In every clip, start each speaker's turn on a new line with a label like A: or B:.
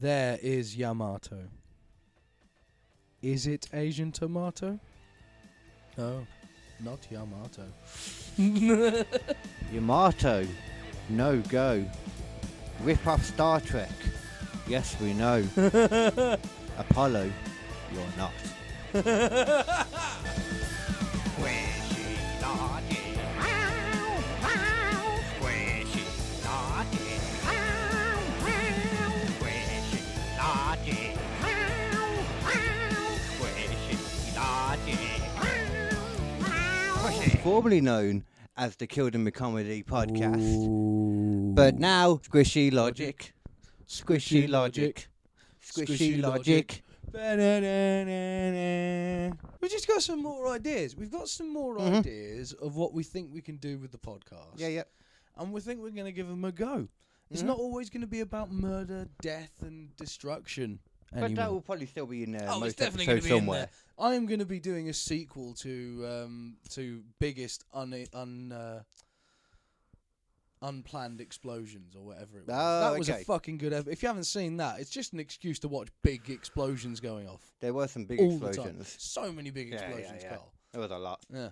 A: There is Yamato. Is it Asian tomato? No, not Yamato.
B: Yamato, no go. Rip off Star Trek. Yes, we know. Apollo, you're not. Formerly known as the Kilden Comedy Podcast, but now Squishy Logic. Squishy Logic. Squishy Logic.
A: We just got some more ideas. We've got some more
B: Mhm.
A: ideas of what we think we can do with the podcast.
B: Yeah, yeah.
A: And we think we're going to give them a go. It's
B: Mhm.
A: not always going to be about murder, death, and destruction.
B: But that
A: anymore.
B: will probably still be in there
A: Oh, it's
B: most
A: definitely going to
B: episodes
A: be in
B: somewhere.
A: there. I am going to be doing a sequel to um, to biggest un un uh, unplanned explosions or whatever it was.
B: Oh,
A: that was a
B: okay.
A: fucking good. Ep- if you haven't seen that, it's just an excuse to watch big explosions going off
B: There were some big
A: all the time.
B: explosions.
A: So many big
B: Yeah, yeah,
A: explosions,
B: yeah.
A: Carl.
B: There was a lot.
A: Yeah.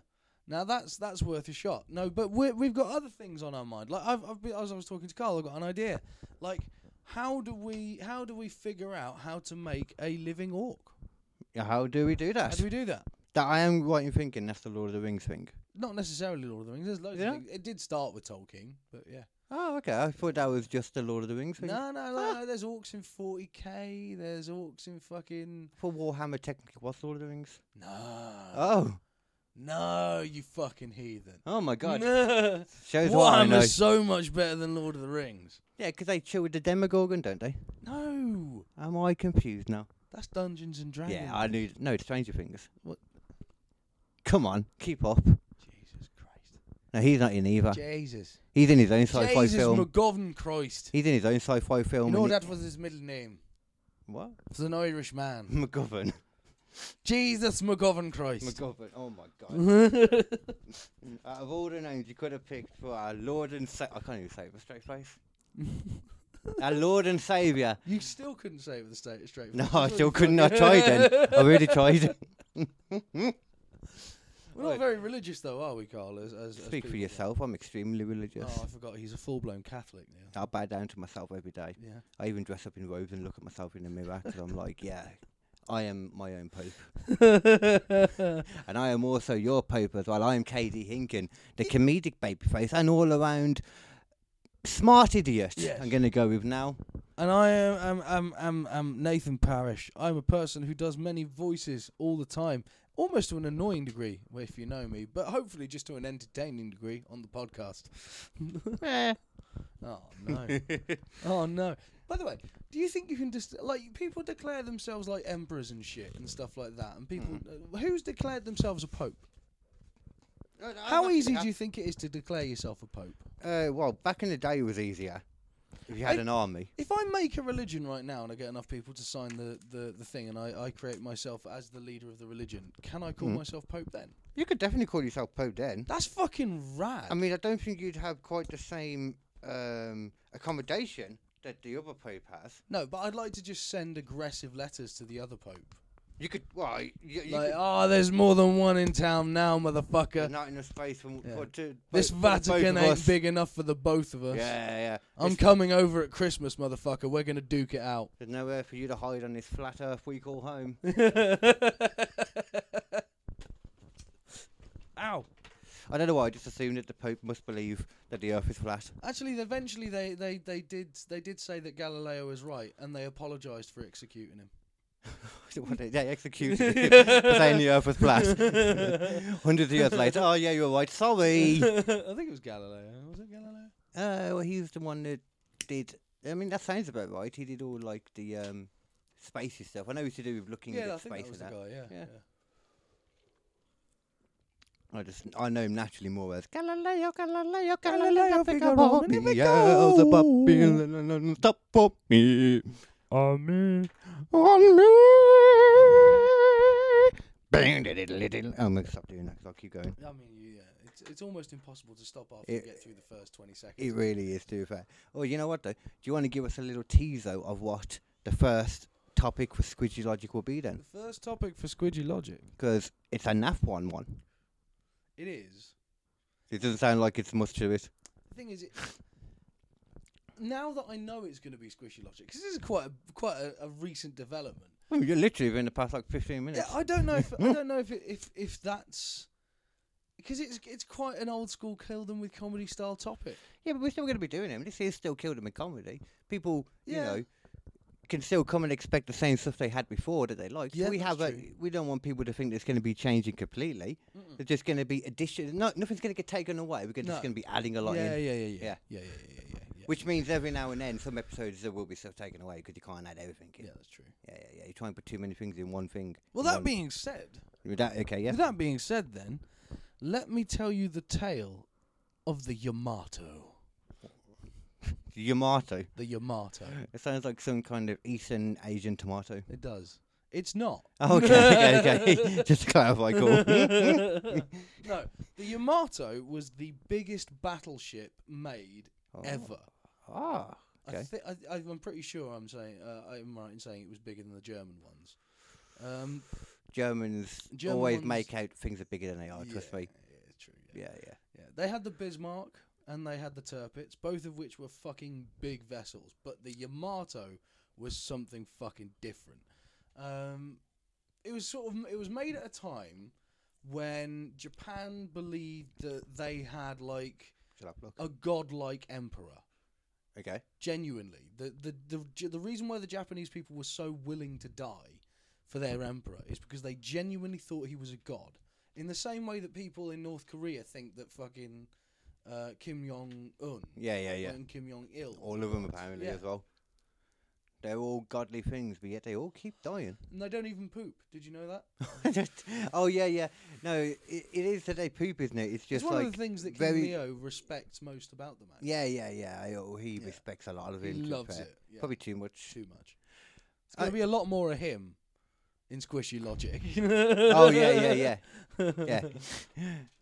A: Now that's that's worth a shot. No, but we're, we've got other things on our mind. Like I've, I've been, as I was talking to Carl, I've got an idea. Like, how do we how do we figure out how to make a living orc?
B: How do we do
A: How
B: that?
A: do we do that?
B: That I am right in thinking that's the Lord of the Rings thing.
A: Not necessarily Lord of the Rings. There's loads
B: Yeah?
A: of things. It did start with Tolkien, but yeah.
B: Oh, okay. I thought that was just the Lord of the Rings thing.
A: No, no, no,
B: Ah.
A: no. There's orcs in 40k. There's orcs in fucking.
B: For Warhammer, technically, was Lord of the Rings.
A: No.
B: Oh,
A: No, you fucking heathen.
B: oh my God!
A: No.
B: Shows what I know.
A: Warhammer's so much better than Lord of the Rings.
B: Yeah, 'cause they chill with the Demogorgon, don't they?
A: No.
B: Am I confused now?
A: That's Dungeons and Dragons.
B: Yeah, I knew. No, it's Stranger Things.
A: What?
B: Come on, keep up.
A: Jesus Christ.
B: No, he's not in either.
A: Jesus.
B: He's in his own sci-fi
A: Jesus
B: film.
A: McGovern Christ.
B: He's in his own sci-fi film.
A: You know
B: and he-
A: that was his middle name.
B: What?
A: It was an Irish man.
B: McGovern.
A: Jesus McGovern Christ.
B: McGovern. Oh my God! Out of all the names you could have picked for our Lord and Sa- I can't even say it with a straight face. our Lord and Savior.
A: you still couldn't say it with a straight straight.
B: No,
A: face.
B: I
A: That's
B: still
A: really
B: couldn't. I
A: fucking-
B: tried then. I really tried.
A: We're not
B: Right.
A: very religious, though, are we, Carl? As, as, as
B: Speak for
A: people?
B: yourself. I'm extremely religious.
A: Oh, I forgot. He's a full-blown Catholic now.
B: I bow down to myself every day.
A: Yeah.
B: I even dress up in robes and look at myself in the mirror 'cause I'm like, yeah, I am my own pope. and I am also your pope as well. I am KD Hinkin, the comedic babyface and all around smart idiot.
A: Yes.
B: I'm going to go with now.
A: And I am, am, am, am, am Nathan Parrish. I'm a person who does many voices all the time, almost to an annoying degree, if you know me, but hopefully just to an entertaining degree on the podcast.
B: Eh,
A: oh, no. oh, no. By the way, do you think you can just, like, people declare themselves like emperors and shit and stuff like that? And people,
B: Hmm.
A: uh, who's declared themselves a pope? How easy do you think it is to declare yourself a pope?
B: Uh, well, back in the day it was easier. If you had
A: I-
B: an army.
A: If I make a religion right now and I get enough people to sign the, the, the thing and I, I create myself as the leader of the religion, can I call myself Pope then?
B: You could definitely call yourself Pope then.
A: That's fucking rad.
B: I mean, I don't think you'd have quite the same um, accommodation that the other Pope has.
A: no, but I'd like to just send aggressive letters to the other Pope.
B: You could, well, you, you
A: Like,
B: could,
A: oh, there's more than one in town now, motherfucker.
B: there's not enough space for, for two.
A: this
B: for- for both
A: Vatican
B: of
A: ain't
B: us.
A: big enough for the both of us.
B: Yeah, yeah.
A: I'm
B: It's-
A: coming over at Christmas, motherfucker. We're going to duke it out.
B: There's nowhere for you to hide on this flat earth we call home.
A: Ow.
B: I don't know why I just assumed that the Pope must believe that the earth is flat.
A: Actually, eventually they, they, they did they did say that Galileo was right, and they apologised for executing him.
B: What they, they executed him for saying the earth was flat. Hundreds of years later, oh yeah, you're right, sorry.
A: I think it was Galileo. Was it Galileo?
B: Uh, well, he was the one that did. I mean, that sounds about right. He did all like the um, spacey stuff. I know it's to do with looking
A: Yeah, I
B: at
A: think
B: space
A: that was the
B: and that.
A: guy. Yeah,
B: Yeah.
A: yeah.
B: I just I know him naturally more as Galileo,
A: Galileo
B: Galileo,
A: Figaro,
B: Galileo, Figaro,
A: and
B: me
A: Inigo.
B: out the puppy, stop for me, on me, on me. Oh, I'm gonna stop doing that because I'll keep going.
A: I mean, you- yeah, it's it's almost impossible to stop after
B: It-
A: you get through the first twenty seconds.
B: It really is too fair. Oh, you know what though? Do you want to give us a little teaser of what the first topic for Squidgy Logic will be then,
A: The first topic for Squidgy Logic.
B: because it's a naff one one.
A: It is.
B: It doesn't sound like it's much to it.
A: The thing is, it, now that I know it's going to be Squishy Logic, because this is quite a, quite a, a recent development.
B: I mean, you're literally within the past like 15 minutes.
A: Yeah, I don't know if I don't know if it, if if that's because it's it's quite an old school kill them with comedy style topic.
B: Yeah, but we're still going to be doing them. This is still killed them in comedy. People,
A: Yeah.
B: you know, can still come and expect the same stuff they had before that they like.
A: Yeah,
B: we
A: that's
B: have a,
A: true.
B: we don't want people to think it's going to be changing completely.
A: Mm-mm.
B: They're just going to be addition. No, nothing's going to get taken away. We're
A: No.
B: just going to be adding a lot
A: yeah,
B: in,
A: yeah, yeah, yeah, yeah,
B: Yeah.
A: yeah, yeah, yeah, yeah, yeah.
B: which means every now and then some episodes there will be stuff taken away because you can't add everything. In.
A: yeah, that's true.
B: yeah, yeah, yeah. You try and put too many things in one thing.
A: Well,
B: in
A: that
B: one-
A: being said,
B: With that okay, yeah.
A: with that being said, then let me tell you the tale of the Yamato.
B: Yamato.
A: The Yamato.
B: It sounds like some kind of Eastern Asian tomato.
A: It does. It's not.
B: Okay, okay, okay. just to clarify, cool.
A: no, the Yamato was the biggest battleship made
B: Oh.
A: ever.
B: Ah,
A: I
B: okay.
A: thi- I, I, I'm pretty sure I'm saying uh, I'm right in saying it was bigger than the German ones. Um,
B: Germans
A: German
B: always
A: ones-
B: make out things are bigger than they are. Trust
A: yeah,
B: me.
A: yeah, it's true. Yeah.
B: Yeah, yeah.
A: yeah, they had the Bismarck and they had the Tirpitz, both of which were fucking big vessels. But the Yamato was something fucking different. Um, it was sort of it was made at a time when Japan believed that they had like
B: Shut up, look.
A: a godlike emperor.
B: Okay.
A: genuinely the, the the the reason why the japanese people were so willing to die for their emperor is because they genuinely thought he was a god in the same way that people in north korea think that fucking uh, kim jong-un
B: Yeah, yeah, yeah.
A: and kim jong-il
B: All of them apparently
A: Yeah.
B: as well. They're all godly things, but yet they all keep dying.
A: and they don't even poop did you know that
B: Just- oh yeah, yeah. No, i it is that they poop, isn't it? It's
A: it's
B: just
A: one
B: like
A: of the things that uh,
B: very-
A: king leo respects most about the man
B: yeah, yeah, yeah. I- oh, he
A: Yeah.
B: respects a lot of
A: he
B: him. to be
A: loves
B: fair.
A: it yeah,
B: Probably too much.
A: too much it's going
B: I-
A: to be a lot more of him in squishy logic
B: oh yeah, yeah, yeah, yeah.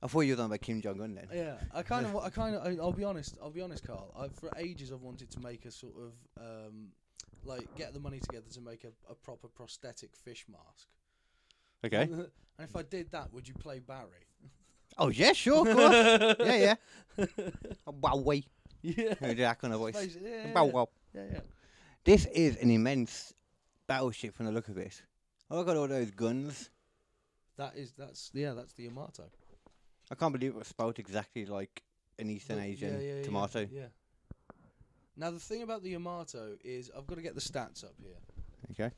B: I thought you were talking about Kim Jong Un then.
A: Yeah, I kind of, I kind of, I- I'll be honest, I'll be honest, Carl. I, for ages, I've wanted to make a sort of, um, like, get the money together to make a, a proper prosthetic fish mask.
B: Okay.
A: and if I did that, would you play Barry?
B: Oh yeah, sure, of course. yeah, yeah. Oh, Wow, wee.
A: Yeah.
B: Do that kind of voice.
A: Basi- yeah,
B: Wow,
A: yeah,
B: wow.
A: yeah, yeah.
B: This is an immense battleship from the look of it. Oh, I got all those guns.
A: That is, that's, yeah, that's the Yamato.
B: I can't believe it was spelt exactly like an Eastern
A: The-
B: Asian
A: yeah, yeah, yeah,
B: tomato.
A: Yeah. Now the thing about the Yamato is, I've got to get the stats up here.
B: Okay.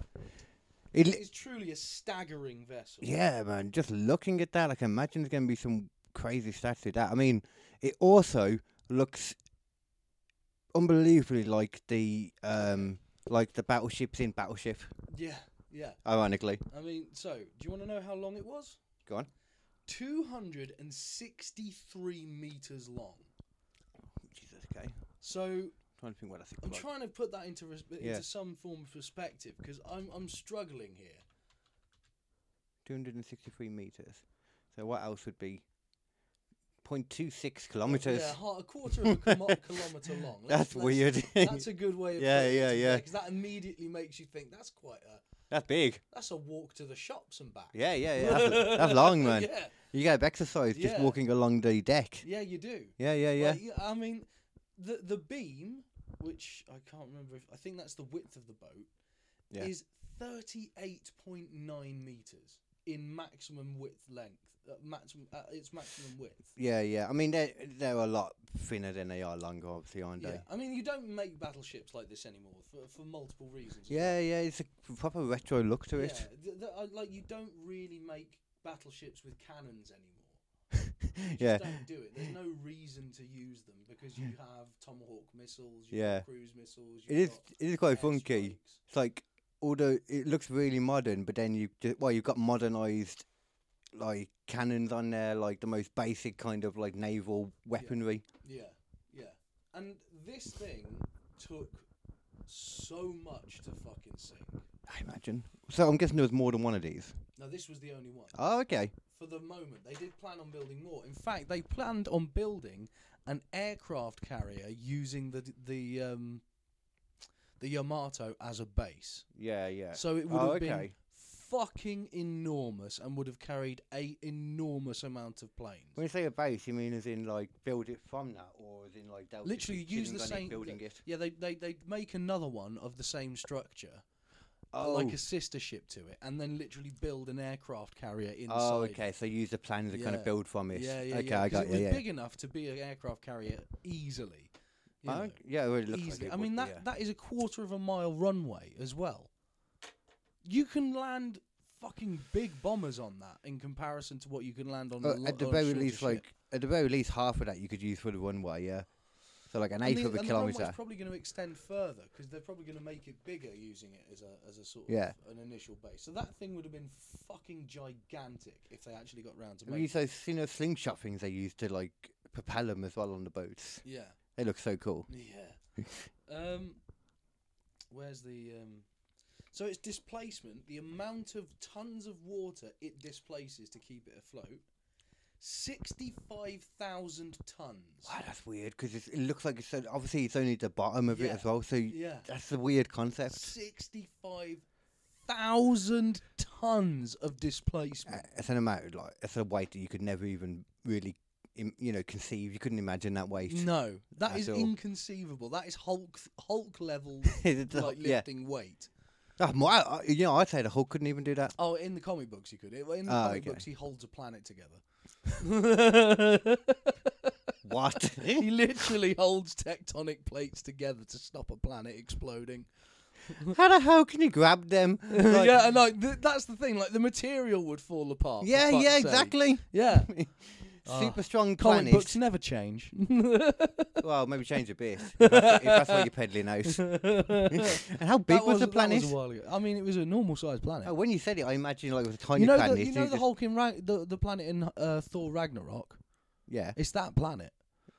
A: It
B: It li-
A: is truly a staggering vessel.
B: yeah, man. Just looking at that, I can imagine there's going to be some crazy stats with that. I mean, it also looks unbelievably like the um like the battleships in Battleship.
A: Yeah. Yeah.
B: Ironically,
A: I mean, so do you want to know how long it was?
B: go on.
A: 263 meters long.
B: Jesus, okay.
A: So
B: trying to think what I think.
A: I'm
B: like.
A: trying to put that into res-
B: Yeah.
A: into some form of perspective because I'm I'm struggling here.
B: 263 meters. So what else would be 0.26 kilometers?
A: Yeah, ha- a quarter of a kimo- kilometer long.
B: That's weird.
A: That's a good way. Of
B: Yeah,
A: putting it
B: yeah,
A: together,
B: yeah.
A: 'cause that immediately makes you think that's quite a
B: That's big.
A: that's a walk to the shops and back.
B: Yeah, yeah, yeah. That's, that's long, man.
A: yeah,
B: You get exercise just
A: Yeah.
B: walking along the deck.
A: yeah, you do.
B: Yeah, yeah, yeah.
A: Like, I mean, the the beam, which I can't remember if I think that's the width of the boat,
B: Yeah.
A: is thirty eight point nine meters in maximum width length, uh, maximum uh, its maximum width.
B: yeah, yeah. I mean, they're, they're a lot thinner than they are longer, obviously, aren't
A: Yeah,
B: they?
A: I mean, you don't make battleships like this anymore for, for multiple reasons. as
B: Yeah, yeah. It's a proper retro look to
A: well.
B: it.
A: yeah. th- th- I- like you don't really make battleships with cannons anymore. You
B: Yeah.
A: just don't do it. There's no reason to use them because you have tomahawk missiles, you've
B: Yeah.
A: got cruise missiles.
B: It
A: you've
B: is.
A: got
B: It is quite funky.
A: airstrikes.
B: It's like although it looks really modern, but then you just, well you've got modernized like cannons on there, like the most basic kind of like naval weaponry.
A: Yeah, yeah. And this thing took so much to fucking sink.
B: I imagine. So I'm guessing there was more than one of these.
A: Now, this was the only one.
B: Oh, okay.
A: For the moment, they did plan on building more. In fact, they planned on building an aircraft carrier using the the um, the Yamato as a base.
B: Yeah, yeah.
A: So it would
B: Oh,
A: have been
B: okay.
A: fucking enormous and would have carried a enormous amount of planes.
B: When you say a base, you mean as in like build it from that, or as in like that was just
A: Literally
B: you
A: use the
B: chilling on it,
A: same
B: building it.
A: Yeah, they they they make another one of the same structure, but
B: Oh,
A: like a sister ship to it, and then literally build an aircraft carrier inside.
B: oh, okay. So use the plans to kind
A: Yeah.
B: of build from it.
A: Yeah, yeah,
B: okay,
A: yeah.
B: I
A: 'cause
B: got
A: it
B: you.
A: was
B: Yeah,
A: big enough to be an aircraft carrier easily. you
B: Oh,
A: know,
B: yeah. It would look
A: easily.
B: Like it
A: I mean
B: would,
A: that
B: yeah.
A: that is a quarter of a mile runway as well. You can land fucking big bombers on that in comparison to what you can land on. a
B: Uh,
A: lo-
B: at the
A: on a
B: very
A: shorter
B: least,
A: ship.
B: like at the very least, half of that you could use for the runway. Yeah. So like an
A: And
B: eighth
A: the-
B: of
A: and
B: a
A: The
B: kilometer.
A: runway's probably going to extend further because they're probably going to make it bigger using it as a as a sort
B: Yeah.
A: of an initial base. So that thing would have been fucking gigantic if they actually got round to
B: Have
A: making.
B: you
A: it.
B: those, seen those slingshot things they use to like propel them as well on the boats?
A: Yeah,
B: They look so cool.
A: yeah. um, where's the um? So it's displacement, the amount of tons of water it displaces to keep it afloat. Sixty-five thousand tons.
B: Wow, Oh, that's weird because it looks like it's so, obviously it's only the bottom of it
A: Yeah.
B: as well. So y-
A: Yeah.
B: that's the weird concept.
A: Sixty-five thousand tons of
B: Uh,
A: displacement.
B: It's an amount like it's a weight that you could never even really, im- you know, conceive. You couldn't imagine that weight.
A: No, that
B: at
A: is
B: all.
A: inconceivable. That is Hulk Hulk level
B: It's a-
A: like
B: yeah,
A: lifting weight.
B: oh, my, I- you know, I'd say the Hulk couldn't even do that.
A: Oh, in the comic books, he could. In the
B: Ah,
A: comic
B: okay.
A: books, he holds a planet together.
B: What?
A: he literally holds tectonic plates together to stop a planet exploding.
B: How the hell can you grab them? Like,
A: yeah, and like th- that's the thing. Like the material would fall apart. Oh, for
B: yeah,
A: fuck's
B: yeah,
A: sake.
B: exactly.
A: Yeah, Ah.
B: Super strong
A: comic
B: planet.
A: books never change.
B: Well, maybe change a bit. if that's, if that's what you're peddling out. and how big
A: That
B: was, the
A: that
B: planet?
A: a while ago. I mean, it was a normal sized planet.
B: Oh, when you said it, I imagined like it was a tiny
A: you know,
B: planet.
A: the, you
B: and
A: know
B: it
A: the
B: just-
A: Hulk in Ra- the the planet in uh, Thor Ragnarok.
B: yeah.
A: It's that planet.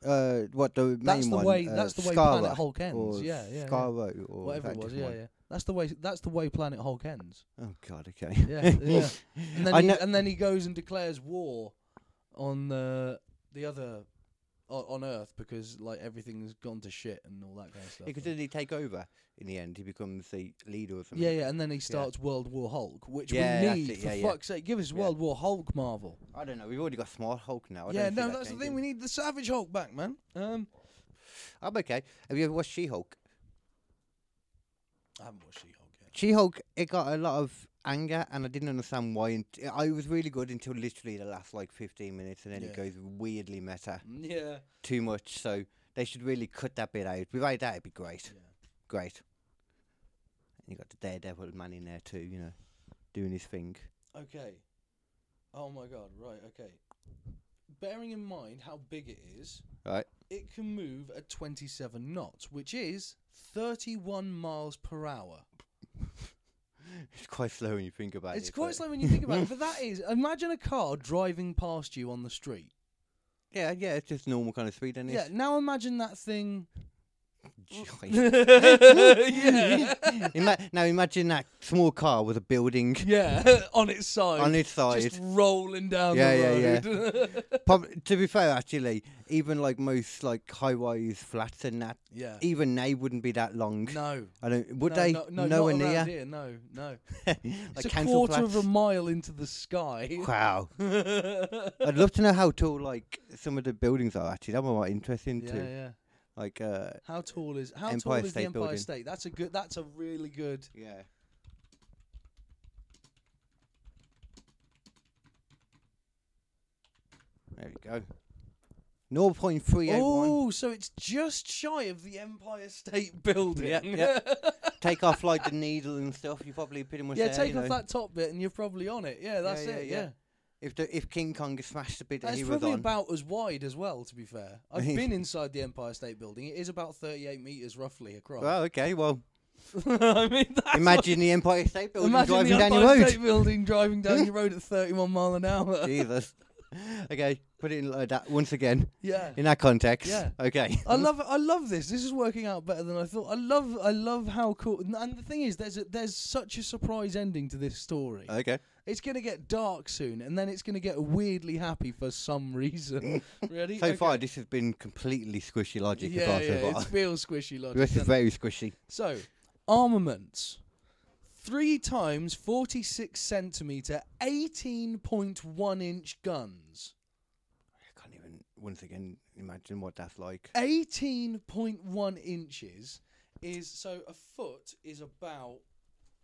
B: Uh, what the main
A: That's the
B: one?
A: way-
B: uh,
A: that's the way
B: Skara
A: Planet Hulk ends.
B: or
A: Yeah, yeah, yeah.
B: Skaro or
A: whatever
B: is
A: it
B: that
A: was.
B: a
A: Yeah,
B: different
A: yeah. That's the way. That's the way Planet Hulk ends.
B: one? Oh God. Okay.
A: Yeah, yeah. And then
B: I
A: he,
B: know-
A: and then he goes and declares war on the the other o- on Earth because like everything's gone to shit and all that kind of stuff.
B: Because did he take over in the end? He becomes the leader or something.
A: yeah, yeah, and then he starts World War Hulk, which
B: Yeah,
A: we
B: that's
A: need
B: it,
A: for
B: yeah, yeah.
A: fuck's sake. Give us
B: Yeah.
A: World War Hulk, Marvel.
B: I don't know. We've already got Smart Hulk now. I
A: yeah,
B: don't see
A: no,
B: that
A: that's the thing.
B: changing.
A: We need the Savage Hulk back, man. Um,
B: I'm okay. Have you ever watched She Hulk?
A: I haven't watched She Hulk yet.
B: She Hulk. It got a lot of anger, and I didn't understand why. unt- I was really good until literally the last like 15 minutes, and then
A: Yeah.
B: it goes weirdly meta.
A: Yeah,
B: too much. So they should really cut that bit out. Without that, it'd be great.
A: Yeah.
B: Great. And you got the Daredevil man in there too, you know, doing his thing.
A: Okay. Oh my god, right, okay. Bearing in mind how big it is,
B: Right.
A: it can move at 27 knots, which is 31 miles per hour.
B: It's quite slow when you think about it.
A: it's quite
B: but-
A: slow when you think about it, but that is imagine a car driving past you on the street.
B: Yeah, yeah, it's just normal kind of speed, and
A: Yeah,
B: it's
A: now imagine that thing.
B: giant.
A: yeah.
B: Ima- now imagine that small car with a building
A: Yeah, on its side.
B: on its side.
A: just rolling down
B: Yeah, yeah,
A: the road. Yeah, yeah.
B: Prob- to be fair, actually, even like most like high-rise flats and that, even they wouldn't be that long.
A: No.
B: I don't. Would
A: no,
B: they?
A: No, no,
B: Nowhere
A: not
B: near.
A: around here, No, no.
B: like
A: it's a
B: council
A: quarter
B: flats.
A: of a mile into the sky.
B: Wow.
A: yeah,
B: I'd love to know how tall like some of the buildings are. Actually, that one might interest into
A: yeah.
B: like uh
A: How tall is how
B: Empire
A: tall is
B: State
A: the Empire
B: Building.
A: State? That's a good. That's a really good.
B: yeah. There we go. Zero point three eight one.
A: Oh, so it's just shy of the Empire State Building.
B: Yeah, yeah. Take off like the needle and stuff. You're probably pretty much
A: Yeah,
B: there,
A: take
B: you
A: off
B: know.
A: that top bit, and you're probably on it. Yeah, that's
B: yeah,
A: it. Yeah,
B: yeah. If the if King Kong smashed the bit that
A: that's
B: he was
A: probably
B: on,
A: about as wide as well. To be fair, I've been inside the Empire State Building. It is about 38 meters roughly across.
B: well, okay, well,
A: I mean, that's
B: imagine the Empire State Building
A: imagine
B: driving
A: the
B: down your
A: Empire
B: road.
A: State Building driving down your road at 31 mile an hour.
B: Jesus. Okay, put it in like that once again.
A: Yeah.
B: In that context.
A: Yeah.
B: Okay.
A: I love I love this. This is working out better than I thought. I love I love how cool. and- And the thing is, there's a, there's such a surprise ending to this story.
B: Okay.
A: It's gonna get dark soon, and then it's gonna get weirdly happy for some reason. Ready?
B: So far,
A: Okay.
B: this has been completely squishy logic.
A: yeah,
B: as far so
A: yeah,
B: far.
A: it feels squishy
B: The rest
A: logic.
B: is very squishy.
A: So armaments. Three times 46 centimeter, 18.1 inch guns.
B: I can't even once again imagine what that's like.
A: 18.1 inches is so a foot is about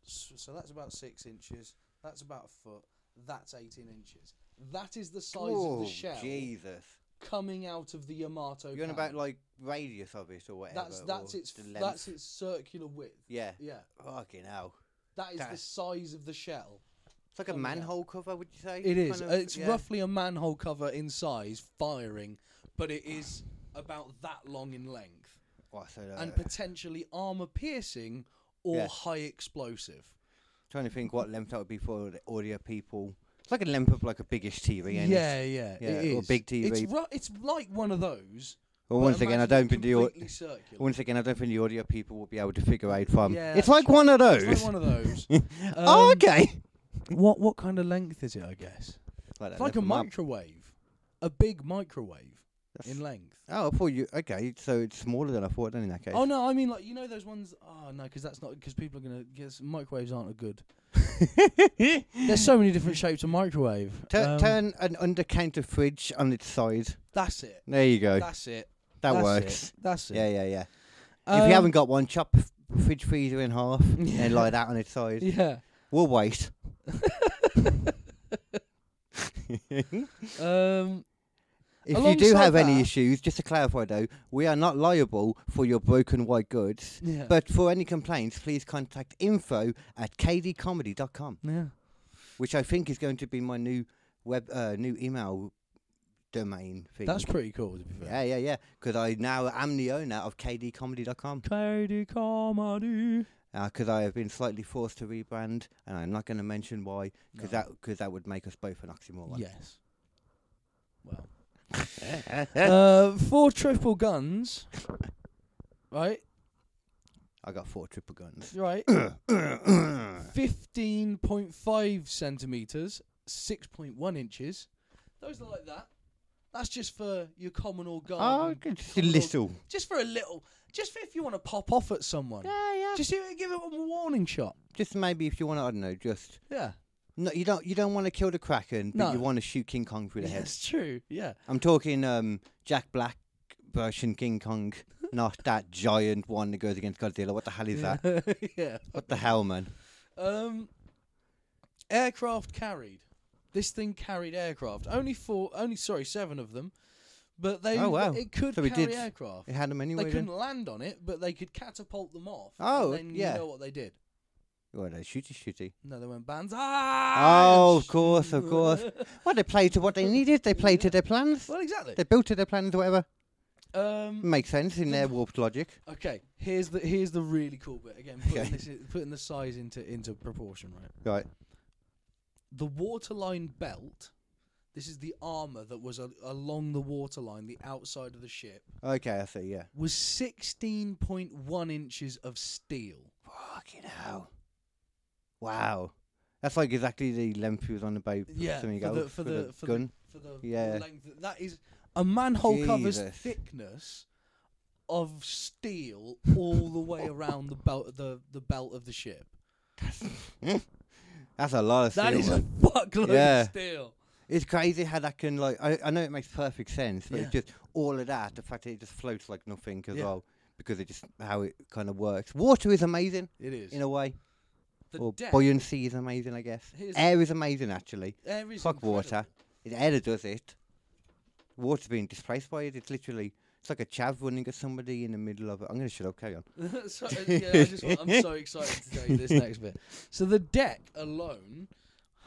A: s- so that's about six inches that's about a foot that's 18 inches that is the size of
B: oh,
A: the shell
B: Jesus!
A: coming out of the yamato
B: You're
A: cannon.
B: on about like radius of it or whatever.
A: that's that's
B: or
A: its
B: the
A: f-
B: length.
A: that's its circular width
B: yeah.
A: yeah
B: Fucking hell!
A: that is the
B: That's-
A: size of the shell
B: It's like a
A: Coming out.
B: manhole cover, would you say?
A: it is
B: Kind
A: Uh,
B: of,
A: it's
B: yeah.
A: roughly a manhole cover in size firing but it is about that long in length
B: What, so, uh,
A: and potentially armor piercing or
B: Yeah.
A: high explosive.
B: trying to think what length that would be for the audio people. It's like a length of like a biggish TV. ain't it?
A: yeah, yeah,
B: Yeah,
A: it
B: or
A: is.
B: big TV.
A: It's, ru- it's like one of those.
B: Well,
A: but
B: once again, I
A: imagine
B: don't think the au-
A: completely circular.
B: once again I don't think the audio people will be able to figure out from.
A: Yeah,
B: it's
A: that's
B: like one of those.
A: It's like one of those.
B: oh,
A: Um,
B: okay.
A: What what kind of length is it? I guess
B: that
A: it's like a
B: length of map.
A: microwave, a big microwave in length.
B: Oh, I thought you. Okay, so it's smaller than I thought. Then in that case.
A: Oh no, I mean like you know those ones. Oh no, because that's not because people are gonna guess microwaves aren't a good. There's so many different shapes of microwave.
B: Tur-
A: Um,
B: turn an undercounter fridge on its side.
A: That's it.
B: There you go.
A: That's it.
B: that
A: that's
B: works.
A: It. That's it. Um,
B: Yeah, yeah, yeah. if you haven't got one, chop f- fridge freezer in half and lie that on its side.
A: Um, yeah.
B: We'll wait.
A: Um,
B: If you do
A: Alongside
B: have any
A: that-
B: issues, just to clarify though, we are not liable for your broken white goods.
A: yeah.
B: But for any complaints, please contact info at kdcomedy.com,
A: yeah.
B: which I think is going to be my new web, uh, new email domain thing.
A: That's pretty cool. To be fair.
B: yeah, yeah, yeah. Because I now am the owner of kdcomedy.com.
A: Cody Comedy.
B: because uh, I have been slightly forced to rebrand, and I'm not going to mention why, because
A: No.
B: that because that would make us both an oxymoron.
A: Yes. Well. uh, four triple guns. Right,
B: I got four triple guns.
A: right. Fifteen point five centimeters, six point one inches. Those are like that. That's just for your common or
B: oh,
A: garden.
B: good, just a little.
A: Just for a little. Just for if you want to pop off at someone.
B: Yeah, yeah. Just,
A: Just give it give it a warning shot.
B: just maybe if you want to, I don't know, just
A: Yeah.
B: no, you don't you don't want to kill the kraken, but you
A: No.
B: want to shoot King Kong through the head.
A: That's true. Yeah.
B: I'm talking um Jack Black version King Kong, not that giant one that goes against Godzilla. What the hell is that?
A: yeah.
B: What the hell, man?
A: Um, aircraft carried. This thing carried aircraft. Only four. Only sorry, seven of them. But they.
B: Oh, wow.
A: It could
B: So we
A: carry
B: did-
A: aircraft.
B: It had them
A: They
B: anyway.
A: couldn't
B: Then.
A: land on it, but they could catapult them off.
B: Oh,
A: and then
B: yeah.
A: You know what they did?
B: Well, they shooty shooty.
A: No, they went banzai. Ah,
B: Oh, of course, of course. Well, they played to what they needed. They played to their plans.
A: well, exactly.
B: They built to their plans, whatever.
A: Um.
B: Makes sense in their warped logic.
A: Okay. Here's the here's the really cool bit again. Putting,
B: Okay.
A: this, in- putting the size into into proportion, right?
B: Right.
A: the waterline belt. This is the armor that was a- along the waterline, the outside of the ship,
B: Okay, I see, yeah.
A: was 16.1 inches of steel.
B: Fucking hell. Wow. That's like exactly the length he was on the boat
A: Yeah,
B: something
A: for
B: else,
A: the- for the- for the-
B: gun.
A: For the
B: Yeah.
A: length, that is a manhole cover's
B: Jesus.
A: thickness of steel all the way around the belt, the the belt of the ship.
B: That's a lot of steel.
A: That is a
B: man.
A: fuckload
B: Yeah.
A: of steel.
B: It's crazy how that can like. I, I know it makes perfect sense, but it's
A: Yeah.
B: just all of that. The fact that it just floats like nothing as
A: Yeah.
B: well, because it just how it kind of works. Water is amazing
A: It is.
B: in a way,
A: the
B: or
A: depth,
B: buoyancy is amazing, I guess.
A: Here's-
B: Air is amazing, actually.
A: air is
B: Fuck water.
A: incredible.
B: It air that does it. Water's being displaced by it. It's literally it's like a chav running at somebody in the middle of it. I'm gonna shut up. Carry on.
A: so, yeah, I just want, I'm so excited to tell you this next bit. So the deck alone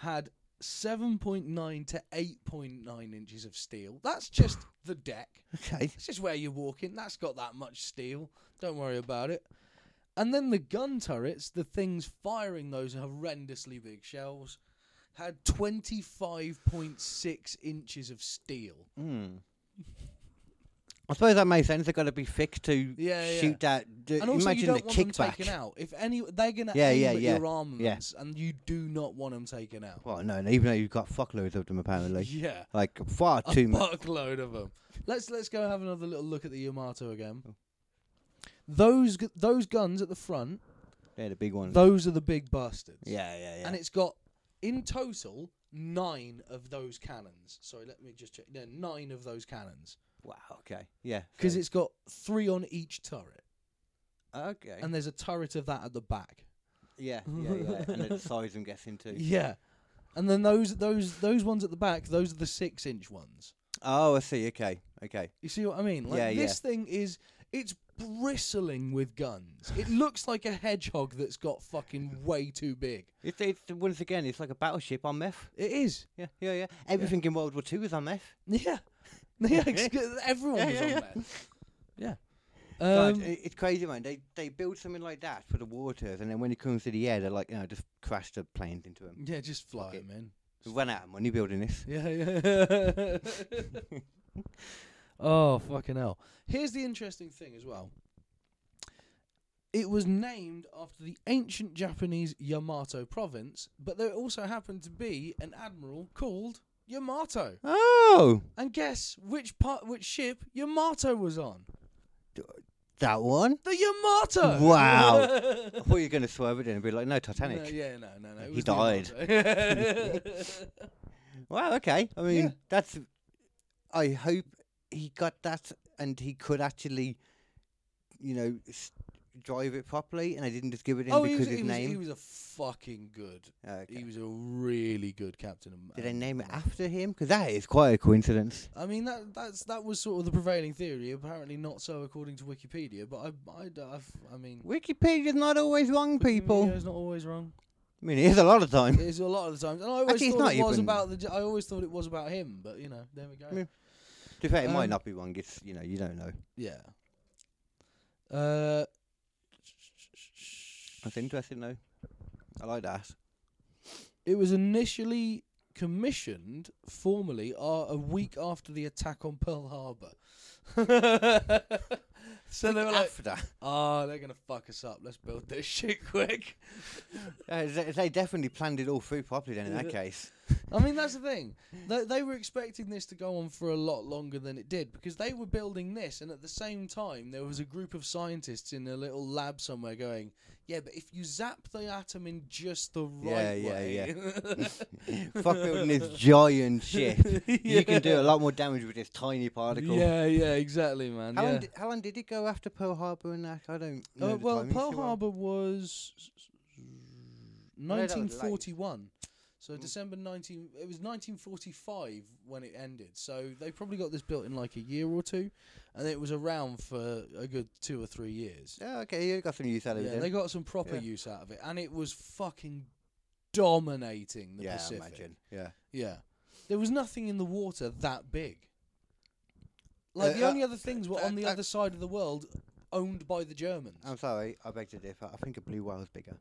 A: had 7.9 to 8.9 inches of steel. That's just the deck.
B: Okay.
A: It's just where you're walking. That's got that much steel. Don't worry about it. And then the gun turrets, the things firing those horrendously big shells, had 25.6 inches of steel.
B: Hmm. I suppose that makes sense. They've got to be thick to
A: Yeah, yeah.
B: shoot that. D-
A: And also,
B: imagine
A: you don't
B: the
A: want them
B: kickback.
A: taken out. If any, they're gonna
B: Yeah,
A: aim
B: yeah,
A: at
B: yeah,
A: your armaments, and you do not want them taken out.
B: Well, no, no, even though you've got fuckloads of them, apparently,
A: Yeah,
B: like far
A: a
B: too much.
A: buckload of them. Let's let's go have
B: Oh.
A: another little look at the Yamato again. Those gu- those guns at the front
B: They're the big ones.
A: Those are the big bastards.
B: yeah, yeah, yeah.
A: And it's got in total nine of those cannons. Sorry, let me just check. No, nine of those cannons
B: wow. Okay. Yeah.
A: because
B: so-
A: it's got three on each turret,
B: okay.
A: and there's a turret of that at the back.
B: yeah, yeah, yeah. and the size I'm guessing too.
A: Yeah, and then those those those ones at the back, those are the six inch ones.
B: Oh, I see. Okay. Okay.
A: You see what I mean? Like
B: Yeah, yeah.
A: this thing is it's bristling with guns. It looks like a hedgehog that's got fucking way too big.
B: It's, it's once again, it's like a battleship on meth.
A: It is.
B: Yeah, yeah, yeah. Everything in World War Two was on meth.
A: Yeah. yeah it's- everyone
B: Yeah,
A: was
B: yeah, yeah.
A: on there. Yeah.
B: God,
A: Um,
B: it, it's crazy, man. They they build something like that for the waters, and then when it comes to the air, they're like, you know, just crash the planes into them.
A: yeah, just fly
B: Fuck it.
A: him in.
B: We ran out of money building this.
A: Yeah, yeah. oh, fucking hell. Here's the interesting thing as well. It was named after the ancient Japanese Yamato province, but there also happened to be an admiral called Yamato.
B: Oh,
A: And guess which part, which ship Yamato was on?
B: that one.
A: The Yamato.
B: Wow. I thought you were gonna swerve it in and be like, no, Titanic.
A: No, yeah, no, no, no. it
B: He
A: was the
B: died.
A: Yamato.
B: Wow. Okay. I mean,
A: Yeah.
B: that's. I hope he got that, and he could actually, you know, s- drive it properly, and I didn't just give it in
A: oh, he was,
B: because his
A: he, was,
B: name. Oh,
A: he was a fucking good.
B: Okay.
A: He was a really good captain. of-
B: Did they
A: um,
B: name it
A: America.
B: after him? Because that is quite a coincidence.
A: I mean that that's that was sort of the prevailing theory. Apparently not so according to Wikipedia, but I I, d- I've- I mean
B: Wikipedia's not always wrong,
A: Mm,
B: people.
A: Wikipedia is not always wrong.
B: I mean, it is a lot of
A: It
B: time.
A: is a lot of the times, and I always
B: Actually, it's
A: thought
B: not
A: it was
B: even-
A: about the. J- I always thought it was about him, but you know, there we go.
B: Yeah. To be fair, it
A: Um,
B: might not be wrong. It's you know, you don't know.
A: Yeah. Uh.
B: That's interesting though. I like that.
A: It was initially commissioned formally uh, a week after the attack on Pearl Harbor. so they were like,
B: after.
A: "Oh, they're gonna fuck us up. Let's build this shit quick."
B: Uh, they they definitely planned it all through properly. Then in that case,
A: I mean, that's the thing. They, they were expecting this to go on for a lot longer than it did because they were building this, and at the same time, there was a group of scientists in a little lab somewhere going, "Yeah, but if you zap the atom in just the right
B: Yeah, yeah,
A: way,
B: fuck building this giant shit. You can do
A: Yeah.
B: a lot more damage with this tiny particle.
A: yeah, yeah, exactly, man.
B: How,
A: yeah.
B: long did, how long did it go after Pearl Harbor and that? I don't
A: Uh,
B: know. the
A: well,
B: timings
A: Pearl
B: too well.
A: Harbor was
B: know that was late.
A: 1941. So
B: Mm.
A: December 19 it was 1945 when it ended. So they probably got this built in like a year or two and it was around for a good 2 or 3 years.
B: Yeah, Oh, okay, you got some use out of it.
A: Yeah,
B: then.
A: they got some proper
B: Yeah.
A: use out of it and it was fucking dominating the
B: yeah, I
A: Pacific.
B: imagine. Yeah.
A: Yeah. There was nothing in the water that big. Like
B: Uh,
A: the
B: uh,
A: only other things were
B: uh,
A: on the
B: uh,
A: other side of the world owned by the Germans.
B: I'm sorry, I beg to differ. I think a blue whale's bigger.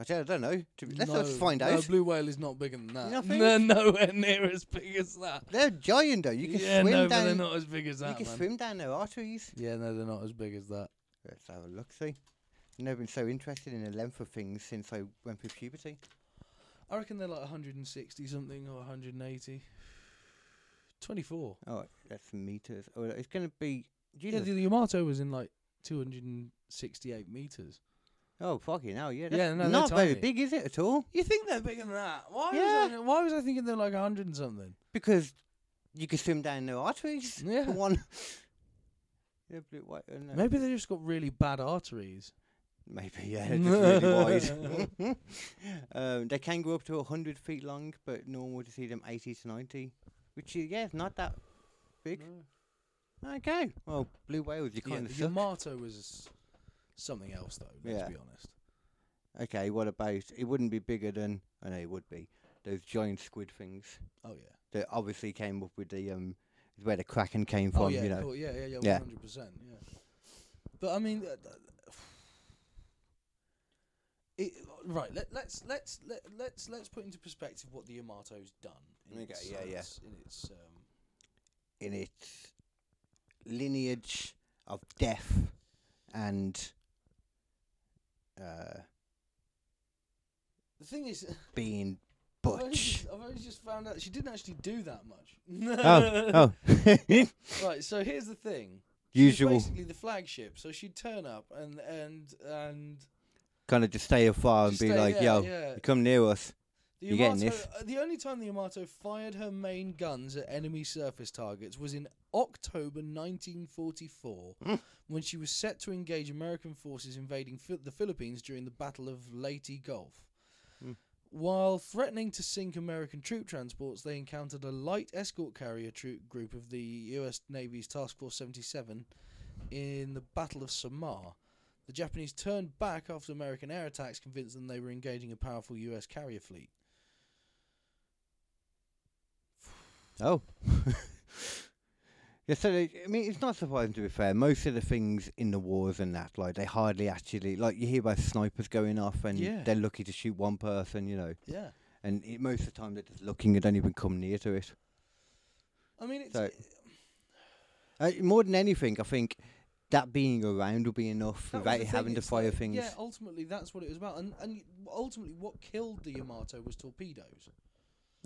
B: Actually, I don't know. To be- Let's
A: no,
B: just find
A: No,
B: out.
A: blue whale is not bigger than that.
B: You think?
A: They're nowhere near as big as that.
B: They're giant though. You can
A: yeah,
B: swim
A: no, but they're
B: down.
A: not as big as
B: you
A: that,
B: can
A: man.
B: swim down their arteries.
A: Yeah, no, they're not as big as that.
B: Let's have a look. See, I've never been so interested in the length of things since I went through puberty.
A: I reckon they're like 160 something or 180. 24.
B: Oh, that's meters. Oh, it's going to be.
A: Yeah,
B: Jesus.
A: the Yamato was in like 268 meters.
B: oh, fucking hell! Yeah,
A: Yeah,
B: that's
A: no, they're
B: not very
A: tiny.
B: big, is it at all?
A: You think they're bigger than that? Why? Was I,
B: Yeah.
A: why was I thinking they're like 100 and something?
B: Because you can swim down their arteries.
A: Yeah.
B: For one. Yeah, blue, white, uh, no.
A: Maybe they just got really bad arteries.
B: Maybe, yeah, just really wide. um, they can grow up to 100 feet long, but normal to see them 80 to 90, which, is, yeah, it's not that big. Okay, well, blue whales, you
A: Yeah,
B: kind
A: the
B: of suck.
A: Yamato was something else, though. Let's
B: Yeah.
A: be honest.
B: okay, what about, it wouldn't be bigger than, I know it would be, those giant squid things
A: Oh yeah.
B: that obviously came up with the, um, where the Kraken came from,
A: oh, yeah,
B: you know.
A: cool. yeah, yeah, yeah,
B: Yeah.
A: one hundred percent, yeah. But I mean, uh, th- it, right? Let, let's let's let, let's let's put into perspective what the Yamato's done. In
B: Okay,
A: its,
B: yeah,
A: uh,
B: yeah.
A: its- In its um,
B: In its lineage of death and uh,
A: the thing is,
B: being
A: I've, only
B: butch.
A: just, I've only just found out she didn't actually do that much.
B: oh, oh.
A: Right. So here's the thing. She's
B: Usual.
A: basically the flagship. So she'd turn up and and and
B: kind of just stay afar
A: Just
B: and be
A: stay
B: like,
A: there,
B: yo,
A: yeah.
B: you come near us.
A: The
B: You're getting
A: Yamato,
B: this.
A: uh, the only time the Yamato fired her main guns at enemy surface targets was in October 1944,
B: Hmm.
A: when she was set to engage American forces invading Phil- the Philippines during the Battle of Leyte Gulf.
B: Hmm.
A: While threatening to sink American troop transports, they encountered a light escort carrier troop group of the U.S. Navy's Task Force 77 in the Battle of Samar. The Japanese turned back after American air attacks convinced them they were engaging a powerful U.S. carrier fleet.
B: Oh. yeah, so they, I mean, it's not surprising to be fair. Most of the things in the wars and that, like, they hardly actually, like, you hear about snipers going off and
A: Yeah.
B: they're lucky to shoot one person, you know.
A: Yeah.
B: And it, most of the time they're just looking and don't even come near to it.
A: I mean, it's,
B: So- Uh, more than anything, I think that being around will be enough
A: that was
B: without
A: the thing,
B: having to
A: it's
B: fire
A: like-
B: things.
A: Yeah, ultimately that's what it was about, and and ultimately what killed the Yamato was torpedoes.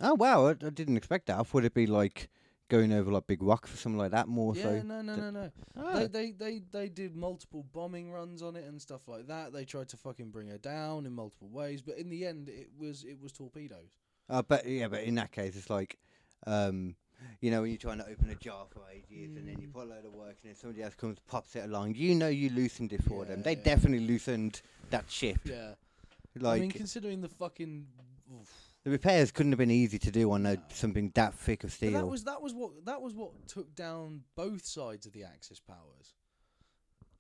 B: Oh, wow. I, I didn't expect that. I thought it'd be like going over like big rocks or something like that more
A: yeah,
B: so.
A: no, no, no, no.
B: Ah.
A: They, they they they did multiple bombing runs on it and stuff like that. They tried to fucking bring her down in multiple ways, but in the end, it was it was torpedoes.
B: Uh, but yeah, but in that case, it's like, um, you know, when you're trying to open a jar for ages and then you
A: Mm.
B: put a load of work and then somebody else comes pops it along, you know, you loosened it for them. They
A: Yeah.
B: definitely loosened that ship.
A: Yeah,
B: Like
A: I mean, considering the fucking. oof.
B: the repairs couldn't have been easy to do on a, something that thick of
A: But
B: steel.
A: that was that was what that was what took down both sides of the Axis powers.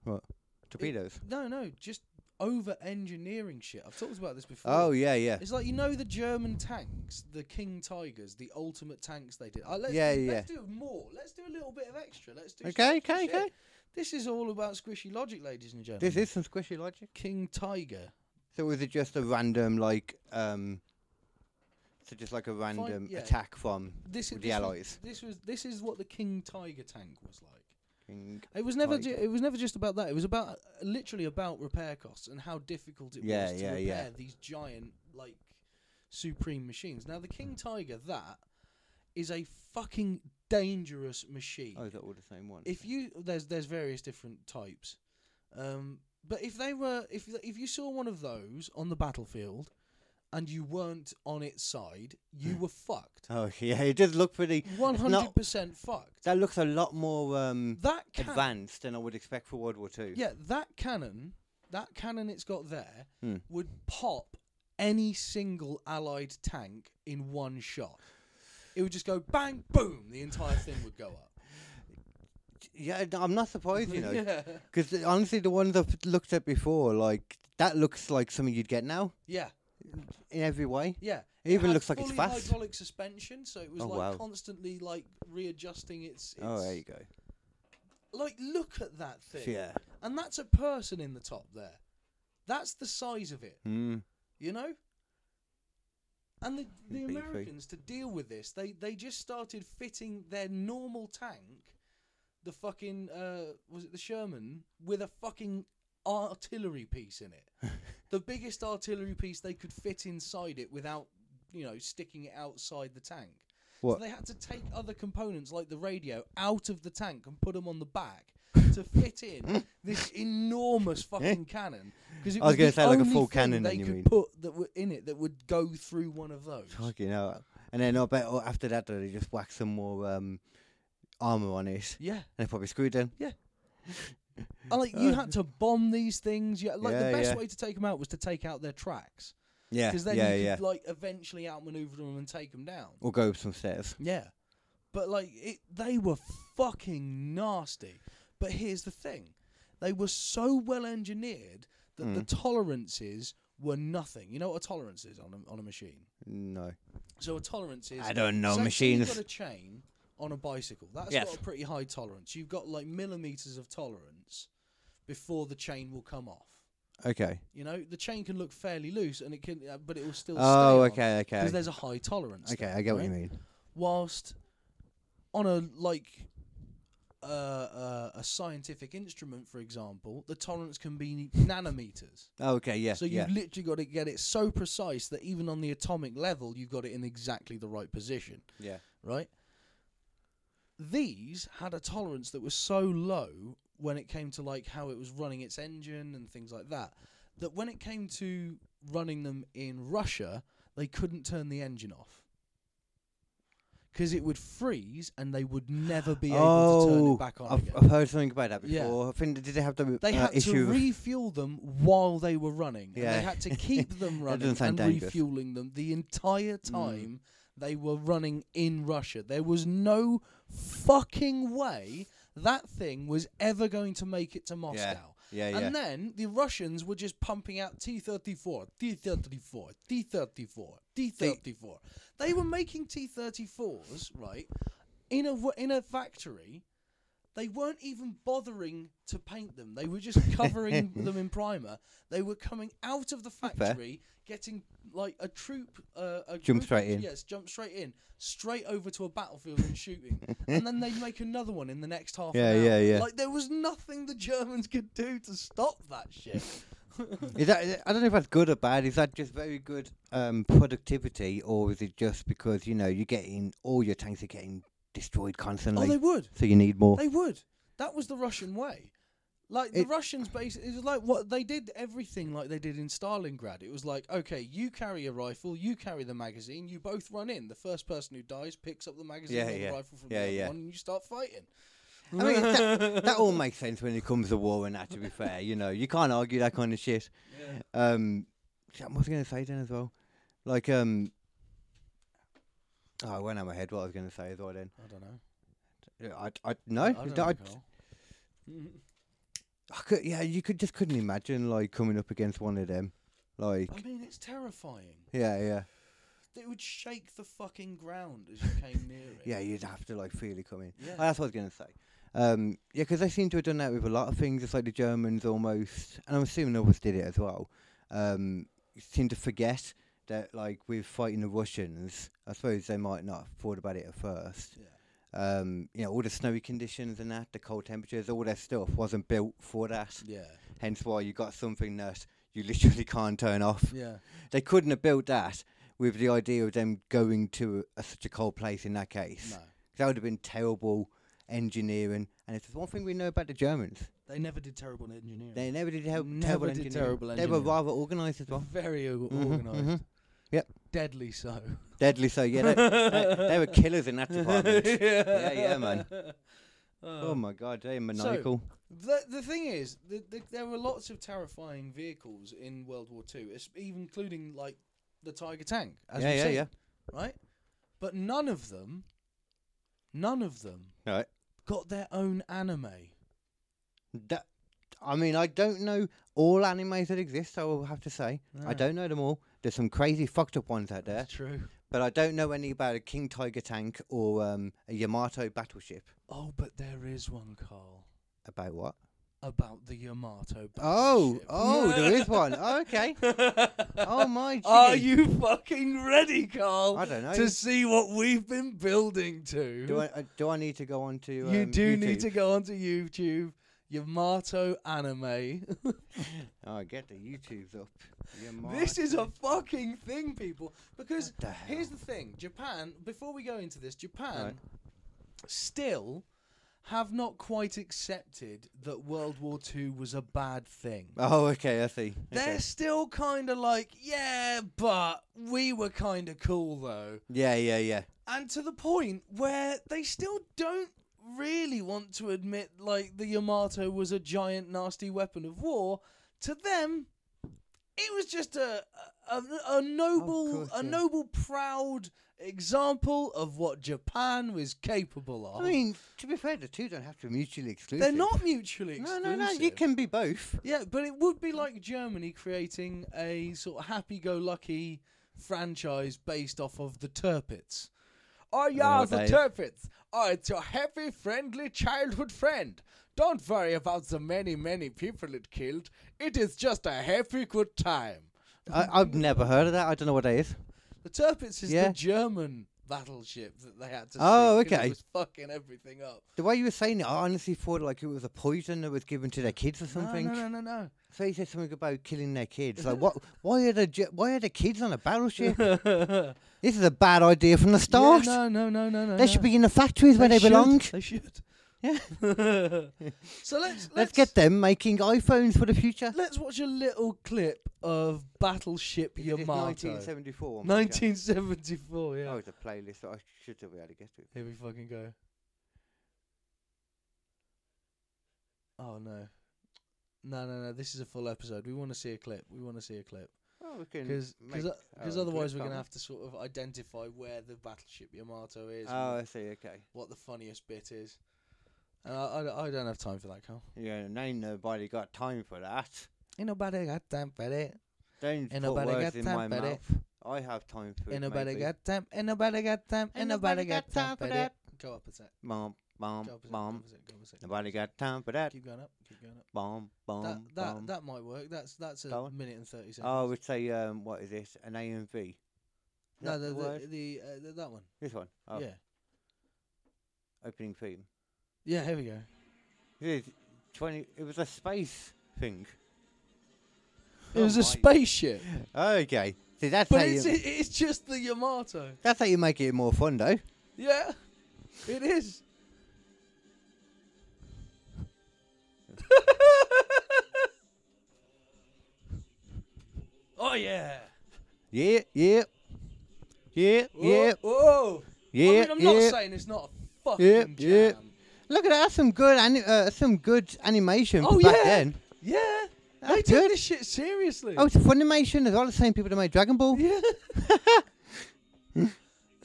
B: What? torpedoes.
A: No, no, just over engineering shit. I've talked about this before.
B: Oh yeah, yeah.
A: It's like you know the German tanks, the King Tigers, the ultimate tanks they did. Uh, let's,
B: Yeah,
A: Let's do more. Let's do a little bit of extra. Let's do.
B: Okay,
A: some
B: okay,
A: shit.
B: okay.
A: This is all about squishy logic, ladies and gentlemen.
B: This is some squishy logic.
A: King Tiger.
B: So was it just a random like, um, so just like a random
A: yeah.
B: attack from
A: This is
B: the
A: this
B: Allies?
A: Was, this was this is what the King Tiger tank was like.
B: King
A: It was never. Ju-
B: Tiger.
A: it was never just about that. It was about literally about repair costs and how difficult it
B: Yeah,
A: was to
B: yeah,
A: repair
B: yeah.
A: these giant like supreme machines. Now the King Tiger, that is a fucking dangerous machine.
B: Oh, is that all the same one?
A: if you there's there's various different types um but if they were if if you saw one of those on the battlefield and you weren't on its side you were fucked
B: Oh yeah, it does look pretty. it's not-
A: 100% fucked
B: that looks a lot more um,
A: that cannon
B: advanced than I would expect for World War Two.
A: yeah that cannon that cannon it's got there
B: Hmm.
A: would pop any single allied tank in one shot it would just go bang boom the entire thing would go up
B: yeah, no, I'm not surprised, you know,
A: yeah
B: because honestly, the ones I've looked at before, like that looks like something you'd get now
A: yeah
B: in every way.
A: Yeah.
B: It even
A: had
B: looks like it's
A: fully
B: fast.
A: hydraulic suspension, so it was
B: Oh,
A: like
B: wow.
A: constantly like readjusting its. its
B: Oh, there you go.
A: Like, look at that thing.
B: Yeah.
A: And that's a person in the top there. That's the size of it,
B: Mm.
A: you know. And the, the
B: Beefy.
A: Americans to deal with this, they they just started fitting their normal tank, the fucking uh, was it the Sherman with a fucking artillery piece in it, the biggest artillery piece they could fit inside it without you know sticking it outside the tank.
B: What?
A: So they had to take other components like the radio out of the tank and put them on the back to fit in this enormous fucking cannon. Because
B: I was
A: going
B: gonna
A: to
B: say like a full cannon
A: They
B: then, you
A: could
B: mean.
A: put that were in it that would go through one of those.
B: Fucking hell. And then I bet oh, after that though, they just whack some more um, armor on it,
A: Yeah,
B: and they probably screwed then.
A: and like you had to bomb these things. Yeah, like
B: Yeah,
A: the best
B: yeah.
A: way to take them out was to take out their tracks
B: Yeah,
A: because then
B: yeah,
A: you
B: yeah.
A: could like eventually outmaneuver them and take them down.
B: or go up some stairs.
A: Yeah, but like it, they were fucking nasty. But here's the thing: they were so well engineered that the
B: Hmm.
A: tolerances were nothing. You know what a tolerance is on a, on a machine?
B: No.
A: So a tolerance is
B: I don't know
A: so say
B: machines.
A: You've got a chain on a bicycle. That's
B: Yes.
A: got a pretty high tolerance. You've got like millimeters of tolerance before the chain will come off.
B: Okay.
A: You know, the chain can look fairly loose, and it can, uh, but it will still.
B: Oh,
A: stay
B: okay, okay.
A: Because there's a high tolerance.
B: Okay,
A: there,
B: I get what you
A: right?
B: mean.
A: whilst on a like uh, uh, a scientific instrument, for example, the tolerance can be nanometers.
B: Oh, Okay, yeah.
A: So you've
B: yeah.
A: literally got to get it so precise that even on the atomic level, you've got it in exactly the right position,
B: yeah.
A: right? These had a tolerance that was so low when it came to like how it was running its engine and things like that that when it came to running them in Russia, they couldn't turn the engine off. Because it would freeze and they would never be able to turn
B: Oh,
A: it back on
B: I've,
A: again.
B: I've heard something about that
A: Yeah.
B: before. I think did they have the
A: They
B: uh,
A: had
B: issue?
A: to
B: of-
A: refuel them while they were running. And
B: Yeah.
A: they had to keep them
B: That
A: running
B: doesn't
A: and
B: sound dangerous. Mm.
A: refueling them the entire time they were running in Russia. There was no fucking way that thing was ever going to make it to Moscow.
B: yeah, yeah.
A: And then the Russians were just pumping out T thirty four, T thirty four, T thirty four, T thirty four. They were making T thirty fours right in a wo- in a factory. They weren't even bothering to paint them. They were just covering them in primer. They were coming out of the factory, getting like a troop, uh, a
B: Jump
A: group
B: straight
A: of-
B: in.
A: Yes, jump straight in, straight over to a battlefield and shooting, and then they'd make another one in the next half. an
B: Yeah,
A: hour.
B: yeah, yeah.
A: Like there was nothing the Germans could do to stop that shit.
B: Is that, is that- I don't know if that's good or bad. Is that just very good um, productivity, or is it just because you know you're getting all your tanks are getting destroyed
A: oh,
B: constantly,
A: they would.
B: so you need more?
A: They would. That was the Russian way. Like the
B: It-
A: Russians, basically, it was like what they did everything like they did in Stalingrad. It was like, okay, you carry a rifle, you carry the magazine, you both run in. The first person who dies picks up the magazine
B: Yeah,
A: or
B: yeah.
A: the rifle from
B: Yeah,
A: the other
B: yeah.
A: one, and you start fighting.
B: I mean, that, that all makes sense when it comes to war and that. To be fair, you know, you can't argue that kind of shit. Um, shit, what was I going to say then as well? Like, um, oh, I went out of my head. What I was going to say as well then.
A: I don't know.
B: Yeah, I, I no,
A: I
B: I,
A: don't
B: I,
A: recall.
B: I could, yeah, you could just couldn't imagine like coming up against one of them, like,
A: I mean, it's terrifying.
B: yeah, yeah,
A: It would shake the fucking ground as you came near it.
B: yeah, you'd have to like feel it coming.
A: Yeah.
B: Oh, that's what I was going to say. Um, yeah, because they seem to have done that with a lot of things. It's like the Germans almost, and I'm assuming others did it as well. Um, seem to forget that, like, with fighting the Russians, I suppose they might not have thought about it at first.
A: Yeah.
B: Um, you know, all the snowy conditions and that, the cold temperatures, all that stuff wasn't built for that.
A: Yeah.
B: Hence why you got something that you literally can't turn off.
A: Yeah.
B: They couldn't have built that with the idea of them going to a, such a cold place in that case.
A: No.
B: That would have been terrible engineering. And if there's one thing we know about the Germans,
A: They never did terrible engineering.
B: they never did, help,
A: Never
B: terrible,
A: did
B: engineering.
A: terrible
B: They were
A: engineering.
B: rather organised as well.
A: Very o-
B: Mhm,
A: organized
B: mhm. Yep.
A: Deadly so.
B: Deadly so, yeah. They, they, they were killers in that department. Yeah, yeah, man. oh my god, they're maniacal.
A: Um, The, the thing is, the, the, there were lots of terrifying vehicles in World War Two, es- even including like the Tiger tank. As
B: yeah,
A: we've
B: yeah,
A: seen,
B: yeah.
A: Right, but none of them, none of them,
B: Right.
A: got their own anime.
B: That, I mean, I don't know all animes that exist, I will have to say. I
A: No.
B: don't know them all. There's some crazy fucked up ones out there.
A: Ah. That's true.
B: But I don't know any about a King Tiger tank or um, a Yamato battleship.
A: Oh, but there is one, Carl,
B: About what?
A: about the Yamato.
B: Oh,
A: battleship.
B: oh, there is one. Oh, okay. Oh my.
A: Are
B: gee.
A: you fucking ready, Carl?
B: I don't know.
A: To see what we've been building to.
B: Do I uh, do I need to go on to? Um,
A: you do need to
B: YouTube?
A: go onto YouTube, Yamato anime.
B: Oh, get the YouTube's up. Yamato.
A: this is a fucking thing, people. Because
B: What the
A: here's the thing Japan, before we go into this, Japan
B: Right.
A: still have not quite accepted that World War II was a bad thing.
B: Oh, okay. I see.
A: They're
B: Okay.
A: still kind of like, yeah, but we were kind of cool though.
B: Yeah, yeah, yeah.
A: and to the point where they still don't really want to admit like the Yamato was a giant nasty weapon of war to them it was just a a, a noble
B: course,
A: a
B: yeah.
A: noble proud example of what Japan was capable of
B: I mean, to be fair, the two don't have to be mutually exclusive.
A: they're not mutually
B: No,
A: exclusive
B: no, no. You can be both.
A: yeah but it would be like Germany creating a sort of happy go lucky franchise based off of the Turpits Oh
B: know
A: yeah,
B: what
A: the
B: that is.
A: Turpits. Oh, it's your happy, friendly childhood friend. Don't worry about the many, many people it killed. It is just a happy good time.
B: I, I've never heard of that. I don't know what that is.
A: The Turpits is
B: Yeah.
A: the German battleship that they had to.
B: Oh,
A: sink 'cause
B: okay.
A: It was fucking everything up.
B: The way you were saying it, I honestly thought like it was a poison that was given to their kids or
A: No,
B: something.
A: No, no, no, no.
B: So he said something about killing their kids. Like, what? Why are the ge- why are the kids on a battleship? this is a bad idea from the
A: Yeah,
B: start.
A: no, no, no, no, no.
B: they
A: no.
B: should be in the factories where they, belong.
A: They should.
B: Yeah.
A: so let's let's,
B: Let's get them making iPhones for the future.
A: let's watch a little clip of Battleship
B: Is it this
A: Yamato.
B: 1974. one, Mike Jack?
A: 1974. Yeah.
B: Oh, it's a playlist that I should have been able to get to.
A: Here we fucking go. Oh no. No, no, no. This is a full episode. We want to see a clip. We want to see a clip.
B: Well, we can
A: Because
B: make our own
A: otherwise we're going to
B: clip, can't
A: have to sort of identify where the battleship Yamato
B: we?
A: is,
B: Oh,
A: and
B: I see. Okay.
A: what the funniest bit is. And I, I, I don't have time for that, Carl.
B: Yeah, and ain't nobody got time for that.
A: Ain't nobody got time for that.
B: Don't put
A: Ain't nobody
B: words
A: got
B: in
A: time
B: my
A: for
B: mouth.
A: that.
B: I have time for it.
A: Ain't nobody
B: maybe.
A: got time. Ain't nobody got time. Ain't nobody got time for that. Go up a sec.
B: Bomb,
A: Go
B: bomb,
A: up a sec. Go up
B: bomb.
A: a sec. Go up a sec.
B: Um, Nobody got Um, time for that.
A: Keep going up. Keep going up.
B: Bomb, bomb,
A: That that
B: bomb.
A: that might work. That's that's
B: Go
A: a
B: on.
A: minute and thirty seconds.
B: Oh, I would say, um, what is this? An A and V. Is
A: no,
B: that
A: the
B: the
A: the,
B: word?
A: the, uh, th- that one.
B: This one. Oh,
A: Yeah,
B: Opening theme.
A: yeah. Here we go.
B: It is 20, it was a space thing.
A: It was a
B: my-
A: spaceship,
B: Okay. See, that's how,
A: but it's
B: you,
A: it, it's just the Yamato.
B: that's how you make it more fun, though.
A: Yeah, it is. oh yeah.
B: Yeah, yeah. Yeah,
A: Whoa,
B: yeah,
A: Whoa.
B: yeah,
A: Oh, I mean, I'm not
B: yeah.
A: saying it's not a fucking
B: Yeah,
A: jam.
B: yeah. Look at that. That's some good, ani- uh, some good animation
A: Oh,
B: for back
A: yeah.
B: then.
A: Yeah.
B: That's
A: they
B: good.
A: took this shit seriously.
B: Oh, it's Funimation as well. The same people that made Dragon Ball.
A: yeah.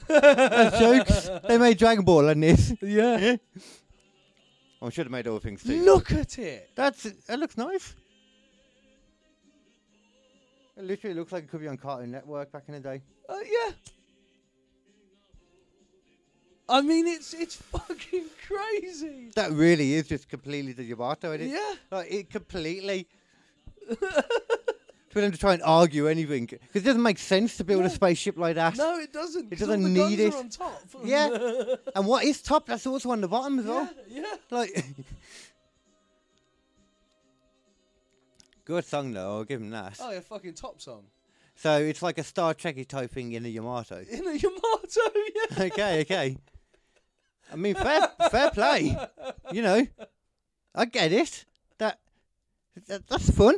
B: That's jokes. They made Dragon Ball and this.
A: Yeah.
B: I should have made all things too.
A: Look at it.
B: That's that looks nice. It literally looks like it could be on Cartoon Network back in the day.
A: Uh, yeah. I mean, it's it's fucking crazy.
B: That really is just completely the Yamato, isn't it?
A: Yeah.
B: Like, it completely. For them to try and argue anything, 'cause it doesn't make sense to build a
A: No.
B: spaceship like that.
A: No, it doesn't.
B: It
A: 'cause all
B: doesn't
A: the
B: need
A: guns
B: it.
A: Are on top.
B: Yeah. And what is top? That's also on the bottom as
A: yeah.
B: well.
A: Yeah.
B: Like, good song though. I'll give him that.
A: Oh, yeah. Fucking top song.
B: So it's like a Star Trekky type thing in a Yamato.
A: In a Yamato. Yeah.
B: okay, okay. I mean, fair, fair play. You know, I get it. That, that that's fun.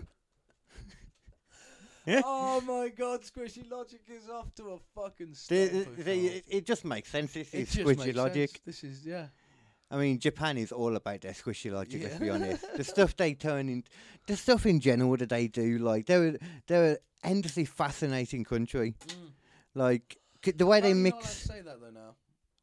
B: Yeah.
A: Oh my God, Squishy Logic is off to a fucking
B: The-
A: start.
B: the- the- it, it just makes sense. It's,
A: It
B: it's
A: just
B: squishy
A: makes
B: logic.
A: sense. This is yeah.
B: I mean, Japan is all about their squishy logic. Let's be
A: Yeah.
B: honest. The stuff they turn in, the stuff in general that they do, like they're they're an endlessly fascinating country.
A: Mm.
B: Like c- the way
A: How
B: they
A: do you not allowed
B: mix
A: to say that though now.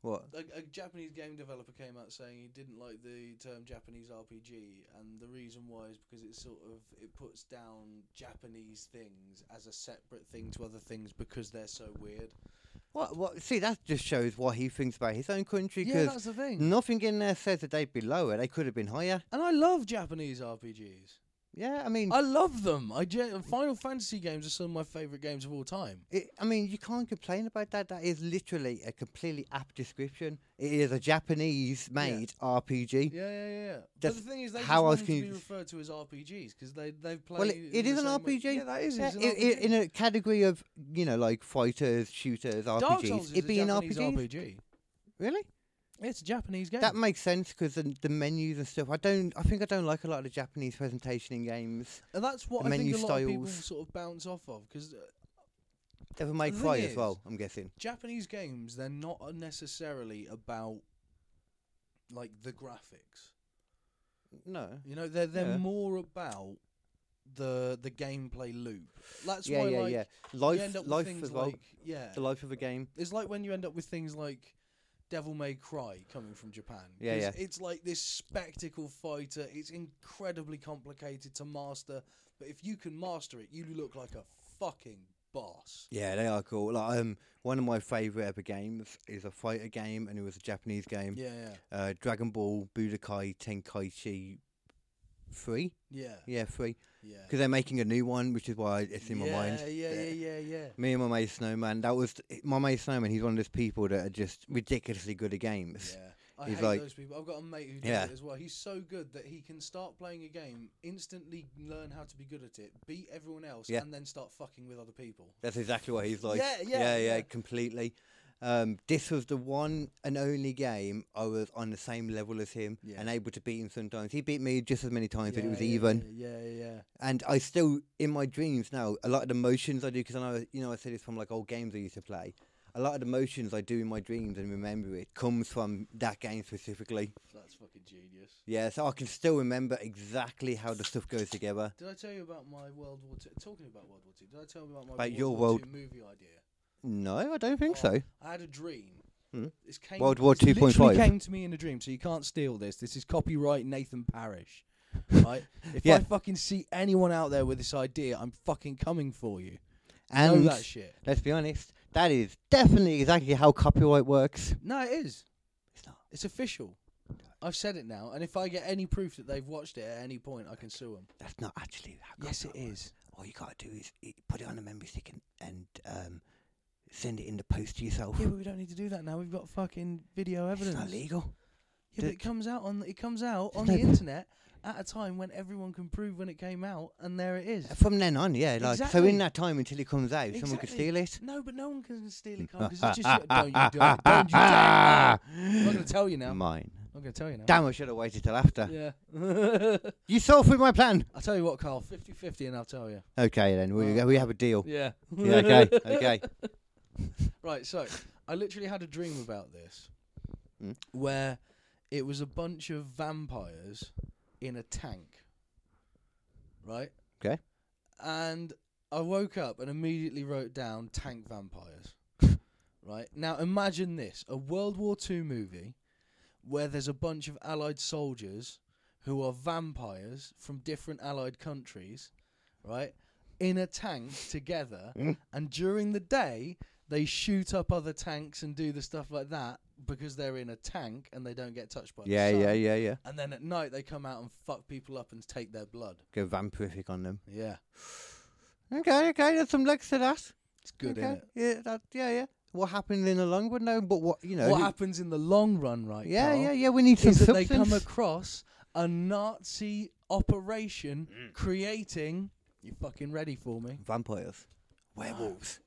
B: what
A: A, a Japanese game developer came out saying he didn't like the term Japanese RPG, and the reason why is because it sort of it puts down Japanese things as a separate thing to other things because they're so weird.
B: what what. See, that just shows what he thinks about his own country. Because
A: the thing.
B: Nothing in there says that they'd be lower. They could have been higher.
A: And I love Japanese RPGs.
B: Yeah, I mean,
A: I love them. I gen- Final Fantasy games are some of my favorite games of all time.
B: it, I mean, you can't complain about that. That is literally a completely apt description. It is a Japanese-made RPG.
A: Yeah, yeah, yeah. yeah. But
B: That's
A: the thing is, they
B: how
A: just
B: else
A: want them
B: can
A: to
B: you
A: be
B: just-
A: referred to as RPGs because they they've played.
B: Well, it,
A: in
B: it
A: the
B: is
A: same
B: an
A: way-
B: RPG.
A: Yeah, that is.
B: Yeah,
A: it's an
B: i- i-
A: RPG.
B: in a category of you know, like fighters, shooters,
A: Dark Souls
B: RPGs.
A: is
B: It'd
A: a
B: be an
A: Japanese
B: RPG.
A: RPG.
B: Really?
A: It's a Japanese game.
B: That makes sense because the, the menus and stuff. I don't. I think I don't like a lot of the Japanese presentation in games.
A: and that's what
B: the
A: I think a
B: menu
A: lot of people
B: styles.
A: sort of bounce off of because uh,
B: Devil May
A: The thing
B: Cry as
A: is-
B: well. I'm guessing.
A: Japanese games they're not necessarily about like the graphics.
B: No.
A: You know, they're they're
B: Yeah.
A: more about the the gameplay loop. That's
B: yeah,
A: why
B: yeah,
A: like
B: yeah.
A: you end
B: Life,
A: up with
B: life
A: things
B: as well.
A: like yeah,
B: the life of a game.
A: It's like when you end up with things like Devil May Cry coming from Japan.
B: Yeah,
A: 'cause
B: yeah.
A: It's like this spectacle fighter. It's incredibly complicated to master, but if you can master it, you look like a fucking boss.
B: Yeah, they are cool. Like, um, one of my favorite ever games is a fighter game, and it was a Japanese game.
A: Yeah, yeah,
B: Uh, Dragon Ball Budokai Tenkaichi Three.
A: yeah,
B: Yeah, three.
A: yeah.
B: Because they're making a new one, which is why it's in my
A: yeah,
B: mind.
A: Yeah, yeah, yeah, yeah,
B: Me and my mate Snowman. That was my mate Snowman. He's one of those people that are just ridiculously good at games.
A: yeah. I
B: He's
A: hate
B: like-
A: those people. I've got a mate who does
B: Yeah.
A: it as well. He's so good that he can start playing a game, instantly learn how to be good at it, beat everyone else,
B: Yeah.
A: and then start fucking with other people.
B: That's exactly what he's like.
A: Yeah, yeah,
B: yeah,
A: yeah.
B: completely. Um, this was the one and only game I was on the same level as him
A: Yeah.
B: and able to beat him sometimes. He beat me just as many times, but it
A: Yeah,
B: was
A: yeah,
B: even.
A: Yeah, yeah, yeah.
B: And I still, in my dreams now, a lot of the motions I do, because I know, you know, I said it's from like old games I used to play. A lot of the motions I do in my dreams and remember it comes from that game specifically.
A: That's fucking genius.
B: Yeah, so I can still remember exactly how the stuff goes together.
A: Did I tell you about my World War Two? Talking about World War Two, did I tell you about my
B: About
A: World
B: your
A: War
B: world-
A: Two movie idea?
B: No, I don't think
A: Oh,
B: so.
A: I had a dream.
B: Hmm.
A: This came,
B: World War
A: this literally
B: 2.5.
A: came to me in a dream, so you can't steal this. This is copyright Nathan Parrish. Right? If
B: Yeah.
A: I fucking see anyone out there with this idea, I'm fucking coming for you.
B: And
A: know that shit.
B: let's be honest, that is definitely exactly how copyright works.
A: No, it is.
B: It's not.
A: It's official. I've said it now, and if I get any proof that they've watched it at any point, I can sue them.
B: That's not actually how
A: Yes, it
B: copyright works.
A: is.
B: All you gotta do is i- put it on a memory stick and, and um, send it in the post to yourself.
A: Yeah, but we don't need to do that now. We've got fucking video
B: it's
A: evidence.
B: not legal.
A: Yeah, but
B: Th-
A: it comes out on it comes out on
B: no-
A: the internet at a time when everyone can prove when it came out, and there it is.
B: From then on, yeah, like so
A: Exactly.
B: in that time until it comes out, someone
A: Exactly.
B: could steal it.
A: No, but no one can steal it because it's just your- don't you do it, don't you dare. I'm not gonna tell you now. I'm
B: Mine.
A: not gonna tell you now.
B: Damn, I should have waited till after.
A: Yeah.
B: You saw through my plan.
A: I'll tell you what, Carl. 50-50 and I'll tell you.
B: Okay, then we
A: Oh.
B: we have a deal.
A: Yeah.
B: Yeah, okay, okay.
A: Right, so I literally had a dream about this
B: Mm.
A: where it was a bunch of vampires in a tank. Right?
B: 'Kay.
A: And I woke up and immediately wrote down tank vampires. right? Now imagine this a World War II movie where there's a bunch of Allied soldiers who are vampires from different Allied countries, right? In a tank together,
B: Hmm.
A: and during the day they shoot up other tanks and do the stuff like that because they're in a tank and they don't get touched by
B: Yeah,
A: the sun.
B: yeah, yeah, yeah.
A: And then at night they come out and fuck people up and take their blood.
B: Go vampirific on them.
A: Yeah,
B: Okay, okay. There's some legs to that.
A: it's good.
B: okay.
A: innit?
B: Yeah, that, yeah, yeah. What happened in the long run? No, but what you know?
A: What
B: who-
A: happens in the long run, right?
B: Yeah,
A: Carl,
B: yeah, yeah. We need some
A: Is that
B: substance.
A: they come across a Nazi operation creating. You fucking ready for me?
B: Vampires, werewolves,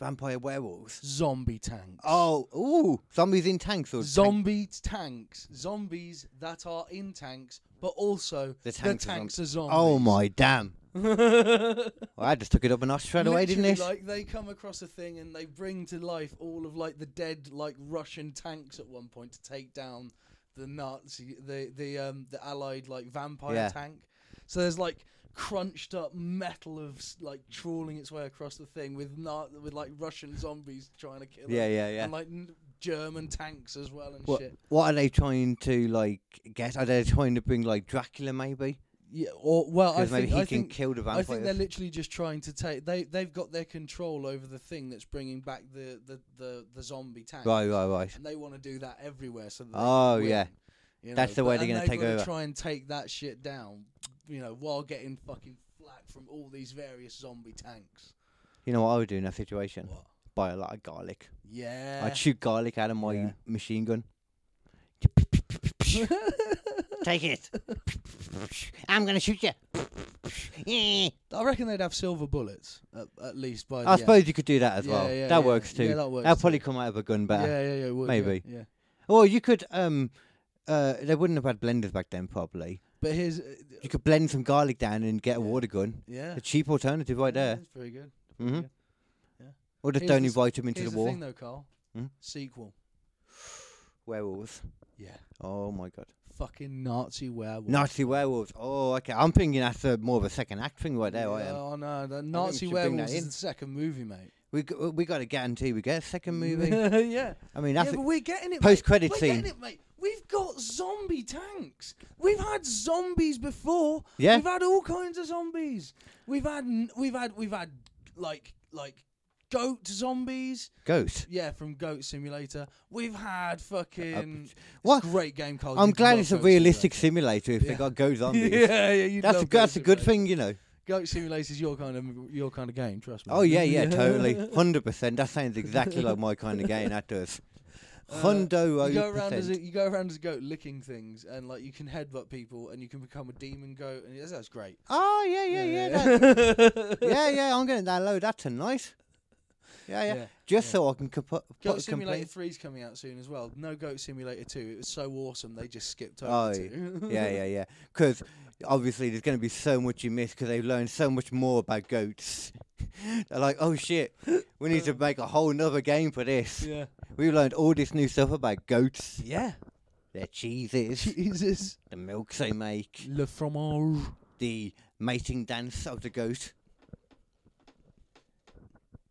B: vampire werewolves.
A: Zombie tanks.
B: Oh, ooh, zombies in tanks or tank-
A: Zombie tanks. Zombies that are in tanks, but also
B: The
A: the
B: tanks
A: tanks,
B: are
A: are, zombies.
B: Oh my damn! Well, I just took it up a notch straight away, didn't
A: Literally,
B: it?
A: Like they come across a thing and they bring to life all of like the dead like Russian tanks at one point to take down the Nazi the the um the Allied like vampire
B: Yeah.
A: tank. So there's like crunched up metal of s- like trawling its way across the thing with not with like Russian zombies trying to kill it.
B: yeah, yeah, yeah.
A: And like n- German tanks as well and
B: What,
A: shit.
B: what are they trying to like get? Are they trying to bring like Dracula maybe?
A: Yeah. Or well, I
B: Because maybe
A: think,
B: he
A: I
B: can
A: think
B: kill the
A: I
B: vampires.
A: think they're literally just trying to take they they've got their control over the thing that's bringing back the the the, the zombie tank.
B: right, right, right.
A: And they want to do that everywhere so that they
B: Oh,
A: can win,
B: yeah.
A: you
B: That's the way
A: but- and
B: they're gonna
A: they've
B: take
A: gotta
B: over.
A: Try and take that shit down, you know, while getting fucking flack from all these various zombie tanks.
B: You know what I would do in that situation?
A: What?
B: Buy a lot of garlic.
A: Yeah.
B: I'd shoot garlic out of my
A: Yeah.
B: machine gun. Take it. I'm gonna shoot you. Yeah.
A: I reckon they'd have silver bullets at, at least by.
B: I
A: the end.
B: suppose you could do that as
A: Yeah,
B: well.
A: yeah,
B: that
A: yeah.
B: works too.
A: Yeah, that works.
B: That'll
A: too.
B: probably come out of a gun better.
A: Yeah, yeah, yeah. it would,
B: Maybe.
A: Yeah. yeah.
B: Or you could um uh they wouldn't have had blenders back then probably.
A: But here's. Uh,
B: You could blend some garlic down and get a
A: Yeah.
B: water gun.
A: yeah.
B: A cheap alternative right
A: Yeah,
B: there.
A: That's very good.
B: Mm-hmm.
A: Yeah. Yeah.
B: Or just
A: Here's
B: don't
A: the s-
B: invite them into
A: Here's
B: the
A: the
B: war.
A: thing though, Carl.
B: Hmm?
A: Sequel.
B: Werewolves.
A: Yeah.
B: Oh my god.
A: Fucking Nazi werewolf.
B: Nazi werewolves. Oh, okay. I'm thinking that's a, more of a second act thing right there. I am.
A: Oh no, the
B: we
A: Nazi
B: should bring that
A: werewolves is
B: in.
A: the second movie, mate.
B: We g- uh, we got to guarantee we get a second movie.
A: yeah.
B: I mean,
A: Yeah,
B: that's
A: but we're getting it.
B: post
A: mate.
B: credit
A: We're
B: scene.
A: getting it, mate. We've got zombie tanks. We've had zombies before.
B: Yeah.
A: We've had all kinds of zombies. We've had n- we've had we've had like like goat zombies.
B: Ghost.
A: Yeah, from Goat Simulator. We've had fucking
B: What?
A: great Oh, game called.
B: Uh, I'm glad it's a realistic simulator if they
A: Yeah.
B: got ghost zombies.
A: Yeah, yeah, you
B: That's a, that's a good thing, you know.
A: Goat Simulator's your kind of your kind of game. Trust me.
B: Oh yeah, yeah, totally, hundred percent. That sounds exactly like my kind of game. That does.
A: Uh,
B: Hundo
A: You go around as a,
B: percent.
A: you go around as a goat licking things, and like you can headbutt people, and you can become a demon goat, and that's, that's great.
B: Ah, Oh yeah, yeah, yeah, that- yeah, yeah. I'm gonna download that tonight. Yeah, yeah.
A: Yeah,
B: Just
A: yeah.
B: so I can compu-
A: Goat
B: put a
A: Simulator
B: complaint.
A: Three's coming out soon as well. No Goat Simulator Two. It was so awesome they just skipped over
B: Oh,
A: to.
B: yeah, yeah, yeah. Because obviously there's going to be so much you miss because they've learned so much more about goats. They're like, oh shit, we need to make a whole nother game for this.
A: yeah.
B: We've learned all this new stuff about goats,
A: Yeah.
B: their cheeses,
A: Jesus.
B: the milks they make,
A: Le fromage.
B: the mating dance of the goat.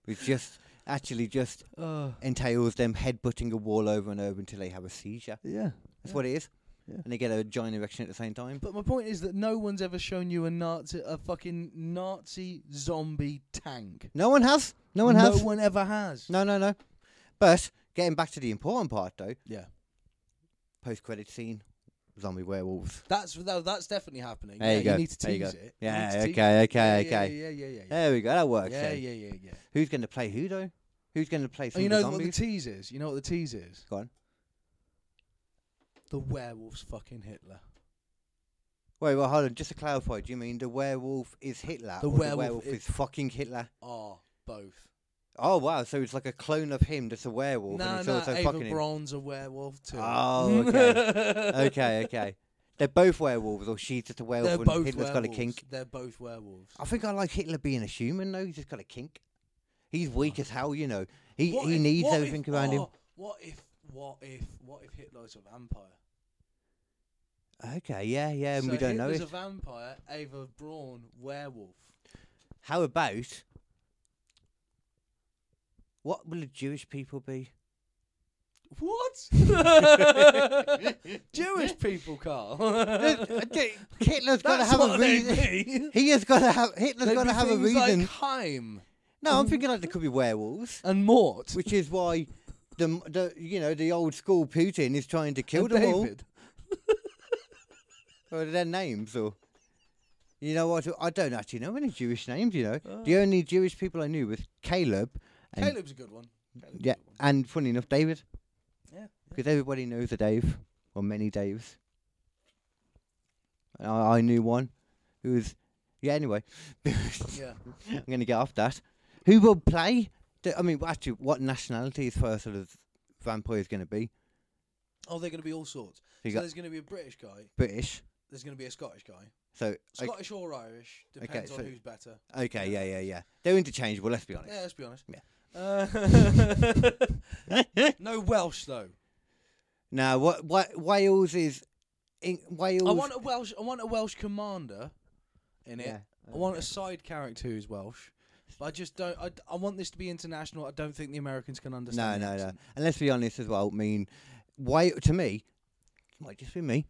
B: It just actually just
A: Uh,
B: entails them headbutting a wall over and over until they have a seizure.
A: yeah.
B: That's what it is.
A: Yeah.
B: And they get a giant erection at the same time.
A: But my point is that no one's ever shown you a Nazi, a fucking Nazi zombie tank.
B: No one has. No one has.
A: No one ever has.
B: No, no, no. But getting back to the important part though,
A: Yeah.
B: post credit scene, zombie werewolves.
A: That's tha- that's definitely happening.
B: There
A: yeah,
B: you go.
A: need to
B: There you
A: tease
B: go.
A: it. You
B: Yeah,
A: need to tease
B: okay,
A: it. Yeah,
B: okay,
A: yeah,
B: okay.
A: Yeah, yeah, yeah, yeah.
B: There we go. That works.
A: Yeah,
B: then.
A: yeah, yeah, yeah.
B: Who's going to play who though? Who's going to play
A: Oh,
B: some
A: you
B: of the
A: know what the
B: zombies?
A: tease is? You know what the tease is?
B: Go on.
A: The werewolf's fucking Hitler.
B: Wait, well, hold on. Just to clarify, do you mean the werewolf is Hitler?
A: The
B: or
A: werewolf
B: the werewolf
A: is-
B: is... fucking Hitler.
A: Are both.
B: Oh wow, so it's like a clone of him that's a werewolf, and
A: No,
B: it's
A: no,
B: also
A: Ava
B: fucking him.
A: Braun's a werewolf too.
B: Oh, okay. okay, okay. They're both werewolves, or she's just a werewolf,
A: They're
B: and
A: both
B: Hitler's
A: werewolves.
B: got a kink.
A: They're both werewolves.
B: I think I like Hitler being a human though. He's just got a kink. He's weak as hell, you know. He
A: What
B: he
A: if-
B: needs
A: what
B: everything
A: if-
B: around
A: oh, What if? What if? What if Hitler's a vampire?
B: him. Okay, yeah, yeah, and
A: oh. so
B: we don't know
A: Hitler's
B: it.
A: a vampire. Ava Braun, werewolf.
B: How about what will the Jewish people be?
A: What? Jewish people, Carl.
B: Hitler's got to have a reason. He has got to have Hitler's got to have a reason.
A: Like Mm. Heim
B: no, I'm thinking like there could be werewolves,
A: and Mort.
B: which is why the the you know the old school Putin is trying to kill
A: and
B: them all.
A: David.
B: Or their names, or you know what? I don't actually know any Jewish names. You know,
A: Oh.
B: the only Jewish people I knew was Caleb. And,
A: Caleb's a good one. Caleb's a
B: Yeah,
A: good one.
B: and funny enough, David,
A: Yeah.
B: because everybody knows a Dave or many Daves. And I, I knew one who was. Yeah. Anyway,
A: Yeah.
B: I'm going to get off that. Who will play? The, I mean, actually, what nationality is first sort of vampire is going to be?
A: Oh, they're going to be all sorts.
B: You
A: so
B: got-
A: there's going to be a British guy.
B: British.
A: There's going to be a Scottish guy.
B: So o-
A: Scottish or Irish depends
B: so-
A: on who's better.
B: okay, yeah, yeah, yeah. They're interchangeable. Let's be honest.
A: Yeah, let's be honest.
B: Yeah.
A: Uh, no Welsh though.
B: Now, what, what Wales is in, Wales?
A: I want a Welsh. I want a Welsh commander in it.
B: Yeah,
A: I want a side character who's Welsh. But I just don't. I, I want this to be international. I don't think the Americans can
B: no,
A: understand. the
B: no, no.
A: accent.
B: And let's be honest as well. I mean, Wales to me might just be me.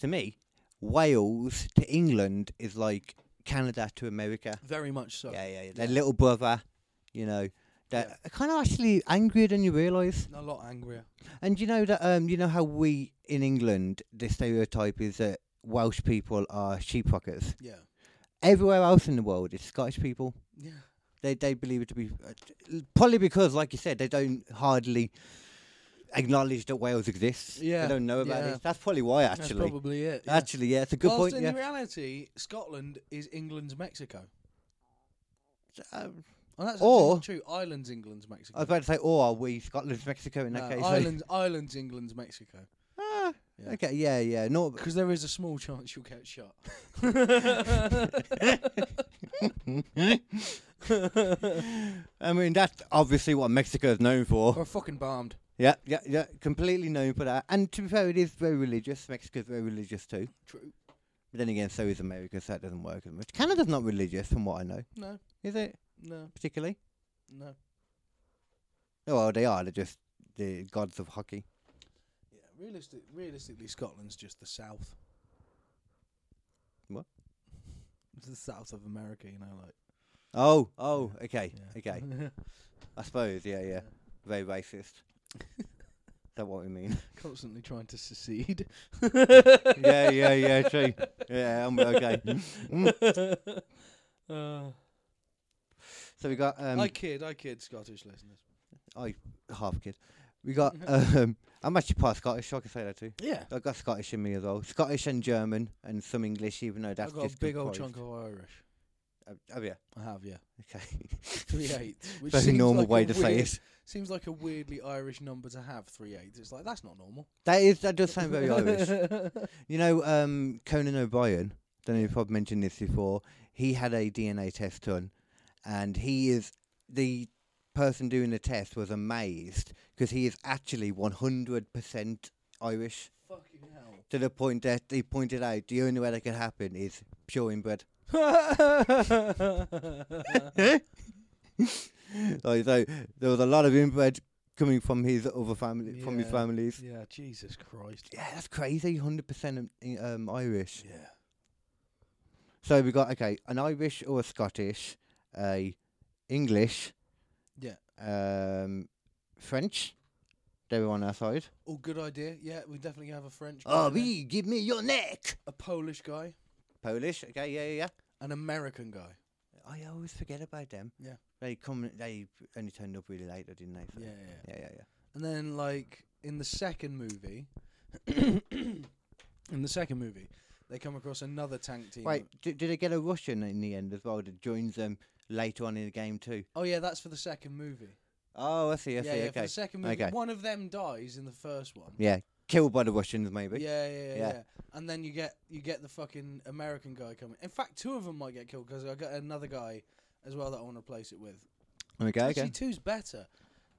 B: To me, Wales to England is like Canada to America.
A: Very much so.
B: Yeah, yeah, yeah. Their little brother, you know. They're
A: Yeah.
B: kind of actually angrier than you realise.
A: A lot angrier.
B: And you know that um, you know how we in England the stereotype is that Welsh people are sheep rockers.
A: Yeah.
B: Everywhere else in the world, it's Scottish people.
A: Yeah.
B: they they believe it to be uh, t- probably because, like you said, they don't hardly acknowledge that Wales exists.
A: Yeah,
B: they don't know about
A: yeah.
B: it. That's probably why,
A: That's
B: actually.
A: probably it. yeah.
B: Actually, yeah, it's a good
A: Whilst
B: point.
A: in
B: Yeah,
A: reality, Scotland is England's Mexico. uh,
B: Um,
A: And that's
B: Or-
A: actually true. Ireland's England's Mexico.
B: I was about to say, oh, are we Scotland's Mexico in
A: No,
B: that case?
A: Ireland's, Ireland's England's Mexico.
B: Ah,
A: Yeah.
B: Okay, yeah, yeah, not.
A: Because there is a small chance you'll get shot.
B: I mean, that's obviously what Mexico is known for.
A: or fucking bombed.
B: Yeah, yeah, yeah, completely known for that. And to be fair, it is very religious. Mexico's very religious too.
A: True.
B: But then again, so is America, so that doesn't work as much. Canada's not religious, from what I know,
A: No,
B: is it?
A: no,
B: Particularly.
A: no.
B: Oh, well, they are. They're just the gods of hockey.
A: Yeah, realistic, realistically, Scotland's just the south.
B: What?
A: It's the south of America, you know, like.
B: Oh, oh, okay,
A: yeah.
B: okay. I suppose, yeah, yeah. Very racist. Is that what we mean?
A: Constantly trying to secede.
B: yeah, yeah, yeah. True. Yeah, I'm okay. Mm.
A: Uh,
B: So we got um,
A: I kid, I kid, Scottish listeners.
B: half kid. We got
A: Mm-hmm.
B: um, I'm actually part Scottish. So I can say that too.
A: Yeah.
B: I got Scottish in me as well. Scottish and German and some English, even though that's
A: I've got a
B: just
A: big old
B: comprised.
A: chunk of Irish.
B: Oh, oh yeah.
A: I have, yeah.
B: Okay.
A: Three eighths. which
B: Very
A: seems
B: normal
A: like
B: way
A: a
B: to say
A: weird-
B: it.
A: Seems like a weirdly Irish number to have, three eighths. It's like, that's not normal.
B: That is. That does sound very Irish. You know, um, Conan O'Brien. Don't know if I've mentioned this before. He had a DNA test done, and he is the person doing the test was amazed because he is actually one hundred percent Irish.
A: Fucking hell.
B: To the point that he pointed out the only way that could happen is pure inbred. Eh? Like so, there was a lot of inbred coming from his other family, from his
A: Yeah.
B: families.
A: yeah, Jesus Christ.
B: Yeah, that's crazy. Hundred percent um Irish.
A: Yeah.
B: So we got okay, an Irish or a Scottish, a English,
A: Yeah.
B: um, French. They were on our side.
A: Oh, good idea. Yeah, we definitely have a French guy.
B: Oh,
A: in there,
B: we give me your neck.
A: A Polish guy.
B: Polish. Okay, yeah, yeah, yeah.
A: An American guy.
B: I always forget about them.
A: Yeah.
B: They come. They only turned up really later, didn't they? So-
A: Yeah, yeah.
B: yeah, yeah, yeah.
A: And then, like, in the second movie, in the second movie, they come across another tank team.
B: Wait, did, did they get a Russian in the end as well that joins them later on in the game too?
A: Oh, yeah, that's for the second movie.
B: Oh, I see, I see.
A: yeah, yeah, for
B: okay.
A: the second movie.
B: Okay.
A: One of them dies in the first one.
B: Yeah, killed by the Russians maybe.
A: Yeah, yeah, yeah,
B: Yeah.
A: yeah. And then you get you get the fucking American guy coming. In fact, two of them might get killed because I got another guy as well that I want to replace it with.
B: Okay, okay.
A: Actually, two's better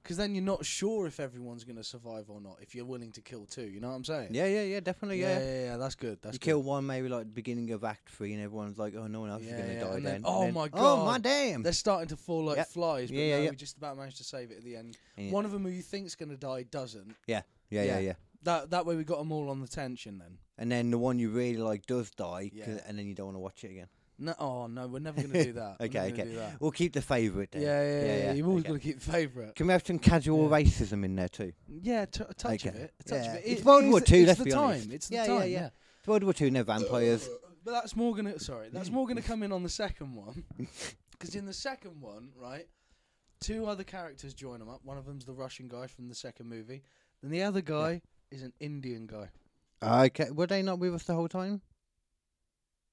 A: because then you're not sure if everyone's going to survive or not if you're willing to kill two. You know what I'm saying?
B: Yeah, yeah, yeah. Definitely,
A: yeah,
B: yeah.
A: yeah, yeah, yeah, That's good. That's
B: you
A: good.
B: kill one maybe like the beginning of Act Three, and everyone's like, "Oh, no one else
A: Yeah,
B: is gonna
A: yeah,
B: die."
A: and
B: then,
A: then,
B: And
A: "Oh
B: then,
A: my
B: oh my
A: God."
B: damn!
A: They're starting to fall like
B: Yep.
A: flies, but
B: Yeah, yeah,
A: no,
B: yeah.
A: we just about managed to save it at the end.
B: Yeah.
A: One of them who you think's going to die doesn't.
B: yeah, yeah,
A: yeah.
B: yeah.
A: That that way we got them all on the tension then.
B: And then the one you really like does die, 'cause-
A: Yeah.
B: and then you don't want to watch it again.
A: No, oh no, we're never going to do that. We're
B: Okay,
A: never gonna
B: okay.
A: do that.
B: We'll keep the favourite.
A: Yeah,
B: then.
A: yeah, yeah, yeah, You've always
B: okay.
A: got to keep favourite.
B: Can we have some casual
A: Yeah.
B: racism in there too?
A: Yeah, t- a touch of
B: Okay.
A: it. A touch
B: Yeah.
A: of it.
B: It's
A: It-
B: World
A: it is
B: War
A: the-
B: Two,
A: It's
B: let's
A: the
B: be
A: time.
B: honest.
A: It's the
B: Yeah, yeah,
A: time.
B: yeah. It's World War Two, no vampires.
A: But that's more gonna. Sorry, that's more gonna come in on the second one, because in the second one, right, two other characters join them up. One of them's the Russian guy from the second movie, and the other guy is an Indian guy.
B: okay, were they not with us the whole time?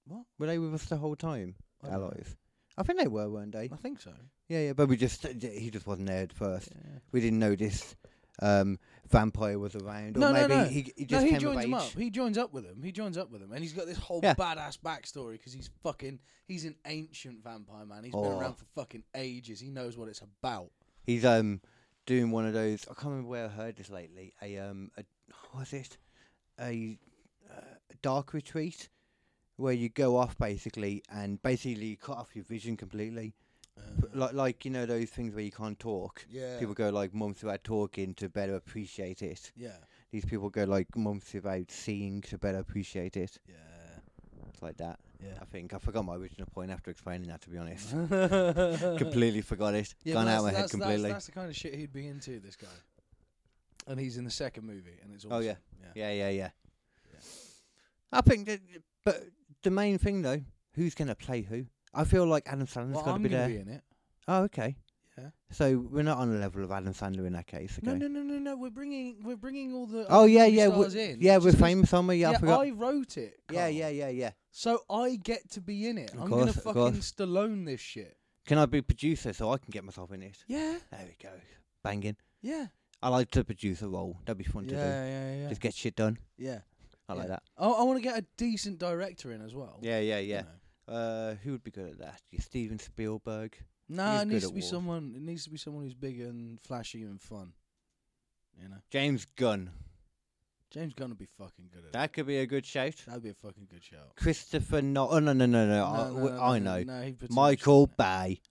A: What?
B: Were they with us the whole time?
A: I don't know.
B: Allies. I think they were, weren't they?
A: I think so.
B: Yeah, yeah. But we just he just wasn't there at first.
A: Yeah.
B: We didn't know this um, vampire was around, or
A: No, no,
B: maybe
A: no.
B: He, he
A: No,
B: just
A: he
B: came
A: joins
B: of age.
A: him up. He joins up with him. He joins up with him, and he's got this whole
B: Yeah.
A: badass backstory because he's fucking. He's an ancient vampire man. He's been
B: Oh.
A: around for fucking ages. He knows what it's about.
B: He's um doing one of those. I can't remember where I heard this lately. A um, a, what was it? A, uh, a dark retreat where you go off basically and basically you cut off your vision completely. P-
A: Uh,
B: Like like you know those things where you can't talk.
A: yeah.
B: People go like months without talking to better appreciate it.
A: Yeah.
B: These people go like months without seeing to better appreciate it.
A: Yeah.
B: It's like that.
A: Yeah.
B: I think I forgot my original point after explaining that. To be honest,
A: completely
B: completely forgot it. Gone out of my head completely.
A: That's, the kind of shit he'd be into, this guy. And he's in the second movie, and it's awesome.
B: Oh, yeah.
A: yeah.
B: Yeah, yeah, yeah.
A: Yeah.
B: I think that, but the main thing though, who's gonna play who? I feel like Adam Sandler's
A: Well,
B: got to
A: I'm
B: be
A: going
B: there.
A: to be in it.
B: Oh, okay.
A: Yeah.
B: So we're not on the level of Adam Sandler in that case. Okay.
A: No, no, no, no, no. We're bringing, we're bringing all the.
B: Oh
A: other
B: yeah,
A: movie
B: yeah,
A: stars
B: we're,
A: in.
B: yeah.
A: It's
B: We're
A: just 'cause-
B: famous, aren't we? I
A: Yeah, Oh.
B: forgot.
A: I wrote it.
B: yeah,
A: Carl.
B: yeah, yeah, yeah.
A: So I get to be in it.
B: Of
A: I'm going
B: course,
A: to
B: of
A: fucking
B: course.
A: Stallone this shit.
B: Can I be producer so I can get myself in it?
A: Yeah,
B: There we go. Banging.
A: yeah.
B: I like to produce a role. That'd be fun
A: Yeah,
B: to do.
A: yeah, yeah.
B: Just get shit done.
A: yeah.
B: I like
A: Yeah.
B: that.
A: I, I want to get a decent director in as well.
B: Yeah, yeah, yeah.
A: You know.
B: Uh, who would be good at that? Your Steven Spielberg.
A: No,
B: He's
A: it
B: good
A: needs
B: at
A: to be
B: wars.
A: someone. It needs to be someone who's big and flashy and fun. You know,
B: James Gunn.
A: James Gunn would be fucking good at that.
B: That could be a good shout.
A: That'd be a fucking good shout.
B: Christopher No Oh, no, no, no, no. I,
A: No,
B: w-
A: no, no,
B: I
A: no,
B: know.
A: no, he'd put too much
B: Michael
A: on it.
B: Bay.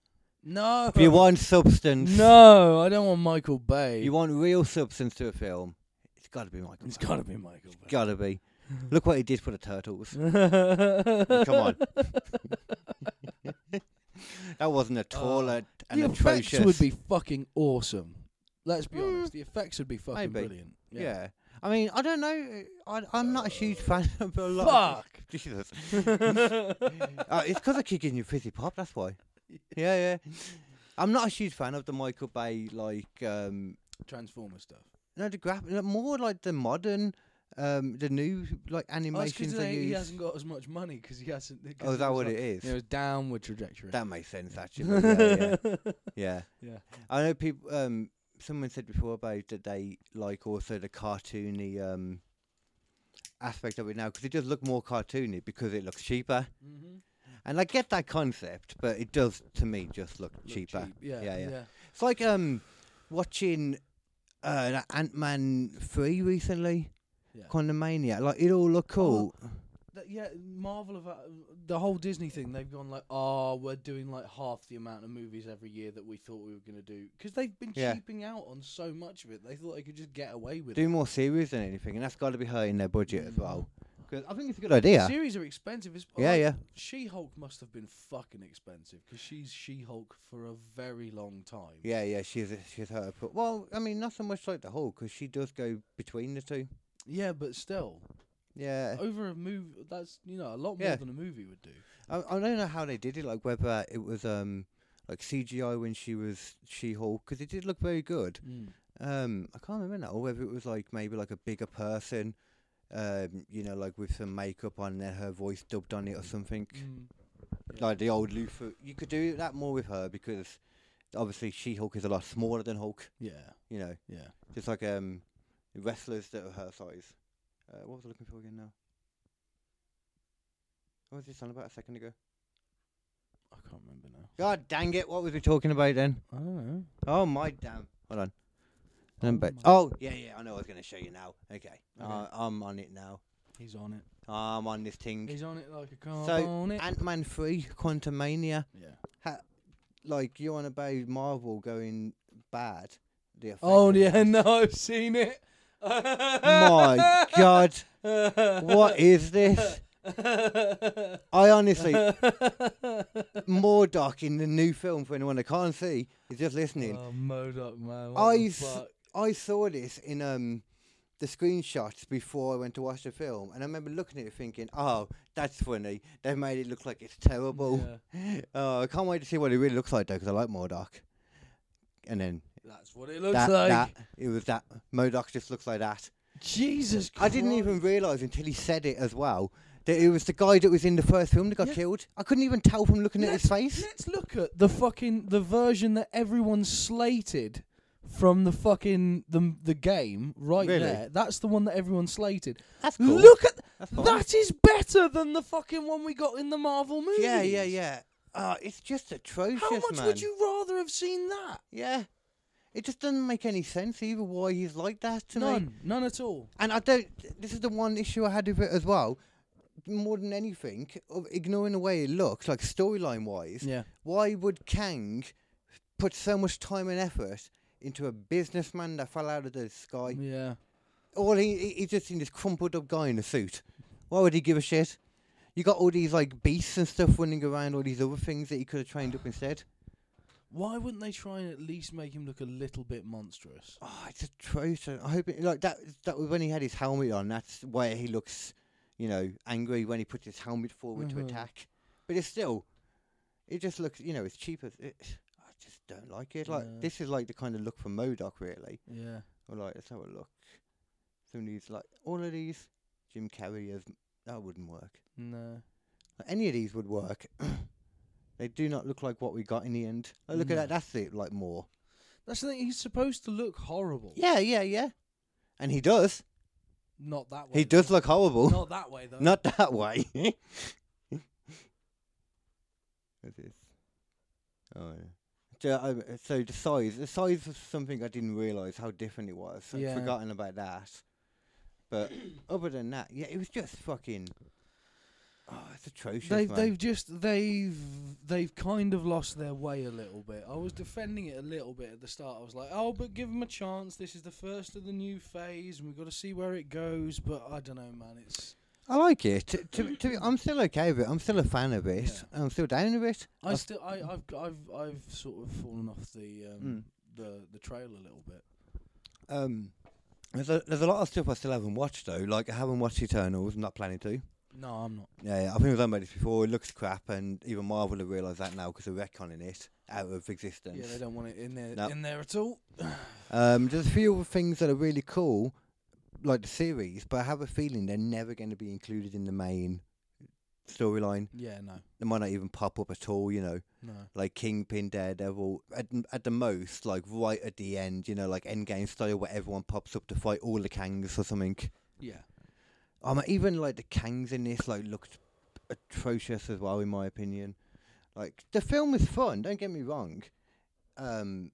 A: No.
B: If you want substance,
A: No, I don't want Michael Bay.
B: you want real substance to a film, it's got to be Michael
A: it's
B: Bay.
A: got to be Michael Bay.
B: Got to be. Look what he did for the turtles.
A: Come
B: on. That wasn't at
A: Oh.
B: all a, an
A: the effects
B: atrocious.
A: would be fucking awesome. Let's be
B: Mm.
A: honest. The effects would be fucking
B: Maybe.
A: brilliant.
B: yeah. I mean, I don't know. I, I'm not a huge fan of a lot. of-
A: Fuck.
B: Jesus. Uh, it's because I keep giving you fizzy pop. That's why. Yeah, yeah. I'm not a huge fan of the Michael Bay like um,
A: Transformer stuff. Oh,
B: No, the graphic, more like the modern um, the new like
A: Oh, it's 'cause
B: animations they
A: they- he
B: use.
A: hasn't got as much money because he hasn't.
B: Oh, is that what it is?
A: Yeah, it was downward trajectory.
B: That makes sense actually. yeah, yeah. yeah.
A: Yeah.
B: I know people. Um, someone said before about that they like also the cartoony um aspect of it now because it does look more cartoony because it looks cheaper.
A: Mhm. Look
B: And I get that concept, but it does to me just look, cheaper.
A: cheap. Yeah,
B: Yeah,
A: yeah,
B: yeah. It's like um watching uh Ant Man three recently.
A: Yeah. Oh.
B: Quantumania, like it all looked cool.
A: That- yeah, Marvel have uh, the whole Disney thing. They've gone like, oh, we're doing like half the amount of movies every year that we thought we were gonna do because they've been
B: Yeah.
A: cheaping out on so much of it. They thought they could just get away with
B: Do
A: it.
B: more series than anything, and that's got to be hurting their budget as
A: Mm.
B: well. 'Cause I think it's a good idea.
A: Series are expensive. It's,
B: Yeah,
A: like,
B: yeah.
A: She Hulk must have been fucking expensive because she's She Hulk for a very long time.
B: Yeah, yeah, she's she's her. pro- Well, I mean, not so much like the Hulk, 'cause she does go between the two.
A: Yeah, but still,
B: Yeah,
A: over a movie, that's you know a lot more
B: Eh. Yeah.
A: than a movie would do.
B: I, I don't know how they did it. Like whether it was um like CGI when she was She-Hulk, 'cause it did look very good. Um, I can't remember now, or whether it was like maybe like a bigger person, um, you know, like with some makeup on, and then her voice dubbed on it or something.
A: Mm. Yeah.
B: Like the old Luthor, you could do that more with her because obviously She-Hulk is a lot smaller than Hulk.
A: Yeah,
B: You know,
A: yeah.
B: just like um wrestlers that are her size. Uh, what was I looking for again now? What was this on about a second ago?
A: I can't remember now.
B: God dang it! What was we talking about then?
A: I don't know.
B: Oh my damn! Hold on.
A: Oh
B: Um, but-
A: my-
B: Oh, yeah, yeah. I know. I was going to show you now. Okay, Uh,
A: Okay.
B: I'm on it now.
A: He's on it.
B: I'm on this thing.
A: He's on it like a car
B: So,
A: on it.
B: Ant Man three, Quantum Mania.
A: yeah.
B: Like you on about Marvel going bad? The effect
A: Oh
B: of
A: yeah,
B: that.
A: no, I've seen it.
B: My God,
A: What
B: what is this? I honestly Mordock in the new film for anyone that can't see is just listening.
A: Oh, Modoc man.
B: I
A: What the
B: s-
A: fuck?
B: I saw this in um the screenshots before I went to watch the film, and I remember looking at it thinking, "Oh, that's funny. They made it look like it's terrible."
A: Yeah.
B: Oh, I can't wait to see what it really looks like though, 'cause I like Modoc. And then
A: That's what it looks
B: that,
A: like.
B: that it was that Modoc just looks like that.
A: Jesus
B: I
A: Christ.
B: didn't even realise until he said it as well that it was the guy that was in the first film that got
A: Yeah.
B: killed. I couldn't even tell from looking at his face.
A: Let's look at the fucking the version that everyone slated from the fucking the the game right
B: Really?
A: there. That's the one that everyone slated.
B: That's cool.
A: Look at
B: That's fine.
A: that is better than the fucking one we got in the Marvel movie.
B: Yeah, yeah, yeah. Oh, it's just atrocious,
A: How much
B: man.
A: would you rather have seen that?
B: Yeah. It just doesn't make any sense either why he's like that to me.
A: None, none at all.
B: And I don't. This is the one issue I had with it as well. More than anything, of ignoring the way it looks, like storyline wise,
A: Yeah,
B: why would Kang put so much time and effort into a businessman that fell out of the sky?
A: yeah.
B: All he, he he's just seen this crumpled up guy in a suit. Why would he give a shit? You got all these like beasts and stuff running around, all these other things that he could have trained up instead.
A: Why wouldn't they try and at least make him look a little bit monstrous?
B: Oh, it's atrocious. I hope it, like that. That was when he had his helmet on. That's why he looks, you know, angry when he puts his helmet forward
A: Mhm.
B: to attack. But it's still, it just looks, you know, it's cheaper. It, I just don't like it. Like
A: Yeah.
B: this is like the kind of look for Modoc, really.
A: Yeah.
B: Or like let's have a look. Some of these, like all of these, Jim Carrey as that wouldn't work.
A: No.
B: Like, any of these would work. they do not look like what we got in the end. Like, look
A: No.
B: at that. That's it. Like more.
A: That's the thing. He's supposed to look horrible.
B: Yeah, yeah, yeah. And he does.
A: Not that way.
B: He does look horrible.
A: Not that way though.
B: Not that way. What's this? Oh, yeah. So, I- so the size, the size was something I didn't realise how different it was. I'd
A: Yeah.
B: forgotten about that. But other than that, yeah, it was just fucking. Oh, it's atrocious.
A: They've
B: man.
A: they've just they've they've kind of lost their way a little bit. I was defending it a little bit at the start. I was like, oh, but give them a chance. This is the first of the new phase, and we've got to see where it goes. But I don't know, man. It's
B: I like it. To, to, to, be- I'm still okay with it. I'm still a fan of it.
A: Yeah.
B: I'm still down with it.
A: I
B: I've-
A: still I I've g- I've I've sort of fallen off the um,
B: Mm.
A: the the trail a little bit.
B: Um, there's a, there's a lot of stuff I still haven't watched though. Like I haven't watched Eternals. I'm not planning to.
A: No, I'm not.
B: Yeah, yeah, I think we've done about this before. It looks crap, and even Marvel have realised that now because they're retconning it out of
A: Yeah, they
B: existence.
A: don't want it in there
B: No.
A: in there at all.
B: um, there's a few other things that are really cool, like the series, but I have a feeling they're never going to be included in the main storyline.
A: Yeah, no,
B: They might not even pop up at all. You know,
A: no.
B: like Kingpin, Daredevil, at, at the most, like right at the end. You know, like Endgame style, where everyone pops up to fight all the Kangs or something.
A: Yeah,
B: Um, even like the Kangs in this like looked atrocious as well, in my opinion. Like the film was fun. Don't get me wrong, um,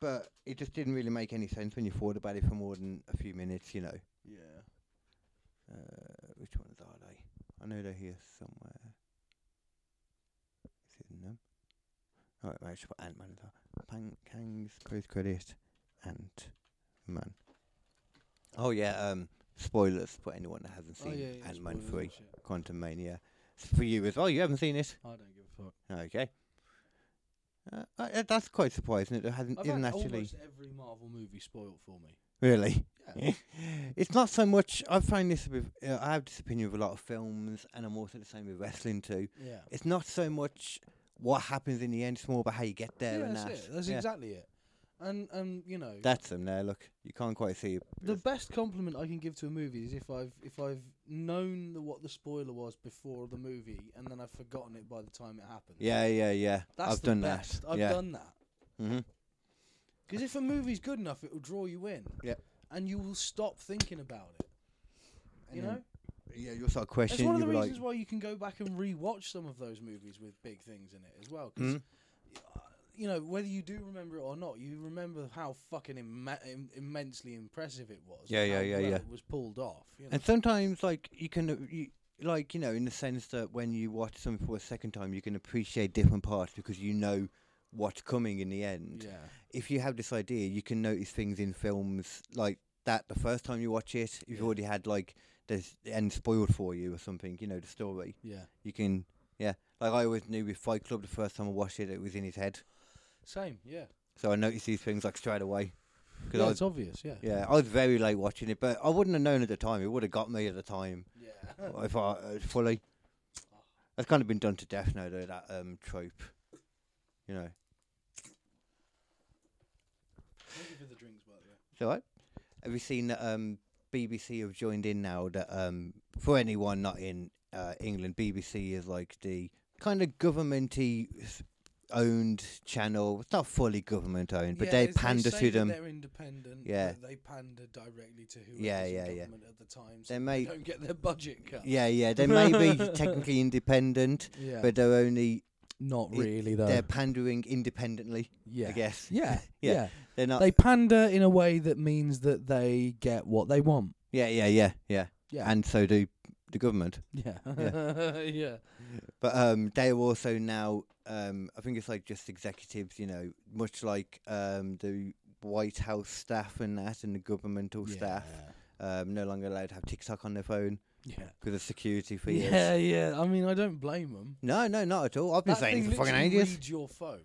B: but it just didn't really make any sense when you thought about it for more than a few minutes. You know,
A: yeah.
B: uh, which ones are they? I know they're here somewhere. Is it in them? All right, I should put Ant Man. Pang Kang's post credit, Ant Man. Oh yeah, um, spoilers for anyone that hasn't
A: oh
B: seen
A: yeah, yeah
B: Ant Man
A: spoilers and
B: Three,
A: shit.
B: Quantum Mania. For you as well. You haven't seen it.
A: I don't give a fuck.
B: Okay. Uh, uh, uh, that's quite surprising. that It hasn't
A: I've
B: isn't
A: had
B: actually
A: almost every Marvel movie spoiled for me.
B: really.
A: Yeah.
B: It's not so much. I find this with. Uh, I have this opinion with a lot of films, and I'm also the same with wrestling too.
A: yeah.
B: It's not so much what happens in the end. It's more about how you get there
A: yeah,
B: and
A: that's
B: that.
A: it. That's
B: yeah.
A: exactly it. And and you know,
B: That's them there. Look, you can't quite see. it.
A: the best compliment I can give to a movie is if I've if I've known the, what the spoiler was before the movie, and then I've forgotten it by the time it happened.
B: Yeah, yeah, yeah.
A: that's
B: I've
A: the
B: done
A: best.
B: that.
A: I've
B: yeah.
A: done that.
B: hmm
A: Because if a movie's good enough, it will draw you in.
B: Yeah.
A: And you will stop thinking about it. You
B: And then
A: know,
B: Yeah, you're sort of
A: it's
B: questioning.
A: one of the
B: you were like,
A: reasons why you can go back and re-watch some of those movies with big things in it as well. 'cause uh,
B: Mhm.
A: you know, whether you do remember it or not, you remember how fucking imme- im- immensely impressive it was.
B: Yeah,
A: and
B: yeah,
A: how
B: yeah,
A: well
B: yeah.
A: It was pulled off. You know?
B: and sometimes like you can, uh, you, like you know, in the sense that when you watch something for a second time, you can appreciate different parts because you know what's coming in the end.
A: yeah,
B: If you have this idea, you can notice things in films like that the first time you watch it. You've
A: Yeah.
B: already had like the s- the end spoiled for you or something. You know the story.
A: yeah.
B: You can, yeah. Like I always knew with Fight Club, the first time I watched it, it was in his head.
A: Same. Yeah.
B: So I noticed these things like straight away. Cause
A: yeah
B: I
A: it's
B: was,
A: obvious. Yeah.
B: yeah, I was very late watching it, but I wouldn't have known at the time. It would have got me at the time
A: Yeah.
B: if I uh, fully. That's kind of been done to death now, though. That um, trope, you know.
A: Thank you for the drinks, by the way.
B: It's all right. Have you seen that um, BBC have joined in now? That um, for anyone not in uh, England, BBC is like the kind of governmenty s- owned channel. It's not fully government owned, but
A: Yeah,
B: they
A: it's-
B: pander
A: say
B: to
A: that
B: them.
A: They're independent.
B: Yeah.
A: Yeah. They pander directly to whoever's
B: Yeah,
A: in
B: yeah, yeah.
A: government at the time. So they
B: They may-
A: don't get their budget cut.
B: Yeah, yeah, they may be technically independent,
A: Yeah.
B: but they're only
A: not
B: it-
A: really though.
B: they're pandering independently.
A: yeah.
B: I guess.
A: Yeah,
B: Yeah.
A: yeah.
B: They're not.
A: They pander in a way that means that they get what they want.
B: yeah, yeah, yeah, yeah,
A: Yeah.
B: And so do the government.
A: Yeah. Yeah. yeah.
B: But um, they are also now. Um, I think it's like just executives, you know, much like um, the White House staff and that, and the governmental staff, um, no longer allowed to have TikTok on their phone
A: Yeah.
B: because of security fears.
A: Yeah, yeah. I mean, I don't blame them.
B: No, no, not at all. I've been saying this for fucking ages.
A: reads your phone.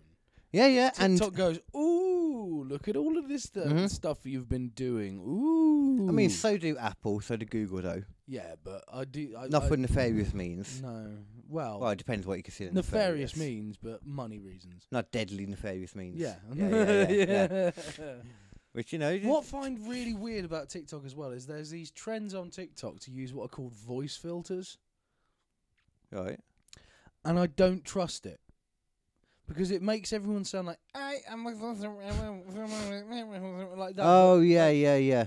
B: Yeah, yeah, and
A: TikTok goes, ooh, look at all of this th-
B: Mhm.
A: stuff you've been doing. Ooh.
B: I mean, so do Apple, so do Google, though.
A: yeah, but I do. I,
B: Not
A: I,
B: for nefarious means.
A: No. Well,
B: Well, it depends what you consider
A: nefarious
B: nefarious.
A: means, but money reasons.
B: Not deadly nefarious means.
A: Yeah.
B: yeah, yeah, yeah, yeah.
A: yeah.
B: Which you know, it-
A: What I find really weird about TikTok as well is there's these trends on TikTok to use what are called voice filters,
B: right?
A: and I don't trust it because it makes everyone sound like I am like that.
B: Oh yeah, yeah, yeah.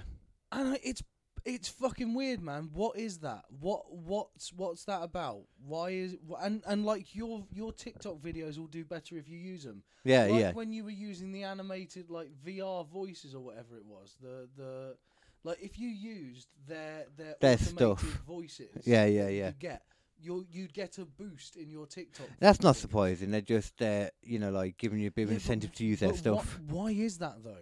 A: and I, it's it's fucking weird, man. What is that? What what's what's that about? Why is wh- and and like your your TikTok videos will do better if you use them.
B: Yeah,
A: like
B: yeah.
A: when you were using the animated like VR voices or whatever it was, the the like if you used their their,
B: Their
A: automated
B: stuff.
A: voices,
B: Yeah, yeah, yeah.
A: you get you you'd get a boost in your TikTok.
B: That's not
A: videos.
B: surprising. They're just, uh, you know, like giving you a bit of
A: Yeah, but-
B: incentive to use
A: But
B: that stuff.
A: what- why is that though?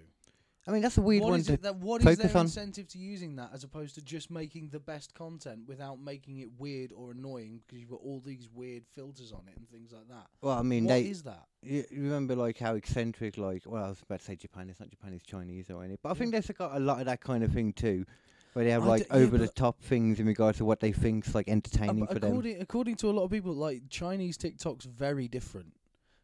B: I mean, that's a weird
A: What
B: one
A: is
B: to.
A: it that what is
B: focus
A: their
B: on.
A: incentive to using that as opposed to just making the best content without making it weird or annoying because you've got all these weird filters on it and things like that.
B: Well, I mean,
A: What
B: they.
A: is that?
B: you you remember like how eccentric, like well, I was about to say Japan. It's not Japan. It's Chinese or any. But I think they've got a lot of that kind of thing too, where they have
A: I
B: like
A: d- yeah,
B: over the top things in regards to what they think's like
A: Uh,
B: entertaining
A: but
B: for them.
A: according, according to a lot of people, like Chinese TikTok's very different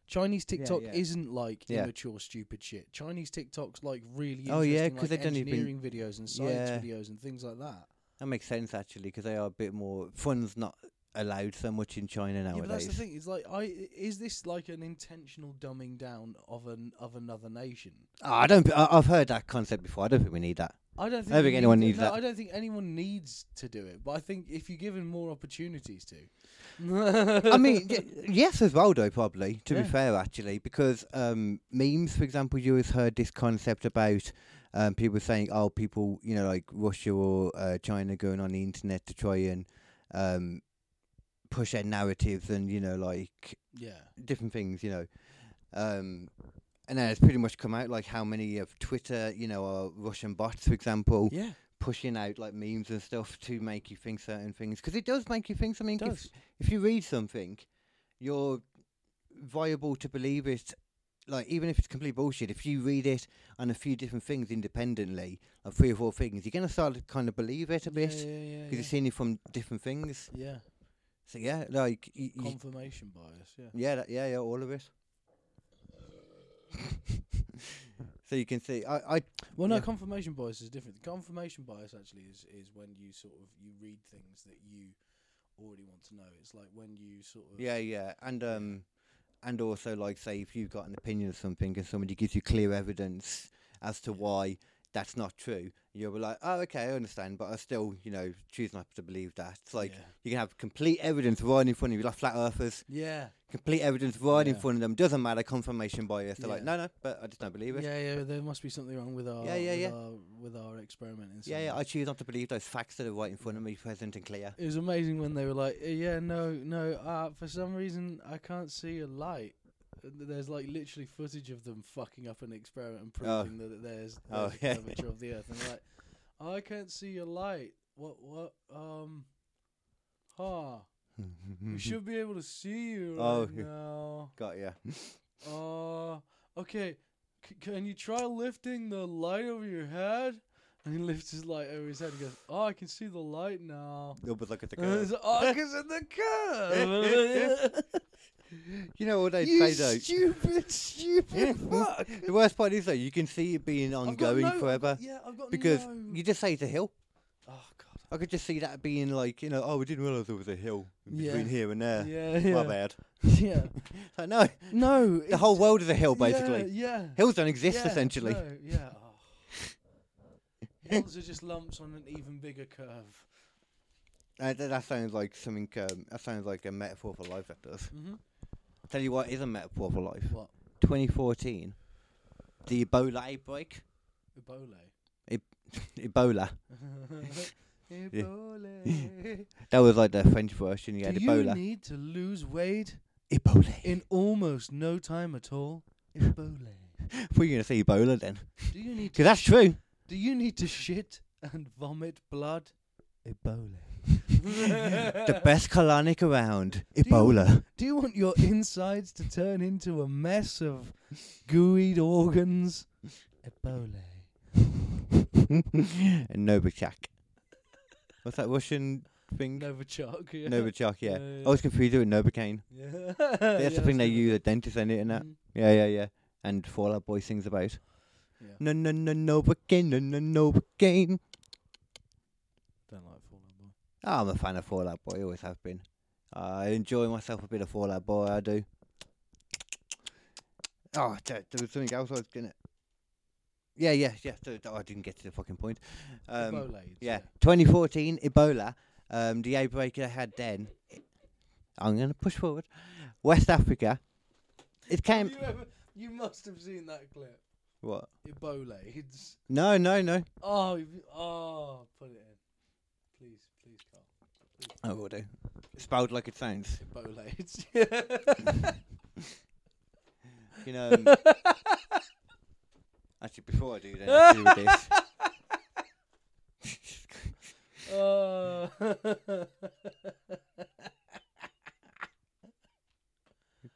A: Chinese TikTok
B: yeah.
A: isn't like
B: Yeah.
A: immature, stupid shit. Chinese TikTok's like really
B: Oh, yeah,
A: interesting,
B: 'cause
A: like
B: they don't even-
A: engineering videos and science
B: Yeah.
A: videos and things like that.
B: That makes sense actually, because they are a bit more. Fun's not allowed so much in China
A: Yeah, but that's
B: nowadays.
A: the thing. It's like, I is this like an intentional dumbing down of an of another nation?
B: Ah, I don't. I, I've heard that concept before. I don't think we need that.
A: I don't think,
B: think
A: you
B: anyone
A: need-
B: needs
A: no,
B: that.
A: I don't think anyone needs to do it, but I think if you're given more opportunities to,
B: I mean, y- yes, as well though. Probably to
A: Yeah.
B: be fair, actually, because um, memes, for example, you always heard this concept about um, people saying, "Oh, people, you know, like Russia or uh, China going on the internet to try and um, push their narratives and you know, like
A: yeah,
B: different things, you know." Um, and then it's pretty much come out like how many of Twitter, you know, are Russian bots, for example,
A: yeah,
B: pushing out like memes and stuff to make you think certain things. 'Cause it does make you think something.
A: it does.
B: If, if you read something, you're viable to believe it. Like even if it's complete bullshit, if you read it and a few different things independently, like three or four things, you're gonna start to kind of believe it a
A: Yeah,
B: bit
A: yeah,
B: 'cause
A: yeah,
B: you're seeing it from different things.
A: yeah. yeah.
B: So yeah, like y- y-
A: confirmation bias. Yeah.
B: yeah, that, yeah, yeah, all of it. so you can see, I, I
A: Well, no,
B: Yeah.
A: confirmation bias is different. Confirmation bias actually is is when you sort of you read things that you already want to know. It's like when you sort of
B: Yeah, yeah, and um, and also like say if you've got an opinion of something and somebody gives you clear evidence as to why that's not true, you'll be like, oh, okay, I understand, but I still, you know, choose not to believe that. It's like
A: yeah.
B: you can have complete evidence right in front of you, like flat earthers,
A: Yeah,
B: complete evidence right in
A: Yeah.
B: front of them. Doesn't matter, confirmation bias. They're like,
A: Yeah.
B: no, no, but I just don't believe
A: yeah,
B: it. Yeah.
A: yeah, There must be something wrong with our
B: Yeah, yeah,
A: with
B: yeah.
A: our with our experiment. in
B: Yeah,
A: some way.
B: I choose not to believe those facts that are right in front of me, present and clear.
A: It was amazing when they were like, "Uh, "Yeah, no, no. Uh, for some reason, I can't see a light." And th- There's like literally footage of them fucking up an experiment and
B: Oh.
A: proving that there's, there's
B: Oh,
A: a
B: yeah.
A: curvature of the Earth, and they're like, "I can't see a light. What? What? Um, ha. We should be able to see you
B: Oh,
A: right
B: yeah.
A: now.
B: got ya.
A: Uh, okay. C- can you try lifting the light over your head?" And he lifts his light over his head and goes, "Oh, I can see the light now."
B: You'll be looking at the
A: Uh,
B: girl.
A: It's August in the curve.
B: You know what they
A: you
B: say though.
A: stupid, stupid fuck.
B: The worst part is though, you can see it being
A: I've got
B: ongoing
A: no-
B: forever
A: Yeah, I've got
B: because
A: Oh, no.
B: you just say it's a hill.
A: oh god.
B: I could just see that being like, you know, oh, we didn't realise there was a hill in
A: Yeah.
B: between here and there.
A: Yeah, yeah.
B: My bad.
A: yeah.
B: Like, no,
A: No.
B: the whole world is a hill basically.
A: Yeah. yeah
B: Hills don't exist
A: yeah,
B: essentially.
A: No, yeah. oh. Hills are just lumps on an even bigger curve.
B: Uh, that, that sounds like something. Um, that sounds like a metaphor for life. That does.
A: Mm-hmm.
B: Tell you what is a metaphor for life.
A: What?
B: 2014, the Ebola outbreak.
A: Ebole.
B: Ebola.
A: Ebole.
B: That was like the French version. You had
A: Do you
B: Ebola.
A: need to lose weight
B: Ebola.
A: in almost no time at all? Ebole.
B: We're gonna say Ebola then,
A: Do you need to
B: because that's true.
A: Do you need to shit and vomit blood? Ebola.
B: the best colonic around. Ebola.
A: Do you want your insides to turn into a mess of gooey organs? Ebola.
B: and Novichok. What's that Russian thing?
A: Novichok. Yeah.
B: Novichok, yeah.
A: Yeah,
B: I was confused with Novocaine.
A: Yeah.
B: That's the thing they use at dentists and it and that.
A: Mhm.
B: Yeah, yeah, yeah. And Fall Out Boy sings about.
A: Yeah.
B: No, no, no, Novocaine, no, no, Novocaine.
A: Don't like Fall Out Boy.
B: Oh, I'm a fan of Fall Out Boy, always have been. I enjoy myself a bit of Fall Out Boy, I do. Oh, there, there was something else I was gonna. Yeah, yeah, yeah. th- th- I didn't get to the fucking point. Um,
A: Ebola. it's-
B: Yeah, 2014 Ebola. Um, the outbreak they had then. I'm going to push forward. West Africa. It
A: Have
B: came.
A: you, ever, you must have seen that clip.
B: What?
A: Ebola. It's,
B: No, no, no.
A: oh, if you- oh, put it in. Please, please, Carl. Please.
B: I will do. Spelled like it sounds.
A: Ebola. It's
B: You know. um, actually, before I do that, I'll do this.
A: Uh,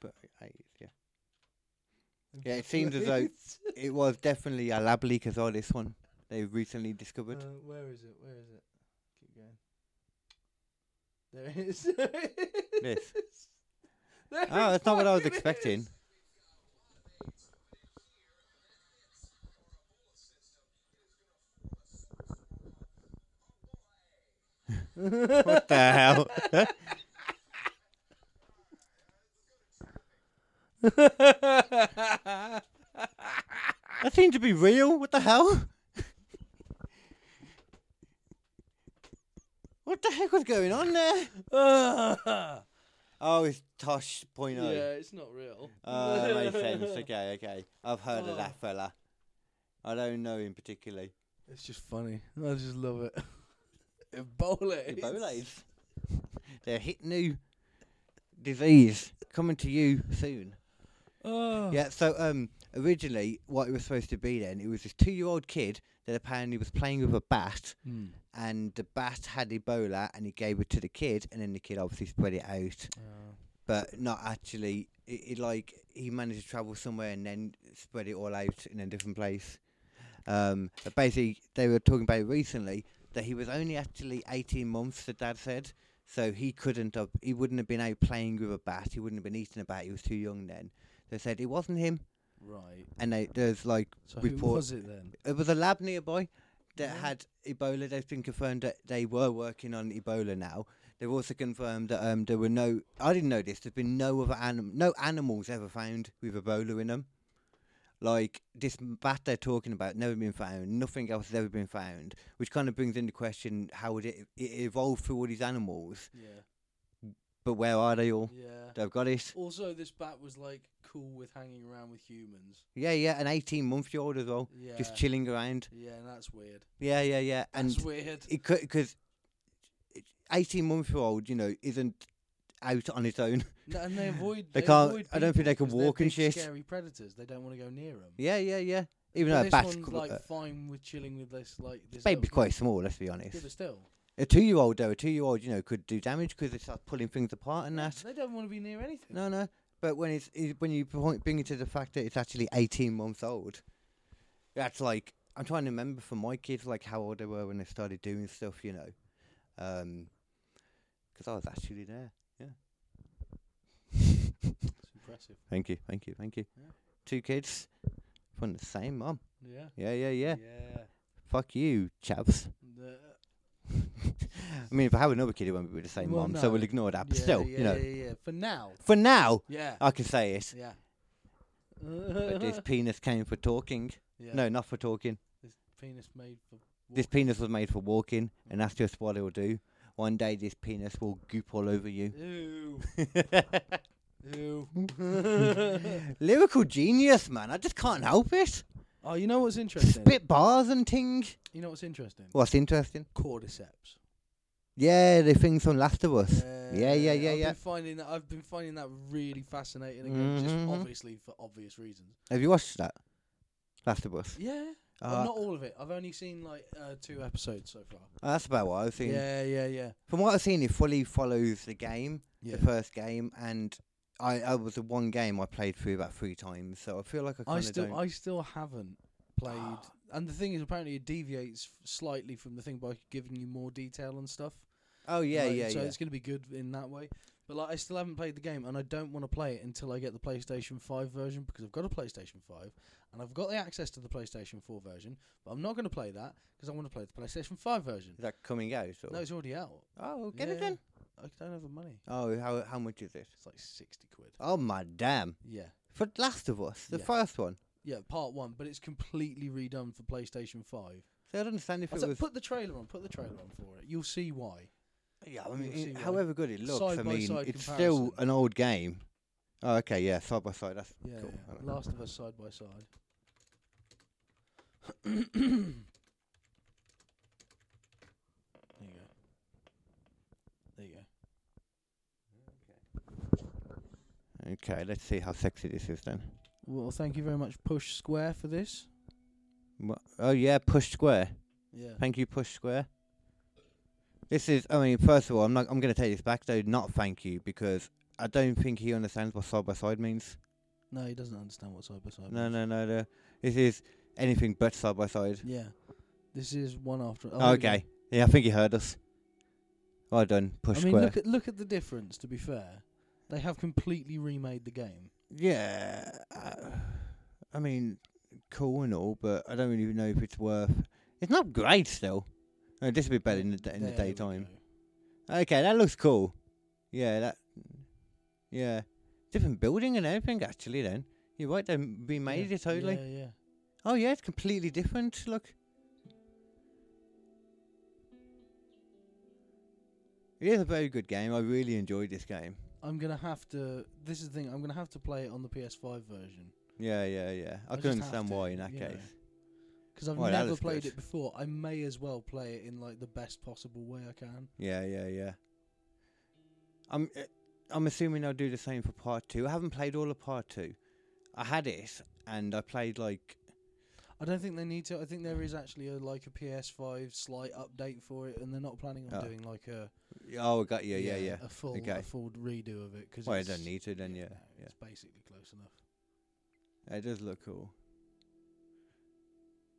B: But, I- yeah. Yeah, it seems as though- It was definitely a lably all this one. They recently
A: Uh,
B: discovered.
A: where is it? Where is it? Keep going. There it is. There it
B: This.
A: is. There
B: Oh, that's not what I was
A: fucking is.
B: expecting. what the hell? that seemed to be real. What the hell? What the heck was going on there?
A: yeah,
B: Oh, it's Tosh point oh.
A: it's not real.
B: Oh, that makes sense. Okay, okay. I've heard
A: Oh.
B: of that fella. I don't know him particularly.
A: It's just funny. I just love it. Ebola.
B: Ebola's. They're hit new disease coming to you soon.
A: Oh.
B: Yeah, so um, originally what it was supposed to be then, it was this two-year-old kid that apparently was playing with a bat,
A: Mm.
B: and the bat had Ebola, and he gave it to the kid, and then the kid obviously spread it out,
A: Uh,
B: but not actually. It, it like he managed to travel somewhere and then spread it all out in a different place. Um, but basically, they were talking about it recently that he was only actually 18 months. The dad said. So he couldn't have, he wouldn't have been out playing with a bat. He wouldn't have been eating a bat. He was too young then. They said it wasn't him
A: right.
B: and they, there's like
A: So who
B: Report-
A: was it then?
B: it was a lab nearby that
A: Yeah.
B: had Ebola. They've been confirmed that they were working on Ebola now. They've also confirmed that um, there were no. I didn't know this. There's been no other anim- no animals ever found with Ebola in them. Like this bat they're talking about, never been found. Nothing else has ever been found, which kind of brings into question how would it, it evolved through all these animals?
A: Yeah.
B: But where are they all?
A: Yeah.
B: They've got it.
A: Also, this bat was like cool with hanging around with humans.
B: Yeah, yeah, an 18 month old as well,
A: Yeah.
B: just chilling around.
A: Yeah, that's weird.
B: Yeah, yeah, yeah. And
A: That's weird.
B: it could because eighteen month old, you know, isn't out on his own.
A: No, and they avoid.
B: They can't-
A: avoid
B: I don't think they
A: people
B: can
A: 'cause they're
B: walk and
A: big,
B: shit.
A: Scary predators. They don't want to go near them.
B: yeah, yeah, yeah. Even though a
A: this
B: bat's
A: one's
B: qu-
A: like
B: uh,
A: fine with chilling with this like this. little
B: baby's quite small. Let's be
A: thing. Yeah,
B: honest.
A: but still.
B: A two year old though, a two year old, you know, could do damage because they start pulling things apart and that.
A: They don't want to be near anything.
B: No, no. But when it's i- when you point, bring it to the fact that it's actually eighteen months old, that's like I'm trying to remember for my kids like how old they were when they started doing stuff, you know, because I was actually there.
A: It's impressive.
B: Thank you, thank you, thank you.
A: Yeah.
B: Two kids from the same mum.
A: Yeah.
B: Yeah, yeah, yeah.
A: Yeah.
B: Fuck you, chaps.
A: The-
B: I mean, if I have another kid, it won't be with the same
A: Well,
B: mum, so we'll
A: no.
B: ignore that. Ah, But
A: yeah,
B: still,
A: yeah,
B: you know,
A: Yeah, yeah. For now.
B: for now,
A: Yeah.
B: I can say it.
A: yeah.
B: But this penis came for talking.
A: yeah.
B: No, not for talking.
A: This penis made for.
B: This penis was made for walking, and that's just what it'll do. One day, this penis will goop all over you.
A: Ew. Ew.
B: Lyrical genius, man. I just can't help it.
A: oh, you know what's interesting?
B: Spit bars and ting.
A: You know what's interesting?
B: What's interesting?
A: Cordyceps.
B: Yeah, the things from Last of Us. Yeah, yeah, yeah,
A: I've
B: yeah.
A: Been finding that, I've been finding that really fascinating again,
B: Mhm.
A: just obviously for obvious reasons.
B: Have you watched that? Last of Us.
A: Yeah, but
B: Uh,
A: not all of it. I've only seen like uh, two episodes so far.
B: oh, that's about what I've seen.
A: Yeah, yeah, yeah.
B: From what I've seen, it fully follows the game,
A: yeah.
B: the first game, and I, I was the one game I played through about three times, so I feel like I
A: I
B: kind of
A: still,
B: don't.
A: I still haven't played. and the thing is, apparently, it deviates f- slightly from the thing by giving you more detail and stuff.
B: oh yeah,
A: Like,
B: yeah,
A: So
B: yeah.
A: it's gonna be good in that way. But like, I still haven't played the game, and I don't want to play it until I get the PlayStation Five version because I've got a PlayStation Five and I've got the access to the PlayStation Four version. But I'm not gonna play that because I want to play the PlayStation Five version.
B: Is that coming out? Or?
A: No, it's already out.
B: oh, get it
A: Yeah.
B: then.
A: I don't have the money.
B: Oh, how how much is it?
A: It's like sixty quid.
B: Oh my damn!
A: Yeah,
B: For Last of Us, the
A: Yeah.
B: first one.
A: yeah. Part one, but it's completely redone for PlayStation Five.
B: So I don't understand if
A: I
B: it
A: said,
B: was.
A: put the trailer on. Put the trailer on for it. You'll see why.
B: yeah, I
A: you'll
B: mean,
A: see
B: it-
A: why.
B: however good it looks, I mean,
A: Side-by-side
B: it's still
A: comparison.
B: an old game. Oh, okay, yeah, side by side. That's
A: Yeah,
B: cool. I
A: yeah.
B: like that.
A: Last of Us side by side. there you go. There you go.
B: Okay, let's see how sexy this is then.
A: Well, thank you very much, Push Square, for this.
B: Wha- Oh yeah, push square.
A: Yeah.
B: Thank you, push square. This is. I mean, first of all, I'm not. I'm going to take this back though. Not thank you because I don't think he understands what side by side means.
A: No, he doesn't understand what side by side.
B: No,
A: means.
B: no, no, no. This is anything but side by side.
A: Yeah. This is one after. oh, there we
B: Okay. Yeah, I think he heard us. Well done,
A: go.
B: push
A: I mean,
B: square.
A: look at look at the difference. To be fair, they have completely remade the game.
B: yeah. uh, I mean, cool and all, but I don't really know if it's worth. It's not great still. No, this would be better in the, in the
A: There we
B: daytime.
A: go.
B: Okay, that looks cool. Yeah, that. Yeah, different building and everything. Actually, then you're right. They remade
A: yeah.
B: it totally.
A: Yeah, yeah.
B: Oh yeah, it's completely different. Look. It is a very good game. I really enjoyed this game.
A: I'm gonna have to. This is the thing. I'm gonna have to play it on the PS5 version
B: Yeah, yeah, yeah. I,
A: I just
B: couldn't
A: have
B: understand
A: to,
B: why in that
A: you know.
B: case.
A: because I've
B: Well, that
A: never
B: looks
A: played
B: good.
A: it before. I may as well play it in like the best possible way I can.
B: Yeah, yeah, yeah. I'm uh, I'm assuming I'll do the same for part two. I haven't played all of part two. I had it and I played like
A: I don't think they need to. I think there is actually a like a PS5 slight update for it, and they're not planning on
B: Oh.
A: doing like a
B: oh I got you, yeah, yeah.
A: a full
B: Okay.
A: a full redo of it because
B: Well, I don't need to then, yeah,
A: no,
B: yeah.
A: it's basically close enough.
B: It does look cool.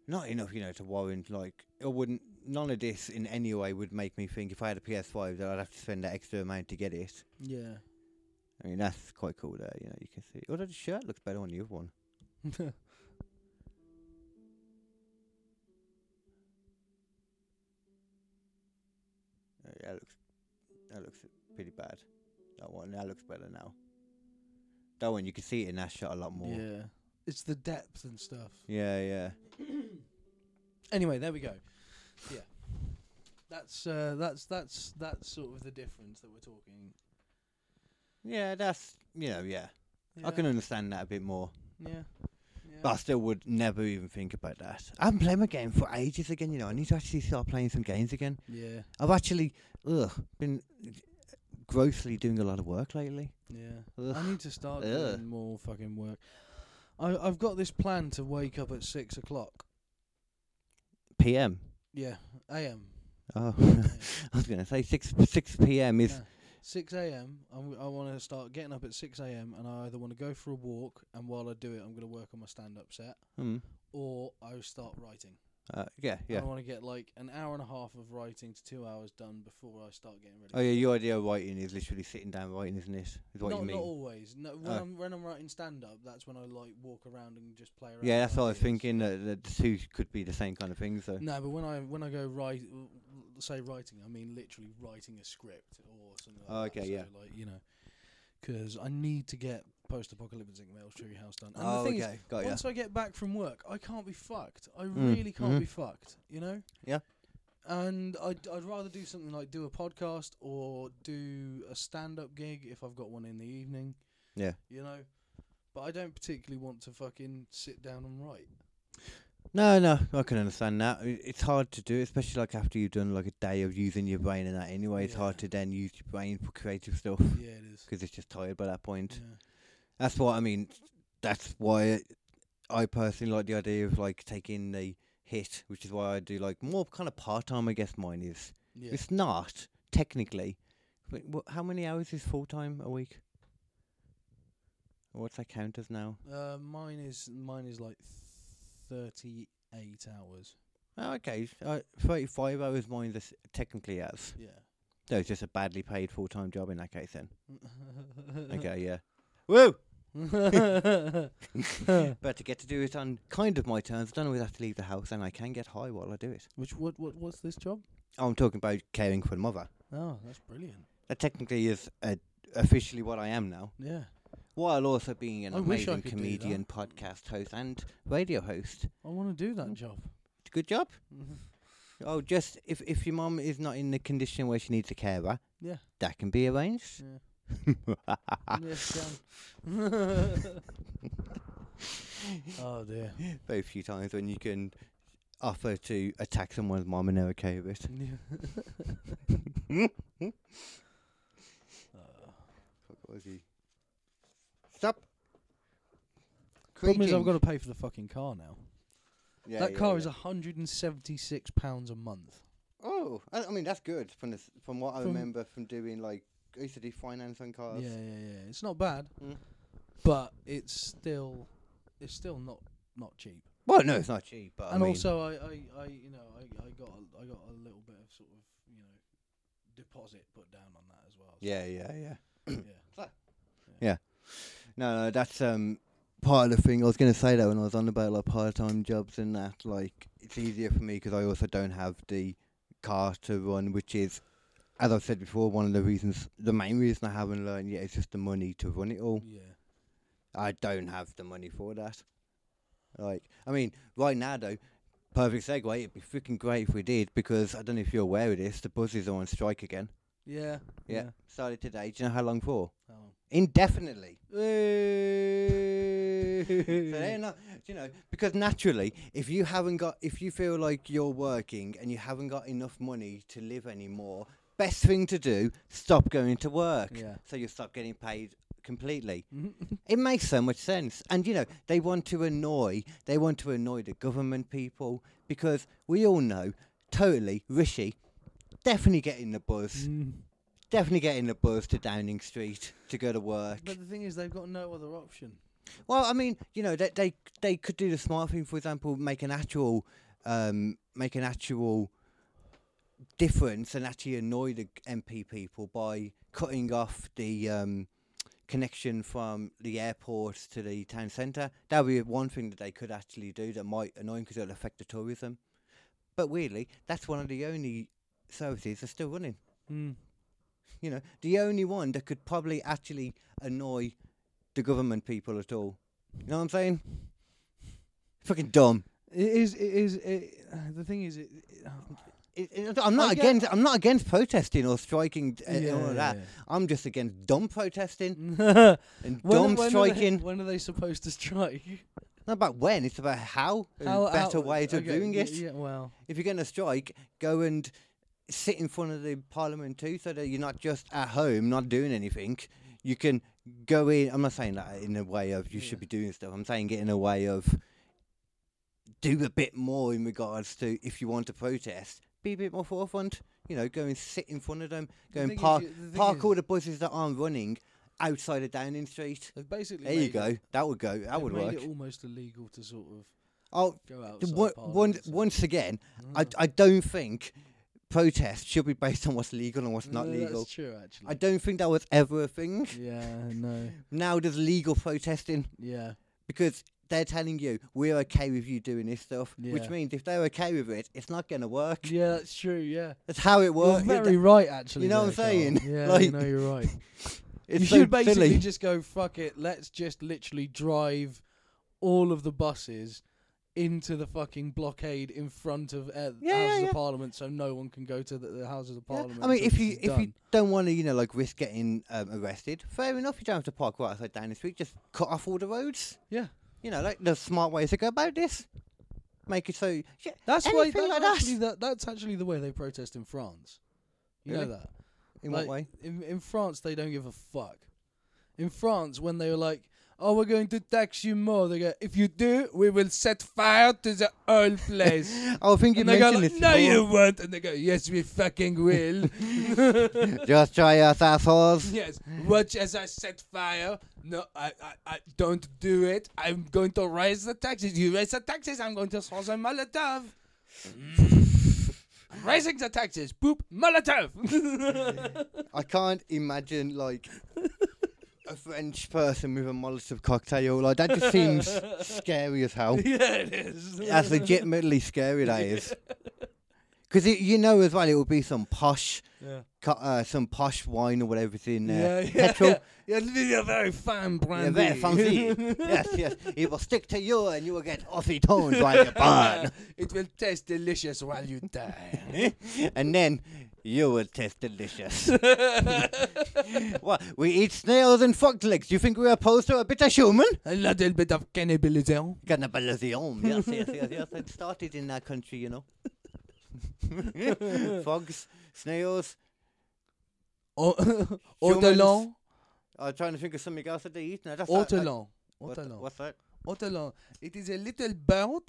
B: Not enough, you know, to warrant like it wouldn't. None of this in any way would make me think if I had a PS5 that I'd have to spend that extra amount to get it.
A: Yeah,
B: I mean, that's quite cool. There, you know, you can see. Although the shirt looks better on the other one. Uh, that looks, that looks pretty bad. That one, that looks better now. That one, you can see it in that shot a lot more.
A: yeah. It's the depth and stuff.
B: yeah. yeah.
A: Anyway, there we go. Yeah, that's uh, that's that's that's sort of the difference that we're talking.
B: Yeah, that's you know, yeah.
A: Yeah.
B: I can understand that a bit more.
A: Yeah. yeah.
B: But I still would never even think about that. I haven't played my game for ages again, you know. I need to actually start playing some games again.
A: yeah.
B: I've actually ugh, been grossly doing a lot of work lately.
A: Yeah. I
B: Ugh.
A: need to start
B: Ugh.
A: doing more fucking work. I, I've got this plan to wake up at six o'clock.
B: PM.
A: Yeah, a.m.
B: Oh,
A: Yeah.
B: I was going to say 6 6 PM is
A: No. Six a.m. I'm, I want to start getting up at six a.m. and I either want to go for a walk and while I do it, I'm going to work on my stand-up set,
B: hmm,
A: or I start writing.
B: uh, yeah, yeah.
A: I want to get like an hour and a half of writing to two hours done before I start getting ready.
B: Oh yeah, your idea of writing is literally sitting down writing, isn't it? Is what
A: not,
B: you mean?
A: not always. No, when
B: Oh.
A: I'm when I'm writing stand up, that's when I like walk around and just play around.
B: yeah,
A: with
B: that's what I was
A: ideas.
B: thinking. That, that the two could be the same kind of thing. So
A: No, but when I when I go write, say writing, I mean literally writing a script or something. Like
B: Oh,
A: that.
B: okay, yeah.
A: So, Like you know, because I need to get post-apocalyptic Metal Tree House done. And
B: oh,
A: the thing
B: okay, got
A: is,
B: ya.
A: once I get back from work, I can't be fucked. I
B: Mm,
A: really can't
B: mhm.
A: be fucked. You know.
B: Yeah.
A: And I'd I'd rather do something like do a podcast or do a stand-up gig if I've got one in the evening.
B: Yeah.
A: You know, but I don't particularly want to fucking sit down and write.
B: No, no, I can understand that. I- It's hard to do, especially like after you've done like a day of using your brain and that. Anyway, it's
A: Yeah.
B: hard to then use your brain for creative stuff
A: Yeah, it is.
B: because it's just tired by that point.
A: Yeah.
B: That's what I mean. That's why I personally like the idea of like taking the hit, which is why I do like more kind of part time. I guess mine is.
A: Yeah.
B: It's not technically. Wait, wha how many hours is full time a week? What's that count as now?
A: Uh, mine is mine is like thirty-eight hours.
B: Oh, okay, uh, thirty-five hours. Mine's as- technically as.
A: Yeah.
B: No, it's just a badly paid full time job in that case then.
A: Uh-huh.
B: Okay, yeah. Woo!
A: Uh.
B: But to get to do it on kind of my terms, I don't always have to leave the house and I can get high while I do it. Oh,
A: Which what what what's this job?
B: I'm talking about caring for a mother.
A: Oh, that's brilliant.
B: That technically is uh, officially what I am now,
A: Yeah.
B: while also being an
A: I wish I
B: amazing
A: could do that.
B: comedian, podcast host, and radio host.
A: I want to do that job.
B: It's a good job. Oh, just if, if your mum is not in the condition where she needs a carer,
A: Yeah.
B: that can be arranged.
A: yeah. yes, Dan. oh dear.
B: Very few times when you can offer to attack someone's mum and they're okay with it.
A: Yeah.
B: Fuck, was he? Stop.
A: Problem is, I've
B: Creaking.
A: got to pay for the fucking car now.
B: Yeah,
A: that
B: yeah,
A: car
B: yeah.
A: is hundred and seventy-six pounds a month.
B: Oh, I, I mean that's good from the, s- from what I
A: From-
B: remember from doing like I used to do finance on cars.
A: Yeah, yeah, yeah. It's not bad,
B: Oh, Mm.
A: but it's still it's still not not cheap.
B: Well, no, it's not cheap, but
A: and
B: I mean,
A: also, I, I, I, you know, I, I got, a, I got a little bit of sort of, you know, deposit put down on that as well. so,
B: yeah, yeah, yeah.
A: yeah.
B: No, no, that's um part of the thing. I was going to say that when I was on about like part-time jobs and that, like it's easier for me because I also don't have the car to run, which is as I've said before, one of the reasons, the main reason I haven't learned yet is just the money to run it all.
A: Yeah.
B: I don't have the money for that. Like, I mean, right now though, perfect segue. It'd be freaking great if we did because I don't know if you're aware of this. The buses are on strike again.
A: Yeah.
B: Yeah, started today. Do you know how long for?
A: Oh.
B: Indefinitely. So
A: Hey.
B: they're not, you know, because naturally, if you haven't got, if you feel like you're working and you haven't got enough money to live anymore, best thing to do, stop going to work.
A: Yeah. Mm-hmm.
B: So you stop getting paid completely. It makes so much sense. And you know, they want to annoy, they want to annoy the government people because we all know, totally, Rishi, definitely getting the buzz,
A: Mm.
B: definitely getting the buzz to Downing Street to go to work.
A: But the thing is, they've got no other option.
B: Well, I mean, you know, they they they could do the smart thing. For example, make an actual, um, make an actual difference and actually annoy the MP people by cutting off the um, connection from the airport to the town centre. That would be one thing that they could actually do that might annoy them because it'll affect the tourism. But weirdly, that's one of the only services that's still running.
A: Mm.
B: You know, the only one that could probably actually annoy the government people at all. You know what I'm saying? Fucking dumb.
A: It is. It is. It, uh, the thing is, it, it,
B: It- it- I'm not
A: I get-
B: against. I'm not against protesting or striking uh, and all of
A: Yeah.
B: that. I'm just against dumb protesting and
A: When-
B: dumb
A: when are they-
B: striking.
A: when are they supposed to strike?
B: Not about when. It's about how.
A: How-
B: and better
A: how-
B: ways of
A: okay,
B: doing
A: yeah,
B: it.
A: Yeah, well,
B: If you're going to strike, go and sit in front of the parliament too, so that you're not just at home not doing anything. You can go in. I'm not saying that in a way of you should
A: Yeah.
B: be doing stuff. I'm saying it in a way of do a bit more in regards to if you want to protest, be a bit more forefront. You know, go and sit in front of them.
A: The thing
B: Go and
A: is,
B: park
A: you- the thing
B: park
A: is-
B: all the buses that aren't running outside of Downing Street.
A: they've basically.
B: There you
A: made
B: go.
A: It,
B: That would go.
A: they've
B: That would
A: made
B: work.
A: It almost illegal to sort of
B: Oh,
A: go
B: the
A: outside.
B: one- one,
A: Parliament, so-
B: once again, I,
A: Mm.
B: I don't think protests should be based on what's legal and what's not
A: No,
B: legal.
A: That's true, Mm. actually.
B: I don't think that was ever a thing.
A: yeah. No.
B: Now there's legal protesting
A: Yeah.
B: because they're telling you we're okay with you doing this stuff,
A: Yeah.
B: which means if they're okay with it, it's not going to work.
A: Yeah, that's true. Yeah.
B: That's how it
A: You're
B: works.
A: very right, actually.
B: know what
A: there,
B: I'm
A: Carl.
B: saying?
A: Yeah, you
B: Like-
A: know you're right.
B: it's
A: you
B: so
A: should basically
B: silly.
A: just go fuck it. Let's just literally drive all of the buses into the fucking blockade in front of uh,
B: Yeah, yeah,
A: houses
B: yeah.
A: of parliament, so no one can go to the, the houses of
B: Yeah,
A: parliament.
B: I mean,
A: until
B: if
A: this
B: you
A: is
B: if you
A: done.
B: don't want to, you know, like risk getting um, arrested, fair enough. You don't have to park right outside down the street. Just cut off all the roads.
A: yeah,
B: You know, like there's smart ways to go about this. Make it so yeah,
A: that's why
B: anything
A: that's
B: like
A: actually that,
B: that.
A: that's actually the way they protest in France. You know
B: Really?
A: that.
B: In
A: like,
B: what way?
A: In, in France, they don't give a fuck. In France, when they were like, "Oh, we're going to tax you more," they go, "If you do, we will set fire to the whole place."
B: Oh, I think you
A: and they go,
B: mentioned
A: like,
B: this.
A: "No,
B: before.
A: you won't," and they go, "Yes, we fucking will."
B: Just try us, assholes.
A: yes, watch as I set fire. No, I, I, I don't do it. I'm going to raise the taxes. You raise the taxes, I'm going to throw the Molotov. I'm raising the taxes. Boop, Molotov.
B: I can't imagine like a French person with a Molotov cocktail. Like that just seems scary as hell.
A: yeah, it is.
B: That's legitimately scary. That is. Because you know as well, it would be some posh,
A: Yeah.
B: co- uh, some posh wine or whatever is in
A: Yeah,
B: there.
A: yeah,
B: Petrol.
A: yeah. It'll be a very fine
B: Yeah,
A: brandy.
B: very fancy. yes, yes. It will stick to you, and you will get Aussie tones while you burn.
A: it will taste delicious while you die.
B: and then you will taste delicious. what? We eat snails and frog legs. You think we're opposed to a bit of human?
A: a little bit of cannibalism.
B: Cannibalism. Yes, yes, yes, yes. It started in our country, you know. Frogs, snails.
A: Au-
B: Humans. Uh,
A: Autelon.
B: I'm trying to think of something else that they eat now. That's not- like-
A: Autelon.
B: uh, what-
A: Autelon.
B: What's that?
A: Otelon. It is a little bird,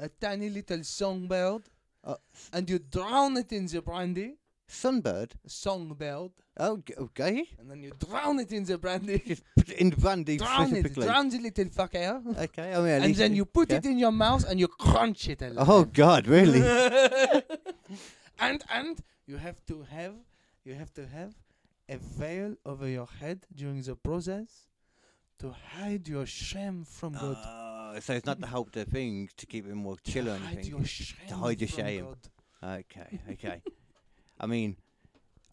A: a tiny little songbird,
B: Uh,
A: and you drown it in the brandy,
B: Sunbird.
A: songbird,
B: Oh, g- okay.
A: and then you drown it in the brandy.
B: Just put it in brandy
A: drown it,
B: specifically.
A: drown the little fucker,
B: Okay, I mean, at
A: and
B: least
A: then you put
B: okay.
A: it in your mouth and you crunch it a lot.
B: Oh God, really?
A: Oh. and and you have to have you have to have a veil over your head during the process to hide your shame from God.
B: Oh, so it's not to help the thing to keep it more chill
A: to
B: or
A: hide
B: anything.
A: your shame.
B: hide your
A: from
B: shame.
A: God.
B: Okay, okay. I mean,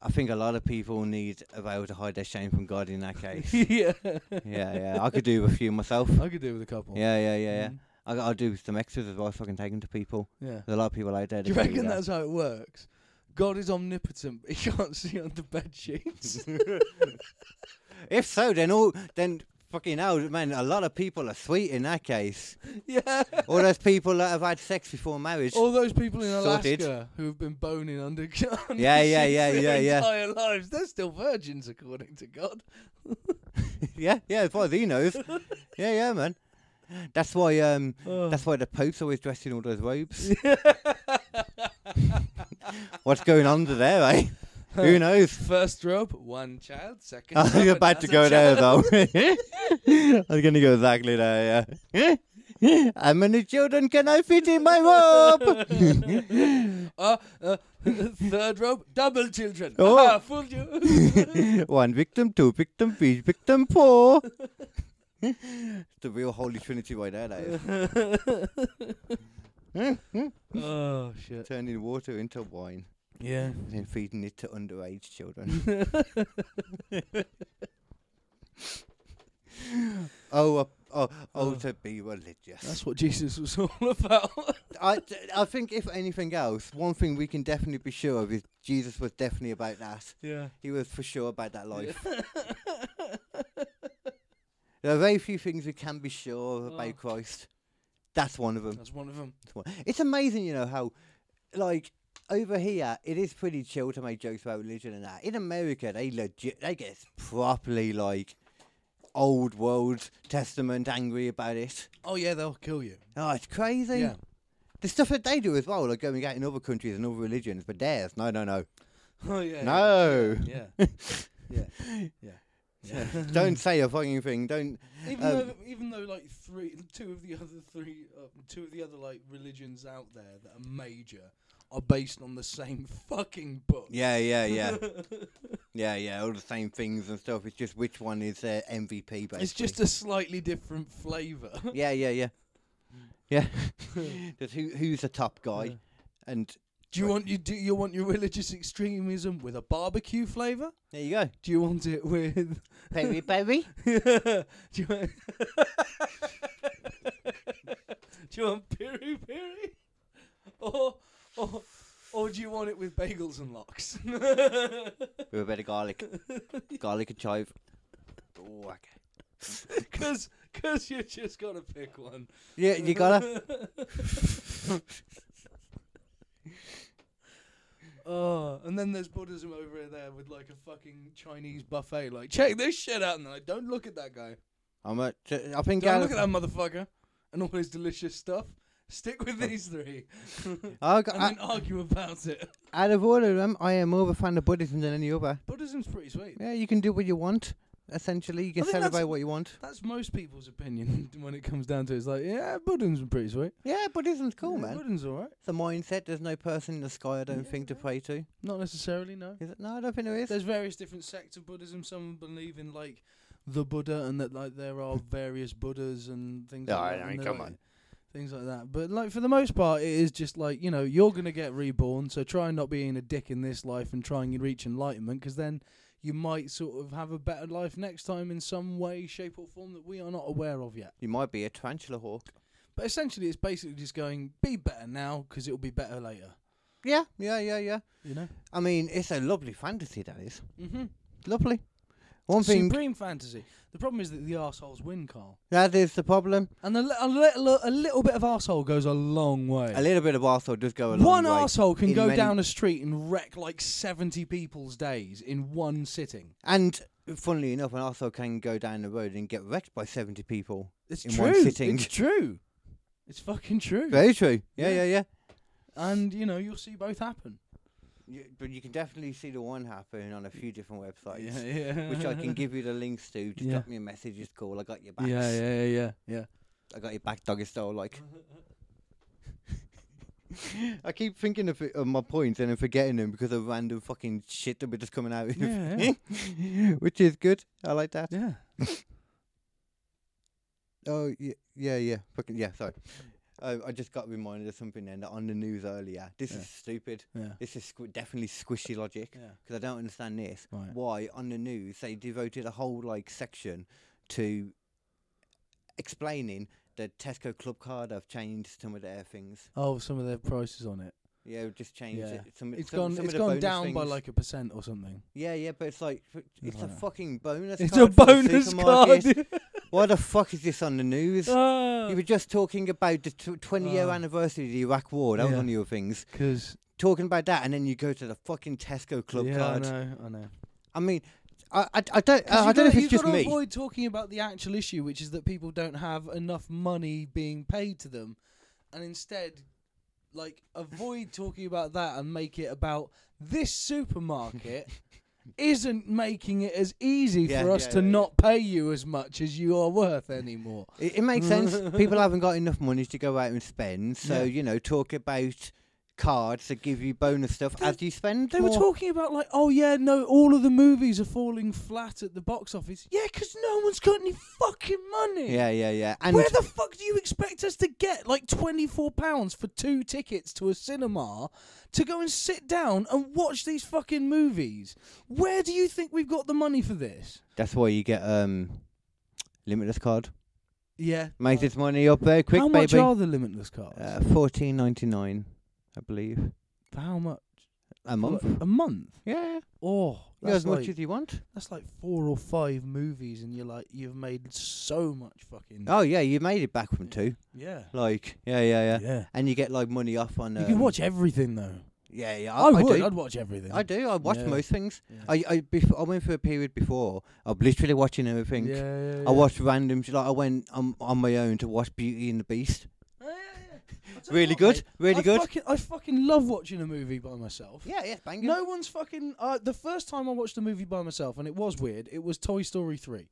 B: I think a lot of people need a veil to hide their shame from God in that case. yeah,
A: yeah.
B: yeah. I could do with a few myself.
A: I could do with a couple.
B: Yeah, yeah, yeah, yeah.
A: Mm.
B: I, I'll do some extras as well so I can take them to people.
A: Mm-hmm. Yeah.
B: There's a lot of people out there.
A: Do you
B: that
A: reckon that's how it works? God is omnipotent, but he can't see under bed sheets.
B: If so, then all then fucking hell, man. A lot of people are sweet in that case.
A: yeah.
B: All those people that have had sex before marriage.
A: All those people in Alaska
B: Sorted.
A: who have been boning under under
B: Yeah, yeah,
A: sheets
B: yeah,
A: their
B: yeah, yeah.
A: Entire lives, they're still virgins according to God.
B: yeah, yeah. As far as he knows. yeah, yeah, man. That's why um, that's why the Pope's always dressed in all those robes. What's going on under there, eh? Who knows?
A: First robe, one child. Second.
B: I was
A: robe,
B: about to go
A: another
B: there
A: child.
B: though. I was gonna go exactly there, yeah. How many children can I fit in my robe?
A: Uh, uh, third robe, double children.
B: Oh.
A: Ah, fooled you.
B: One victim, two victim, three victim, four. the real holy trinity right there, that is. Hmm,
A: oh shit.
B: Turning water into wine
A: Yeah.
B: and then feeding it to underage children. oh, uh, oh, oh,
A: Oh.
B: to be religious.
A: That's what Jesus was all about.
B: I, I think if anything else, one thing we can definitely be sure of is Jesus was definitely about that.
A: yeah.
B: He was for sure about that life. there are very few things we can be sure of about
A: Oh.
B: Christ. That's one of them.
A: That's one of them.
B: That's one. It's amazing, you know, how, like, over here, it is pretty chill to make jokes about religion and that. In America, they legit, they get properly, like, old world testament angry about it.
A: Oh yeah, they'll kill you.
B: Oh, it's crazy.
A: Yeah.
B: The stuff that they do as well, like going out in other countries and other religions, but theirs, no, no, no,
A: Oh yeah.
B: no.
A: Yeah. Yeah. yeah. yeah.
B: Don't say a fucking thing. Don't.
A: Even
B: Um,
A: though, even though, like three, two of the other three, uh, two of the other like religions out there that are major are based on the same fucking book.
B: Yeah, yeah, yeah, yeah, yeah. All the same things and stuff. It's just which one is uh, MVP. Basically,
A: It's just a slightly different flavour.
B: yeah, yeah, yeah, yeah. just who who's the top guy?
A: Yeah.
B: And
A: Do you want you do you want your religious extremism with a barbecue flavour?
B: there you go.
A: Do you want it with?
B: Perry, Perry.
A: do you want? do you want piri piri, or or or do you want it with bagels and locks?
B: With a bit of garlic, garlic and chive. Oh, okay.
A: Cause, cause you just gotta pick one.
B: Yeah, you gotta.
A: oh, and then there's Buddhism over there with like a fucking Chinese buffet. Like, check this shit out, and they're like, don't look at that guy.
B: I'm a. I think.
A: Don't
B: I'll-
A: look at that motherfucker and all his delicious stuff. Stick
B: Oh.
A: with these three, and
B: I'll go- I,
A: then argue about it.
B: out of all of them, I am more of a fan of Buddhism than any other.
A: Buddhism's pretty sweet.
B: Yeah, you can do what you want. Essentially, you can
A: I think
B: celebrate
A: that's-
B: what you want.
A: That's most people's opinion when it comes down to it. It's like, yeah, Buddhism's pretty sweet.
B: Yeah, Buddhism's cool,
A: Yeah,
B: man.
A: Buddhism's alright.
B: It's a mindset. There's no person in the sky. I don't think to pray to.
A: Not necessarily, no.
B: Is it? No, I don't think there is.
A: There's various different sects of Buddhism. Some believe in like the Buddha, and that like there are various Buddhas and things.
B: No,
A: like
B: I
A: that.
B: mean,
A: and they're,
B: come
A: like-
B: on.
A: Things like that. But like for the most part, it is just like you know you're gonna get reborn. So try and not being a dick in this life and trying and reach enlightenment, because then you might sort of have a better life next time in some way, shape, or form that we are not aware of yet.
B: You might be a tarantula hawk.
A: But essentially, it's basically just going be better now, because it'll be better later.
B: Yeah, yeah, yeah, yeah.
A: You know.
B: I mean, it's a lovely fantasy. That is
A: Mm-hmm.
B: lovely. One thing
A: Supreme fantasy. The problem is that the arseholes win, Carl.
B: that is the problem.
A: And a, li- a, little, a little bit of arsehole goes a long way.
B: A little bit of arsehole does go a long
A: one
B: way.
A: arsehole can
B: in
A: go
B: many-
A: down a street and wreck like 70 people's days in one sitting.
B: And funnily enough, an arsehole can go down the road and get wrecked by seventy people.
A: It's
B: In
A: true.
B: one sitting.
A: It's true. It's fucking true.
B: Very true.
A: Yeah.
B: yeah, yeah. yeah.
A: And, you know, you'll see both happen.
B: You, but you can definitely see the one happen on a few different websites,
A: yeah.
B: which I can give you the links to. Just
A: Yeah.
B: drop me a message, just call. I got your back.
A: Yeah, yeah, yeah, yeah.
B: I got your back, doggy style. Like, I keep thinking of, it- of my points and then forgetting them because of random fucking shit that were just coming out,
A: Yeah, yeah.
B: which is good. I like that.
A: yeah.
B: Oh yeah, yeah, yeah. Fucking yeah. Sorry. Um, I just got reminded of something then that on the news earlier. This
A: Yeah.
B: is stupid.
A: Yeah.
B: This is squ- definitely squishy logic
A: Yeah.
B: because I don't understand this.
A: Right.
B: Why on the news they devoted a whole like section to explaining that Tesco Club Card have changed some of their things.
A: Oh, some of their prices on it.
B: Yeah, just changed
A: Yeah.
B: it. Some,
A: It's
B: some,
A: gone.
B: Some
A: It's
B: of the
A: gone
B: bonus
A: down by
B: things.
A: like a percent or something.
B: Yeah, yeah, but it's like f- it's a
A: Right.
B: fucking bonus.
A: It's a
B: card for the
A: bonus
B: supermarket.
A: card. Uh.
B: Why the fuck is this on the news? You were
A: Because
B: just talking about the tw- 20 year
A: Oh.
B: anniversary of the Iraq War. That was
A: Yeah.
B: one of your things.
A: Ah.
B: Talking about that, and then you go to the fucking Tesco Club
A: yeah,
B: card.
A: I know. I know.
B: I mean, I, I, I don't, I,
A: 'Cause
B: I
A: you've
B: don't know if
A: gotta-
B: it's
A: you've
B: just
A: gotta
B: me.
A: avoid talking about the actual issue, which is that people don't have enough money being paid to them, and instead, like, avoid talking about that and make it about this supermarket isn't making it as easy
B: Yeah,
A: for us
B: yeah,
A: to
B: yeah, yeah.
A: not pay you as much as you are worth anymore.
B: It, it makes sense. People haven't got enough money to go out and spend, so
A: Yeah.
B: you know, talk about cards that give you bonus stuff
A: They-
B: as you spend.
A: They were
B: more.
A: talking about like, oh yeah, no, all of the movies are falling flat at the box office. Yeah, 'cause no one's got any fucking money.
B: Yeah, yeah, yeah. And
A: Where the fuck do you expect us to get like twenty four pounds for two tickets to a cinema to go and sit down and watch these fucking movies? Where do you think we've got the money for this?
B: that's why you get um, limitless card.
A: Yeah,
B: Make this money up there quick,
A: How
B: baby.
A: much are the limitless cards?
B: Uh, Fourteen ninety nine, I believe,
A: for how much?
B: a month.
A: A month?
B: Yeah,
A: Oh,
B: yeah. as
A: that's
B: much
A: like,
B: as you want.
A: that's like four or five movies, and you're like, you've made so much fucking.
B: Oh yeah, you made it back from two.
A: Yeah.
B: Like yeah, yeah, yeah.
A: Yeah.
B: And you get like money off on. Um,
A: You can watch everything though.
B: Yeah, yeah.
A: I,
B: I,
A: would.
B: do.
A: I'd watch everything.
B: I do. I watch
A: Yeah.
B: most things.
A: Yeah.
B: I I, before, I went through a period before of literally watching everything.
A: Yeah, yeah, yeah.
B: I watched random. Like I went on on my own to watch Beauty and the Beast.
A: Yeah, yeah, yeah. I tell you
B: Really
A: what,
B: good.
A: mate,
B: Really
A: I
B: good.
A: Fucking, I fucking love watching a movie by myself.
B: yeah, yeah. Banging.
A: No one's fucking. Uh, the first time I watched a movie by myself, and it was weird. It was Toy Story three,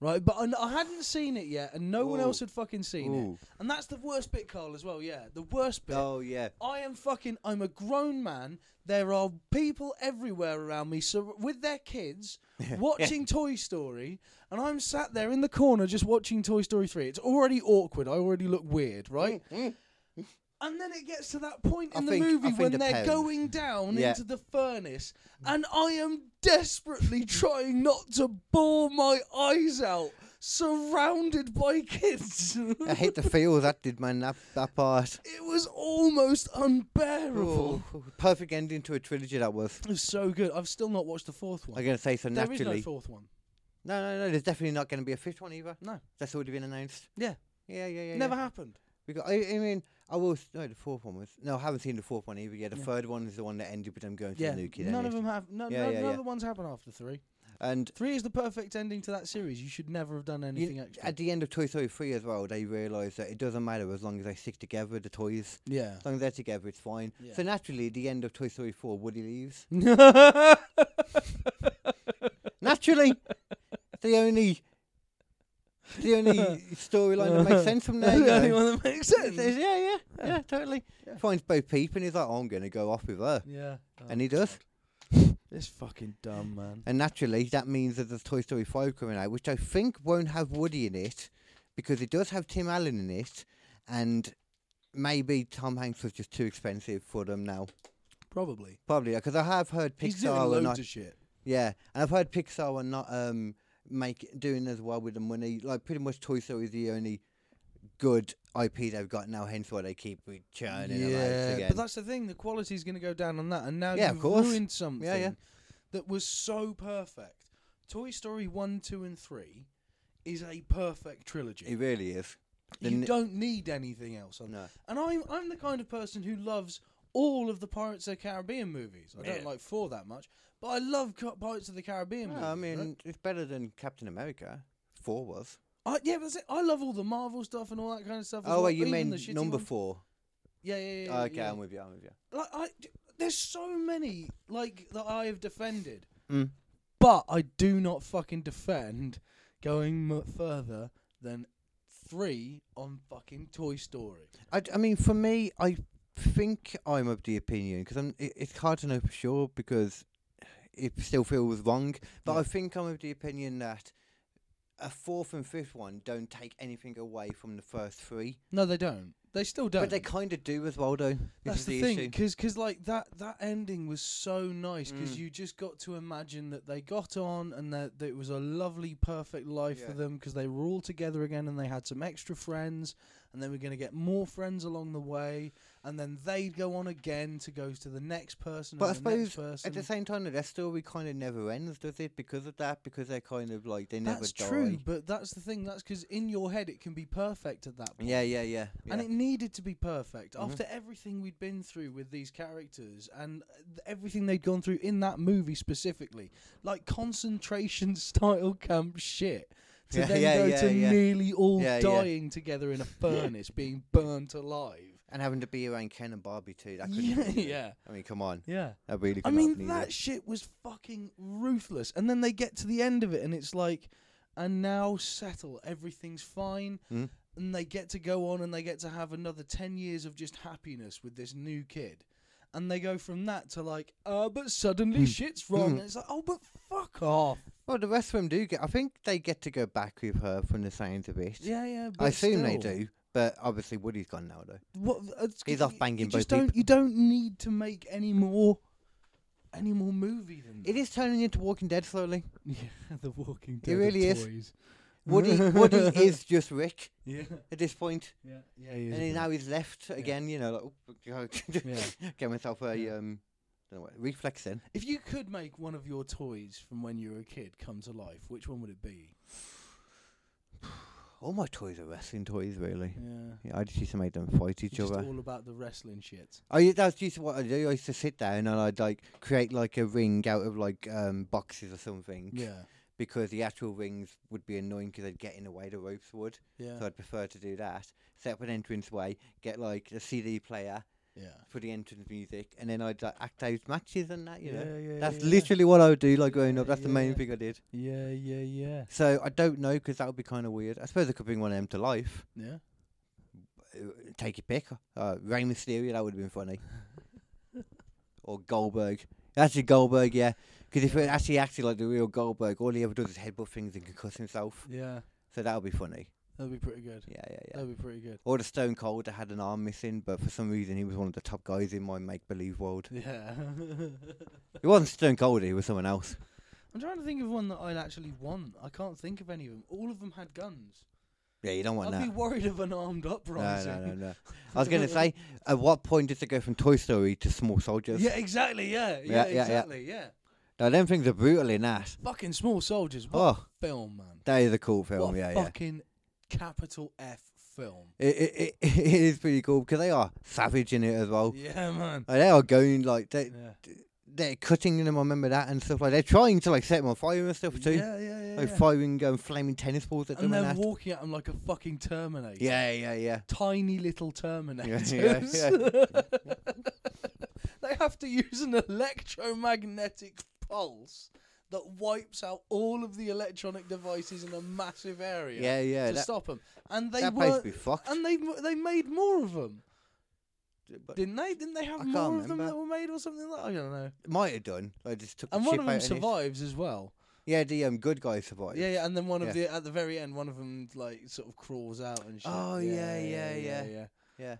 A: right? But I, I hadn't seen it yet, and no one
B: Ooh.
A: else had fucking seen
B: Ooh.
A: it. And that's the worst bit, Carl, as well. Yeah, the worst bit.
B: Oh yeah.
A: I am fucking. I'm a grown man. There are people everywhere around me, so with their kids, watching Toy Story, and I'm sat there in the corner just watching Toy Story three. It's already awkward. I already look weird, right? And then it gets to that point
B: Mm-hmm. I
A: in
B: think-
A: the
B: I
A: movie
B: think
A: when
B: the
A: they're
B: parents-
A: going down
B: Yeah.
A: into the furnace, and I am desperately trying not to bore my eyes out, surrounded by kids.
B: I hate the feel that did man that that part.
A: it was almost unbearable.
B: Ooh. Perfect ending to a trilogy that was.
A: It was so good. I've still not watched the fourth one.
B: I'm gonna say so
A: There is
B: naturally.
A: no fourth one.
B: no, no, no. There's definitely not gonna be a fifth one either.
A: No.
B: That's already been announced.
A: Yeah.
B: Yeah, yeah, yeah.
A: Never
B: yeah.
A: happened.
B: We got, I, I mean, I will. s- No, the fourth one was. No, I haven't seen the fourth one either. Yeah, the
A: Yeah.
B: third one is the one that ended with them going to
A: Yeah.
B: the nuclear.
A: None of
B: energy.
A: them have. No,
B: Yeah,
A: no,
B: yeah,
A: none
B: yeah.
A: of the ones happen after three.
B: And
A: Three is the perfect ending to that series. You should never have done anything extra.
B: at the end of Toy Story 3 as well, they realised that it doesn't matter as long as they stick together, the toys.
A: yeah.
B: As long as they're together, it's fine. So naturally, at the end of Toy Story 4, Woody leaves. naturally! The only. The only storyline that makes sense from
A: That's
B: there. you
A: the
B: know.
A: only one that makes
B: It
A: sense.
B: is, yeah, yeah, yeah, totally.
A: Yeah.
B: Finds Bo Peep and he's like, oh, I'm going to go off with her.
A: Yeah.
B: And he does.
A: It's fucking dumb, man.
B: And naturally, that means that there's Toy Story 5 coming out, which I think won't have Woody in it because it does have Tim Allen in it. And maybe Tom Hanks was just too expensive for them now.
A: Probably.
B: Probably, because I have heard
A: He's doing
B: Pixar and
A: loads
B: not.
A: of shit.
B: Yeah, and I've heard Pixar are not um make doing as well with the money. Like pretty much, Toy Story is the only good IP they've got now. Hence why they keep re- churning them out
A: Yeah,
B: again.
A: but that's the thing. The quality's going to go down on that, and now
B: Yeah, of
A: you've
B: course.
A: ruined something
B: yeah.
A: that was so perfect. Toy Story one, two, and three is a perfect trilogy.
B: it really is. The
A: you
B: n-
A: don't need anything else. On
B: No.
A: And I'm I'm the kind of person who loves all of the Pirates of the Caribbean movies. I don't
B: Yeah.
A: like four that much, but I love Ca- Pirates of the Caribbean.
B: No,
A: movies,
B: I
A: right?
B: mean, it's better than Captain America. Four was.
A: I, yeah, but that's it. I love all the Marvel stuff and all that kind of stuff. as
B: Oh,
A: well,
B: well, you
A: even
B: mean
A: the shitty
B: number
A: ones.
B: four?
A: Yeah, yeah, yeah. yeah,
B: okay,
A: yeah.
B: I'm with you. I'm with you.
A: Like, I, d- there's so many like that I have defended,
B: Mm.
A: but I do not fucking defend going mu further than three on fucking Toy Story.
B: I, d- I mean, for me, I think I'm of the opinion because I'm. It, it's hard to know for sure because it still feels wrong. But
A: Yeah.
B: I think I'm of the opinion that a fourth and fifth one don't take anything away from the first three.
A: No, they don't. They still don't.
B: But they kind of do as well, though. This
A: That's
B: is
A: the,
B: the,
A: thing,
B: issue.
A: because like that that ending was so nice because
B: Mm.
A: you just got to imagine that they got on and that, that it was a lovely, perfect life for
B: Yeah.
A: them because they were all together again and they had some extra friends and they were going to get more friends along the way and then they'd go on again to go to the next person.
B: But I
A: and the next
B: suppose
A: person.
B: at the same time, their story kind of never ends, does it? Because of that, because they're kind of like they never
A: that's
B: die.
A: true, but that's the thing. That's because in your head it can be perfect at that point.
B: Yeah, yeah, yeah. yeah.
A: And it needed to be perfect
B: Mhm.
A: after everything we'd been through with these characters and uh, th- everything they'd gone through in that movie specifically, like concentration style camp shit. To
B: Yeah,
A: then
B: yeah,
A: go
B: yeah,
A: to
B: yeah.
A: nearly all
B: Yeah, yeah.
A: dying together in a furnace, being burnt alive.
B: And having to be around Ken and Barbie too. That couldn't
A: Yeah,
B: happen, though.
A: yeah,
B: I mean, come on.
A: yeah.
B: That really.
A: I
B: Could
A: mean, that shit was fucking ruthless. And then they get to the end of it, and it's like, and now settle, everything's fine.
B: Mhm.
A: And they get to go on and they get to have another 10 years of just happiness with this new kid. And they go from that to like, uh, but
B: Hmm.
A: suddenly shit's wrong. And it's like, oh, but fuck off.
B: well, the rest of them do get. I think they get to go back with her from the sounds of it.
A: Yeah, yeah. But
B: I assume they
A: still.
B: do. But obviously, Woody's gone now, though.
A: What, uh, it's-
B: He's off
A: you-
B: banging
A: you just
B: both
A: don't, You don't need to make any more, any more movie than that.
B: It is turning into Walking Dead slowly.
A: Yeah, The Walking Dead. of
B: really is.
A: toys.
B: Woody, Woody is just Rick
A: Yeah,
B: at this point,
A: yeah, yeah. he is
B: and
A: a
B: he,
A: bit.
B: now he's left again. You know, like, oh,
A: Yeah.
B: get myself a
A: Yeah.
B: um, don't know what, reflex in.
A: If you could make one of your toys from when you were a kid come to life, which one would it be?
B: All my toys are wrestling toys, really.
A: Yeah.
B: Yeah, I just used to make them fight each
A: It's just
B: other.
A: all about the wrestling shit.
B: I u- that's used to what I do. I used to sit down and I'd like create like a ring out of like um boxes or something.
A: Yeah.
B: Because the actual rings would be annoying because they'd get in the way the ropes would.
A: Yeah.
B: So I'd prefer to do that. Set up an entrance way, get like a CD player
A: yeah.
B: for the entrance music, and then I'd like, act out matches and that. You know.
A: yeah,
B: That's
A: yeah.
B: literally what I would do, like growing up.
A: Yeah,
B: That's the
A: yeah,
B: main
A: yeah.
B: thing I did.
A: Yeah, yeah, yeah.
B: So I don't know because that would be kind of weird. I suppose I could bring one of them to life.
A: Yeah.
B: Uh, Take your pick. Uh, Rey Mysterio, that would have been funny. or Goldberg. Actually, Goldberg, yeah. Because if it actually acted like the real Goldberg, all he ever does is headbutt things and concuss himself.
A: Yeah.
B: So that would be funny.
A: That'd be pretty good.
B: Yeah, yeah, yeah.
A: That'd be pretty good.
B: Or the Stone Cold that had an arm missing, but for some reason he was one of the top guys in my make believe world.
A: Yeah.
B: It wasn't Stone Cold, it was someone else.
A: I'm trying to think of one that I'd actually want. I can't think of any of them. All of them had guns.
B: Yeah, you don't want
A: I'd
B: that.
A: be worried of an armed
B: No,
A: uprising.
B: no, no, no. I was going to say, at what point does it go from Toy Story to Small Soldiers?
A: Yeah, exactly. Yeah.
B: Yeah,
A: Yeah,
B: yeah, yeah.
A: exactly. Yeah.
B: Now, them things are brutal in that.
A: Fucking small soldiers. What
B: Oh,
A: film, man?
B: that is a cool film.
A: what a
B: yeah, yeah.
A: fucking capital F film.
B: It, it, it, it is pretty cool because they are savage in it as well.
A: Yeah, man.
B: Like, they are going like they
A: Yeah,
B: they're cutting them. I remember that and stuff like they're trying to like set them on fire and stuff too.
A: yeah, yeah. yeah,
B: Like
A: yeah.
B: firing um, flaming tennis balls at
A: And
B: them. And
A: they're
B: that.
A: walking at him like a fucking Terminator.
B: yeah, yeah, yeah.
A: Tiny little
B: yeah,
A: Terminators.
B: yeah.
A: they have to use an electromagnetic pulse that wipes out all of the electronic devices in a massive area
B: Yeah, yeah.
A: to
B: That,
A: stop them. And they
B: that place
A: were,
B: would be fucked.
A: and they they made more of them,
B: But
A: didn't they? Didn't they have
B: I
A: more
B: can't
A: of them
B: remember.
A: that were made or something like? I don't know.
B: might have done. I just took.
A: And
B: the
A: one
B: chip
A: of
B: out
A: them
B: and it's-
A: survives as well.
B: Yeah, the um, good guy survived.
A: Yeah, yeah, and then one
B: Yeah.
A: of the at the very end, one of them like sort of crawls out and shit.
B: Oh, yeah, yeah, yeah.
A: yeah.
B: yeah.
A: Yeah.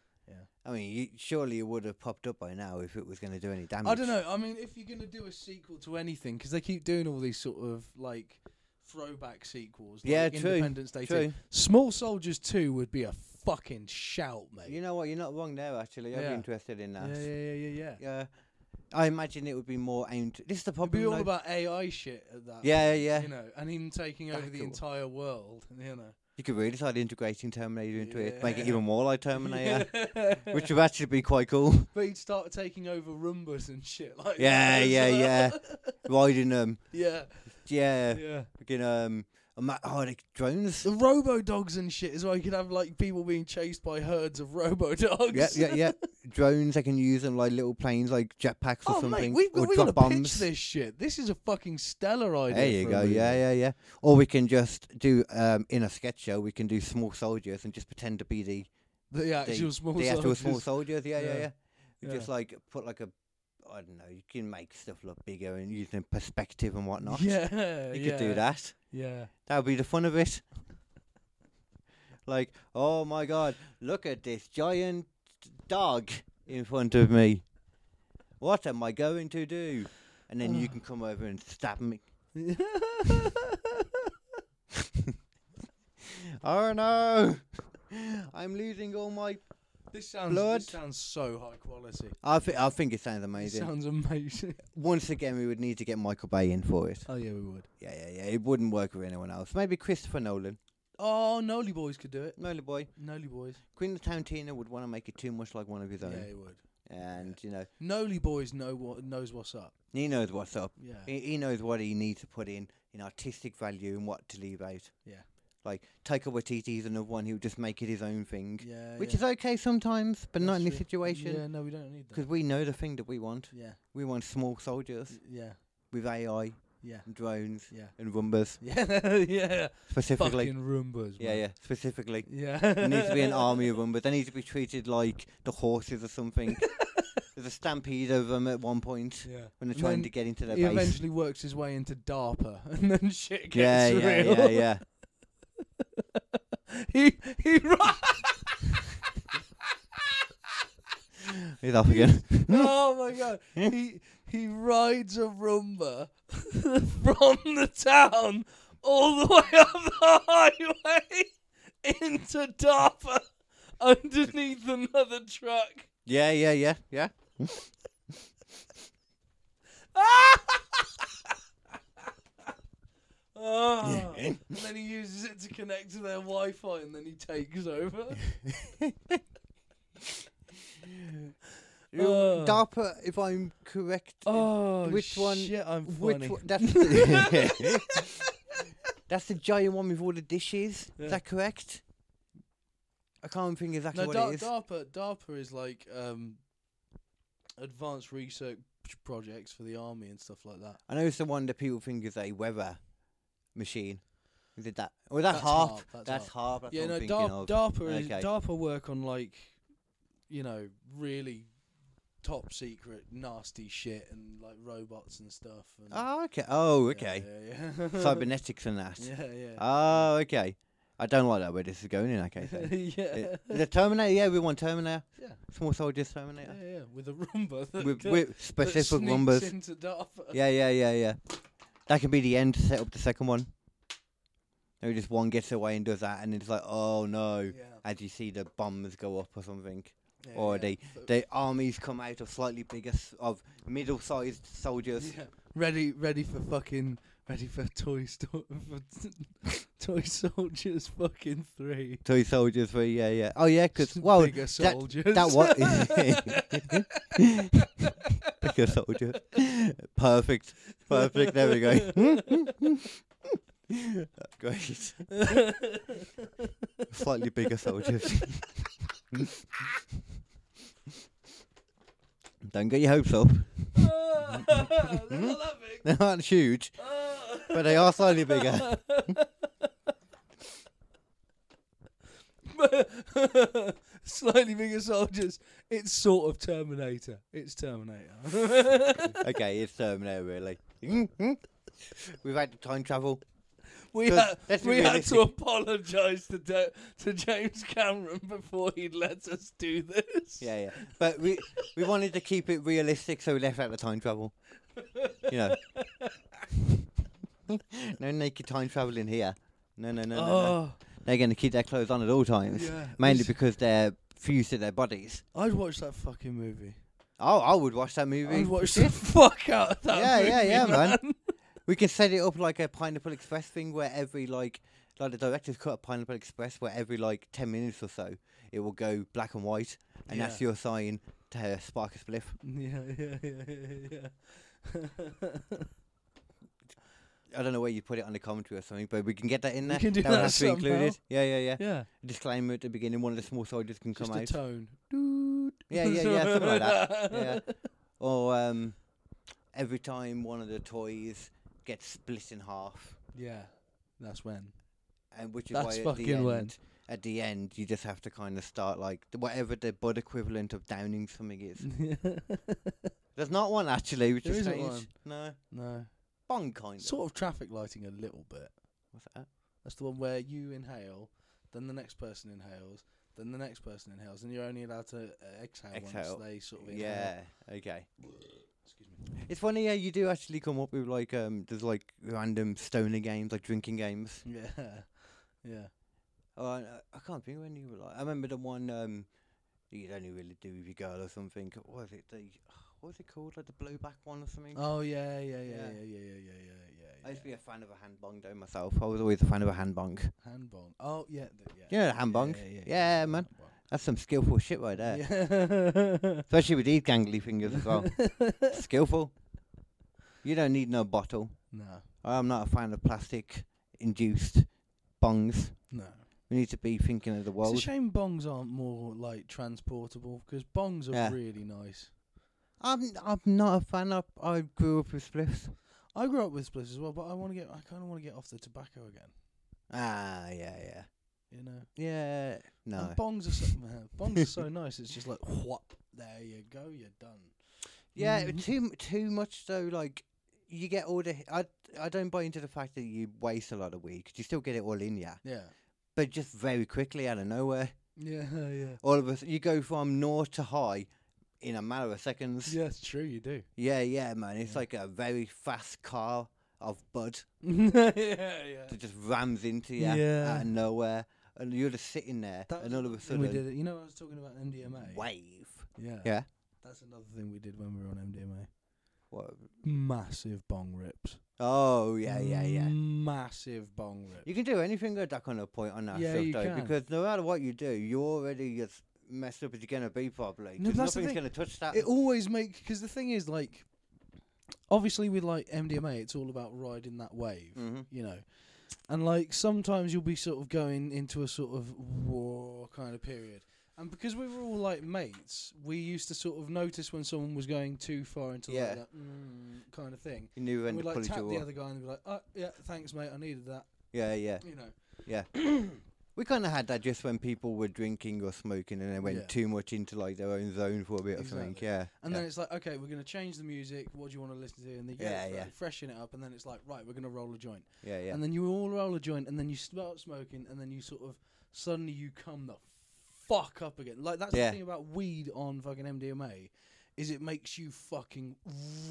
B: I mean, you, surely it would have popped up by now if it was going to do any damage.
A: I don't know. I mean, if you're gonna do a sequel to anything, because they keep doing all these sort of like throwback sequels. Like
B: Yeah, true,
A: Independence Day.
B: True.
A: 2. Small Soldiers Two would be a fucking shout, mate.
B: You know what? You're not wrong there. Actually, I'd
A: Yeah.
B: be interested in that.
A: yeah, yeah, yeah, yeah, yeah.
B: Yeah. I imagine it would be more aimed. This is the
A: It'd be
B: problem.
A: all
B: though.
A: about AI shit at that.
B: yeah,
A: point,
B: yeah.
A: You know, and him taking over the
B: Tackle.
A: entire world. You know.
B: You could really start integrating Terminator into it, make it
A: Yeah.
B: even more like Terminator,
A: Yeah.
B: which would actually be quite cool.
A: but he'd start taking over Roombas and shit like.
B: Yeah,
A: that as
B: yeah, yeah.
A: well.
B: Riding them,
A: yeah.
B: yeah,
A: Yeah.
B: fucking um, a ma- oh, like drones.
A: The robo dogs and shit as well. You could have like people being chased by herds of robo dogs.
B: Yeah, yeah, yeah. drones. They can use them like little planes, like jetpacks or
A: Oh mate,
B: something,
A: we've
B: or
A: got, we've got
B: drop
A: to
B: bombs.
A: pitch this shit. This is a fucking stellar idea.
B: There you
A: for a
B: go.
A: movie.
B: Yeah, yeah, yeah. Or we can just do um in a sketch show. We can do small soldiers and just pretend to be the
A: The actual small
B: the actual
A: soldiers.
B: small soldiers. Yeah, yeah,
A: Yeah.
B: yeah. We
A: Yeah.
B: Just like put like a, I don't know. You can make stuff look bigger and using perspective and whatnot.
A: Yeah,
B: you
A: yeah,
B: could do that.
A: Yeah,
B: That would be the fun of it. Like, oh my god, look at this giant dog in front of me. What am I going to do? And then you can come over and stab me. Oh no! I'm losing all my.
A: This sounds
B: Blood.
A: this sounds so high quality.
B: I, th- I think it sounds
A: It
B: amazing.
A: sounds amazing.
B: Once again, we would need to get Michael Bay in for it.
A: oh yeah, we would.
B: Yeah, yeah, yeah. It wouldn't work with anyone else. Maybe Christopher Nolan.
A: Oh, Nolly Boys could do it.
B: Nolan boy.
A: Nolly Boys.
B: Quentin Tarantino would want to make it too much like one of his
A: Yeah,
B: own.
A: he would.
B: And, you know,
A: Nolly Boys know what knows what's up.
B: he knows what's up.
A: Yeah.
B: He, he knows what he needs to put in, in artistic value and what to leave out.
A: Yeah.
B: Like, Taika Waititi is another one who just make it his own thing.
A: yeah.
B: Which
A: yeah.
B: is okay sometimes, but not
A: That's
B: in this
A: true.
B: situation.
A: Yeah, no, we don't need
B: Because
A: that.
B: we know the thing that we want.
A: Yeah.
B: We want small soldiers
A: Yeah.
B: with AI
A: Yeah.
B: and drones
A: Yeah.
B: and Rumbas,
A: Yeah. yeah.
B: specifically.
A: Fucking Roombas.
B: yeah, yeah, specifically.
A: Yeah.
B: There needs to be an army of them, but they need to be treated like the horses or something. There's a stampede of them at one point
A: Yeah.
B: when they're
A: And
B: trying
A: then
B: to get into their
A: He
B: base.
A: eventually works his way into DARPA, and then shit gets
B: Yeah, yeah,
A: real.
B: yeah, yeah.
A: he he. ri-
B: He's off again.
A: oh my god. He he rides a Roomba from the town all the way up the highway into DARPA underneath another truck.
B: Yeah, yeah, yeah, yeah.
A: Oh, and then he uses it to connect to their Wi-Fi, and then he takes over.
B: Um,
A: Uh.
B: DARPA, if I'm correct.
A: Oh,
B: Which one-
A: Shit, I'm
B: which
A: funny.
B: one- that's, the, that's the giant one with all the dishes.
A: Yeah.
B: Is that correct? I can't think exactly
A: No,
B: what
A: Dar-
B: it is.
A: DARPA, DARPA is like um, advanced research projects for the army and stuff like that.
B: I know it's the one that people think is a weather machine. Is it that? Or is that
A: That's
B: harp?
A: harp, that's
B: That's, harp. That's
A: yeah,
B: what
A: no,
B: I'm thinking
A: Dar-
B: of.
A: DARPA is
B: Okay.
A: DARPA work on like, you know, really top secret nasty shit and like robots and stuff. And
B: oh, okay. Oh,
A: yeah,
B: okay.
A: Yeah, yeah.
B: Cybernetics and that.
A: yeah, yeah.
B: Oh, okay. I don't like that where this is going in that case. Then.
A: yeah.
B: Uh, the Terminator, yeah, we want Terminator.
A: Yeah.
B: Small soldiers
A: Yeah,
B: Terminator.
A: yeah, with a Roomba that,
B: With,
A: that-
B: with
A: that
B: specific
A: sneaks
B: numbers.
A: into DARPA.
B: Yeah, yeah, yeah, yeah. That could be the end to set up the second one. Maybe just one gets away and does that, and it's like, oh no.
A: Yeah,
B: As you see the bombs go up or something.
A: yeah,
B: Or
A: yeah.
B: they-
A: But-
B: The armies come out of slightly bigger, s- of middle sized soldiers.
A: Yeah. Ready, ready for fucking, ready for Toy Story, for Toy Soldiers fucking three.
B: Toy soldiers, but yeah, yeah. Oh, yeah, because,
A: S-
B: well,
A: bigger soldiers.
B: that what? bigger soldiers. Perfect. Perfect. There we go. Great. Slightly bigger soldiers. Don't get your hopes up.
A: They're not that big.
B: They aren't huge,
A: Ah.
B: but they are slightly bigger.
A: Slightly bigger soldiers. It's sort of Terminator. It's Terminator.
B: okay, it's Terminator, really. We've had time travel.
A: we
B: Good.
A: had,
B: Let's be
A: we had
B: realistic.
A: to apologise to Da- to James Cameron before he let us do this.
B: Yeah, yeah. But we we wanted to keep it realistic, so we left out the time travel. You know. no naked time travel in here. No, no, no, no, no.
A: oh,
B: They're going to keep their clothes on at all times,
A: yeah.
B: mainly
A: It's-
B: because they're fused to their bodies.
A: I'd watch that fucking movie.
B: Oh, I would watch that movie.
A: I'd watch the fuck out of that
B: yeah,
A: movie.
B: yeah, yeah,
A: man.
B: man. We can set it up like a Pineapple Express thing, where every like, like the director's cut of Pineapple Express, where every like ten minutes or so, it will go black and white, and that's
A: Yeah.
B: your sign to spark a spliff.
A: Yeah, yeah, yeah, yeah, yeah.
B: I don't know where you put it on the commentary or something, but we can get that in
A: We
B: there.
A: can do
B: would
A: that
B: have to be included.
A: somehow.
B: Yeah, yeah, yeah.
A: yeah.
B: Disclaimer at the beginning: one of the small soldiers can
A: Just
B: come
A: a
B: out.
A: tone. Doot.
B: Yeah, yeah, yeah, something like that. Yeah. Or um, every time one of the toys gets split in half,
A: Yeah, that's when.
B: and which is
A: That's
B: why at the
A: fucking
B: end,
A: when.
B: at the end, you just have to kind of start like th- whatever the bud equivalent of downing something is. There's not one actually, which
A: There
B: is
A: isn't
B: strange.
A: one.
B: No,
A: no.
B: bong kind of.
A: Sort of traffic lighting a little bit.
B: What's that?
A: That's the one where you inhale then the next person inhales, then the next person inhales, and you're only allowed to uh, exhale,
B: Exhale.
A: once they sort of inhale.
B: Yeah. Okay.
A: Excuse me.
B: It's funny how you do actually come up with like um there's like random stoner games like drinking games.
A: Yeah. Yeah.
B: Oh, I, I can't think of any. Like I remember the one um that you'd only really do with your girl or something. What was it? The what was it called? Like the blowback one or something.
A: Oh yeah, yeah, yeah, yeah,
B: Yeah.
A: yeah, yeah, yeah, yeah, yeah.
B: I used to be a fan of a hand bong though myself. I was always a fan of a hand bong.
A: hand bong. Oh yeah, th- yeah.
B: You know the hand bong? Yeah, man. That's some skillful shit right there.
A: Yeah.
B: Especially with these gangly fingers as well. skillful. You don't need no bottle.
A: no,
B: I'm not a fan of plastic induced bongs.
A: no.
B: We need to be thinking of
A: It's
B: the
A: a
B: world.
A: shame bongs aren't more like transportable because bongs are
B: Yeah.
A: really nice.
B: I'm I'm not a fan. I I grew up with spliffs.
A: I grew up with splits as well, but I want to get. I kind of want to get off the tobacco again.
B: Ah, yeah, yeah,
A: You know.
B: yeah. No,
A: And bongs are so, bongs are so nice. It's just like whop. There you go. You're done.
B: yeah.
A: Mhm.
B: Too m- too much though. Like you get all the. I I don't buy into the fact that you waste a lot of weed 'cause you still get it all in ya,
A: Yeah.
B: but just very quickly out of nowhere.
A: Yeah. Yeah.
B: All of us, you go from naught to high in a matter of seconds.
A: Yeah, it's true. You do.
B: Yeah, yeah, man. It's
A: Yeah.
B: like a very fast car of bud
A: yeah. Yeah.
B: that just rams into you
A: Yeah.
B: out of nowhere, and you're just sitting there,
A: That
B: and all of a
A: was another thing we
B: sudden,
A: did it. You know, I was talking about MDMA.
B: wave.
A: Yeah.
B: Yeah.
A: That's another thing we did when we were on MDMA.
B: What?
A: Massive bong rips.
B: Oh yeah, yeah, yeah.
A: Mm. Massive bong rips.
B: You can do anything at that kind of point on that
A: Yeah,
B: stuff,
A: you
B: though,
A: can.
B: because no matter what you do, you're already as messed up as you're gonna be, probably.
A: No,
B: 'cause
A: that's the
B: nothing's
A: thing.
B: gonna touch that.
A: It always makes because the thing is like, obviously with like MDMA, it's all about riding that wave,
B: Mhm.
A: you know, and like sometimes you'll be sort of going into a sort of war kind of period. And because we were all like mates, we used to sort of notice when someone was going too far into
B: Yeah.
A: like that mm, kind of thing.
B: You knew when
A: we'd
B: to
A: like
B: pull
A: tap
B: your
A: the
B: jaw.
A: other guy and be like, "Oh yeah, thanks mate, I needed that,"
B: Yeah, yeah.
A: you know.
B: We kind of had that just when people were drinking or smoking, and they went
A: Yeah.
B: too much into like their own zone for a bit or something.
A: Exactly.
B: Yeah.
A: And
B: yeah.
A: then it's like, okay, we're gonna change the music. What do you want to listen to? And they
B: Yeah,
A: yeah,
B: yeah.
A: freshen it up. And then it's like, right, we're gonna roll a joint.
B: yeah, yeah.
A: and then you all roll a joint, and then you start smoking, and then you sort of suddenly you come the fuck up again. Like that's
B: Yeah.
A: the thing about weed on fucking MDMA, is it makes you fucking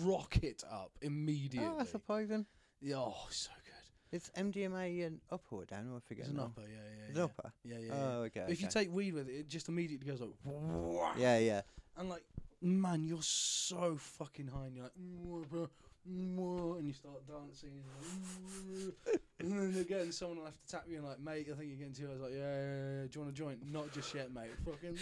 A: rocket up immediately.
B: oh, that's surprising.
A: Yeah, oh, so good.
B: It's MDMA an up or down? Or I forget.
A: It's an
B: now.
A: upper, yeah, yeah,
B: It's
A: yeah,
B: an upper.
A: yeah, yeah. yeah.
B: Oh, okay.
A: If you
B: okay.
A: take weed with it, it just immediately goes like,
B: yeah, yeah,
A: and like, man, you're so fucking high, and you're like, "Mwah, bruh, mwah," and you start dancing, and, you're like, and then again, someone will have to tap you and like, mate, I think you're getting too. I was like, yeah, yeah, yeah, yeah. do you want a joint? Not just yet, mate. Fucking.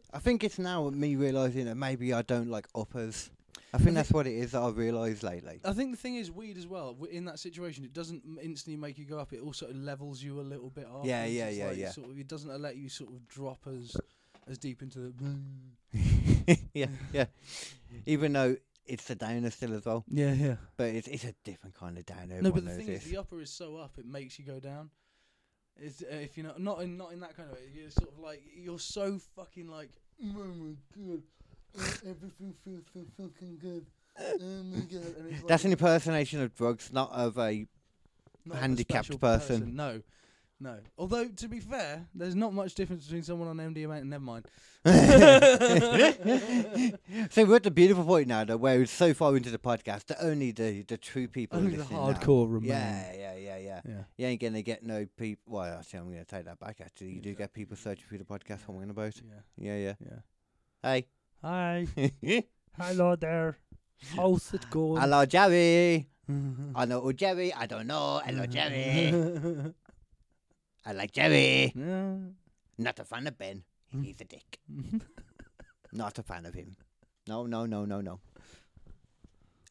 B: I think it's now me realizing that maybe I don't like uppers. I think
A: thi-
B: that's what it is that I've realized lately.
A: I think the thing is, weed as well. w- In that situation, it doesn't m- instantly make you go up. It also levels you a little bit off.
B: Yeah,
A: and
B: yeah,
A: it's
B: yeah,
A: like
B: yeah.
A: Sort of, it doesn't let you sort of drop as as deep into the.
B: yeah, yeah. Even though it's a downer still as well,
A: Yeah, yeah.
B: but it's it's a different kind of downer.
A: No,
B: everyone
A: but the
B: knows
A: thing
B: this.
A: is, the upper is so up, it makes you go down. It's, uh, if you know, not in not in that kind of way. You're sort of like you're so fucking like, oh my god, uh, everything feels so fucking good. Oh my god, and it's like
B: that's an impersonation of drugs, not of a.
A: not a
B: handicapped
A: special
B: person.
A: No, no. Although to be fair, there's not much difference between someone on MDMA and never mind.
B: so we're at the beautiful point now, though, where it's so far into the podcast that only the the true people. are
A: Only the
B: listening now.
A: hardcore remain.
B: Yeah, yeah, yeah, yeah.
A: Yeah.
B: You ain't gonna get no people. Well, actually, I'm gonna take that back. Actually, you do get
A: Exactly.
B: people searching through the podcast. I'm gonna about.
A: Yeah.
B: Yeah, yeah.
A: Yeah.
B: Hey,
C: Hi. Hello there. How's it going?
B: hello, Jerry. I know oh, Jerry. I don't know. Hello, Jerry. I like Jerry. Not a fan of Ben. He's a dick. Not a fan of him. No, no, no, no, no.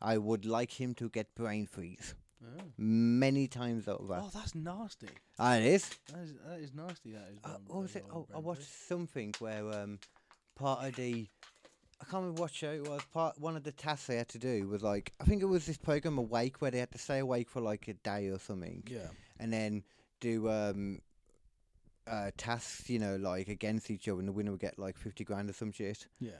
B: I would like him to get brain freeze
A: Oh.
B: many times over.
A: Oh, that's nasty.
B: Ah, it is.
A: That is, that is nasty. That is.
B: Uh,
A: one
B: what was
A: very
B: it?
A: well
B: Oh, I
A: remembered.
B: watched something where um, part of the I can't remember what show it was. Part one of the tasks they had to do was like I think it was this program Awake where they had to stay awake for like a day or something,
A: Yeah.
B: and then do um, uh, tasks you know like against each other, and the winner would get like fifty grand or some shit.
A: Yeah.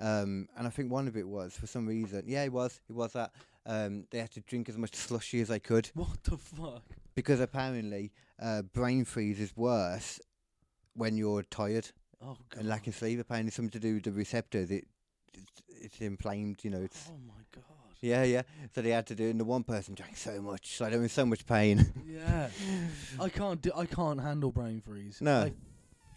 B: Um, and I think one of it was for some reason, yeah, it was, it was that um, they had to drink as much slushy as they could.
A: What the fuck?
B: because apparently uh, brain freeze is worse when you're tired
A: Oh god.
B: and lack of sleep. Apparently, something to do with the receptors. It it's, it's inflamed. You know. It's
A: oh my god.
B: yeah, yeah. So they had to do it, and the one person drank so much, so they were in so much pain.
A: Yeah. I can't do. I can't handle brain freeze.
B: No.
A: I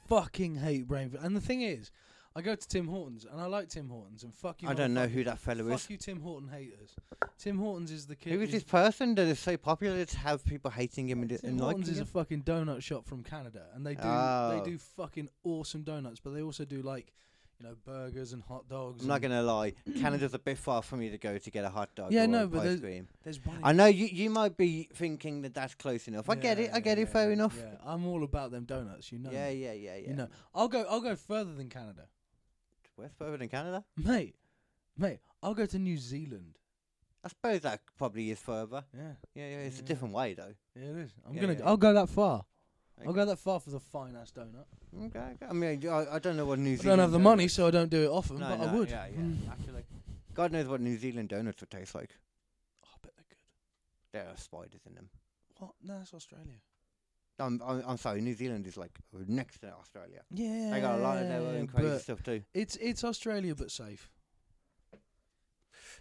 A: fucking hate brain freeze. And the thing is, I go to Tim Hortons and I like Tim Hortons and fuck you.
B: I don't know
A: motherfucker-
B: who that fellow
A: Fuck
B: is.
A: you, Tim Horton haters. Tim Hortons is the kid.
B: Who is this person that is so popular to have people hating him and,
A: Tim
B: and
A: Hortons
B: liking
A: is a
B: him?
A: fucking donut shop from Canada, and they do
B: Oh.
A: they do fucking awesome donuts, but they also do like, you know, burgers and hot dogs.
B: I'm not
A: and
B: gonna lie, Canada's a bit far for me to go to get a hot dog.
A: Yeah,
B: or
A: no,
B: a
A: but
B: ice
A: there's-
B: cream.
A: there's one. in-
B: I know you. You might be thinking that that's close enough. I get
A: Yeah,
B: it. I get
A: yeah,
B: it. Fair
A: yeah,
B: enough.
A: Yeah, I'm all about them donuts. You know.
B: Yeah,
A: me.
B: yeah, yeah, yeah.
A: You know, I'll go. I'll go further than Canada,
B: We're further than Canada.
A: mate. Mate, I'll go to New Zealand.
B: I suppose that probably is further.
A: Yeah,
B: Yeah, yeah. It's a
A: Yeah.
B: different way though.
A: yeah it is. I'm
B: Yeah,
A: gonna.
B: yeah,
A: I'll go that far. I'll
B: Okay.
A: go that far for the fine ass donut.
B: Okay. okay. I mean, I, I don't know what New
A: I
B: Zealand.
A: don't have the money,
B: donuts-
A: so I don't do it often.
B: No,
A: but I
B: no,
A: would.
B: Yeah,
A: Mm.
B: yeah. Actually, God knows what New Zealand donuts would taste like.
A: Oh, I bet they're good.
B: There are spiders in them.
A: What? No, that's Australia.
B: I'm, I'm, I'm sorry. New Zealand is like next to Australia.
A: Yeah.
B: They got a lot of their own crazy
A: but
B: stuff too.
A: It's it's Australia, but safe.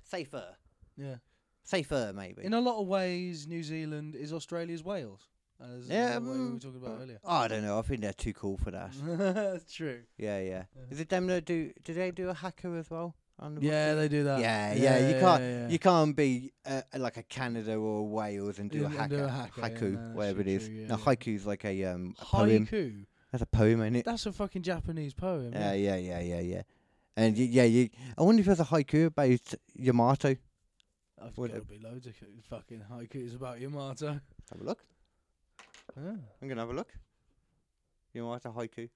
B: Safer,
A: Yeah.
B: safer maybe.
A: In a lot of ways, New Zealand is Australia's Wales. As
B: Yeah,
A: yeah, we were
B: mm,
A: talking about earlier.
B: I don't know. I think they're too cool for that.
A: That's true.
B: Yeah, yeah.
A: Mm-hmm. Yeah.
B: Is it them that do? Do they do a hacker as well? On the
A: Yeah, they do that.
B: Yeah, yeah, you can't-
A: yeah.
B: You can't be uh, like a Canada or Wales and do a
A: And- and
B: hacker,
A: do a haka, yeah,
B: haiku,
A: no, that's
B: whatever it
A: true,
B: is.
A: true, yeah,
B: no,
A: yeah.
B: haiku's like a um a poem.
A: Haiku.
B: That's a poem, ain't it?
A: That's a fucking Japanese poem.
B: Yeah,
A: Yeah.
B: yeah, yeah, yeah, yeah. And y- yeah, you. I wonder if there's a haiku about Yamato.
A: I've
B: Would
A: got to
B: it-
A: be loads of c- fucking haikus about Yamato.
B: Have a look.
A: Yeah.
B: I'm gonna have a look. Yamato haiku.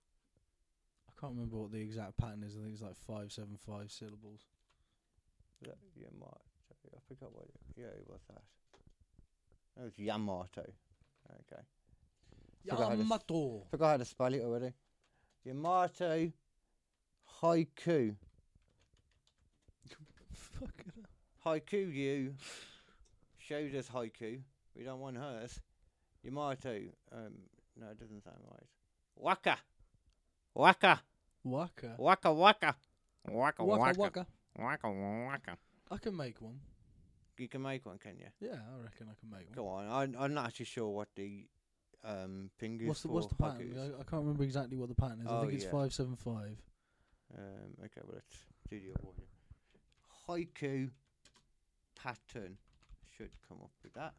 A: I can't remember what the exact pattern is. I think it's like five, seven, five syllables.
B: Yeah, Yamato. I forgot what. It, yeah, it was that. That was Yamato. Okay. Forgot how to s-
A: Yamato.
B: Forgot how to spell it already. Yamato haiku.
A: Fucking hell.
B: Haiku you showed us haiku. We don't want hers. Yamato. Um, no, it doesn't sound right. Waka. Waka.
A: Waka.
B: Waka waka. Waka
A: Waka
B: waka.
A: waka.
B: Waka waka.
A: I can make one.
B: You can make one, can you?
A: Yeah, I reckon I can make one.
B: Go on. I'm, I'm not actually sure what the um thing is
A: What's the
B: for
A: what's the pattern?
B: haikus.
A: I, I can't remember exactly what the pattern is.
B: Oh,
A: I think it's
B: yeah.
A: five seven five.
B: Um, okay, well, let's do the other one. Haiku pattern should come up with that.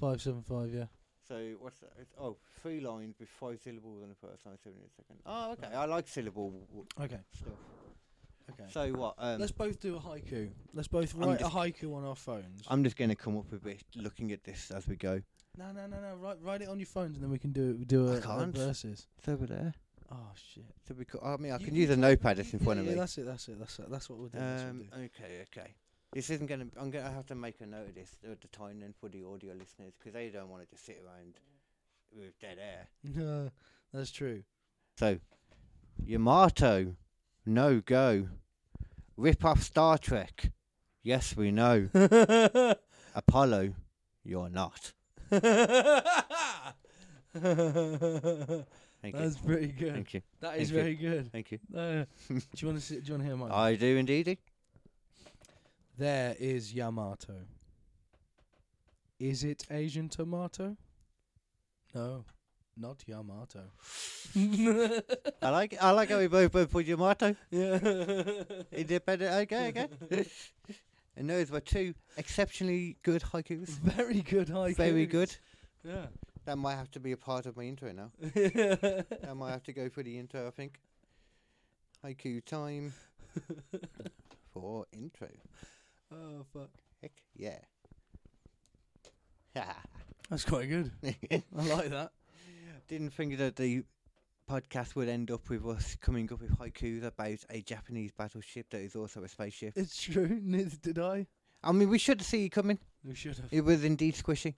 A: Five seven five, yeah.
B: So what's that? It's, oh, three lines with five syllables in the first line, seven in the second. Oh, okay. I like syllable w-
A: Okay.
B: stuff.
A: Okay.
B: So what? Um,
A: Let's both do a haiku. Let's both
B: I'm
A: write a
B: just-
A: haiku on our phones.
B: I'm just going to come up with it, looking at this as we go.
A: no, no, no, no. Write write it on your phones and then we can do it do
B: I
A: a, a
B: can't.
A: verses.
B: It's over there.
A: Oh shit.
B: So we co- I mean, I
A: You
B: can
A: can
B: use a
A: do-
B: notepad
A: You-
B: that's in front
A: yeah,
B: of
A: yeah,
B: me.
A: That's it, that's it, that's it. That's what we'll do. that's what
B: um,
A: we'll do.
B: okay, okay. This isn't going to. I'm going to have to make a note of this at the time then for the audio listeners because they don't want to just sit around with dead air.
A: No, that's true.
B: So, Yamato, no go. Rip off Star Trek. Yes, we know. Apollo, you're not.
A: that's
B: Thank you.
A: pretty good.
B: Thank you.
A: That is
B: Thank you.
A: very good.
B: Thank you.
A: Uh, do you want to see, do you want to hear mine?
B: I do indeed.
A: There is Yamato. Is it Asian tomato? No, not Yamato.
B: I like. I like how we both both put Yamato.
A: yeah.
B: Independent. Okay, okay. and those were two exceptionally good haikus.
A: Very good haiku.
B: Very good.
A: Yeah.
B: That might have to be a part of my intro now. I might have to go for the intro. I think. Haiku time for intro.
A: oh fuck.
B: Heck yeah.
A: That's quite good. I like that.
B: Didn't think that the podcast would end up with us coming up with haikus about a Japanese battleship that is also a spaceship.
A: It's true. Neither did I.
B: I mean, we should see it coming.
A: We should have.
B: It was indeed squishy.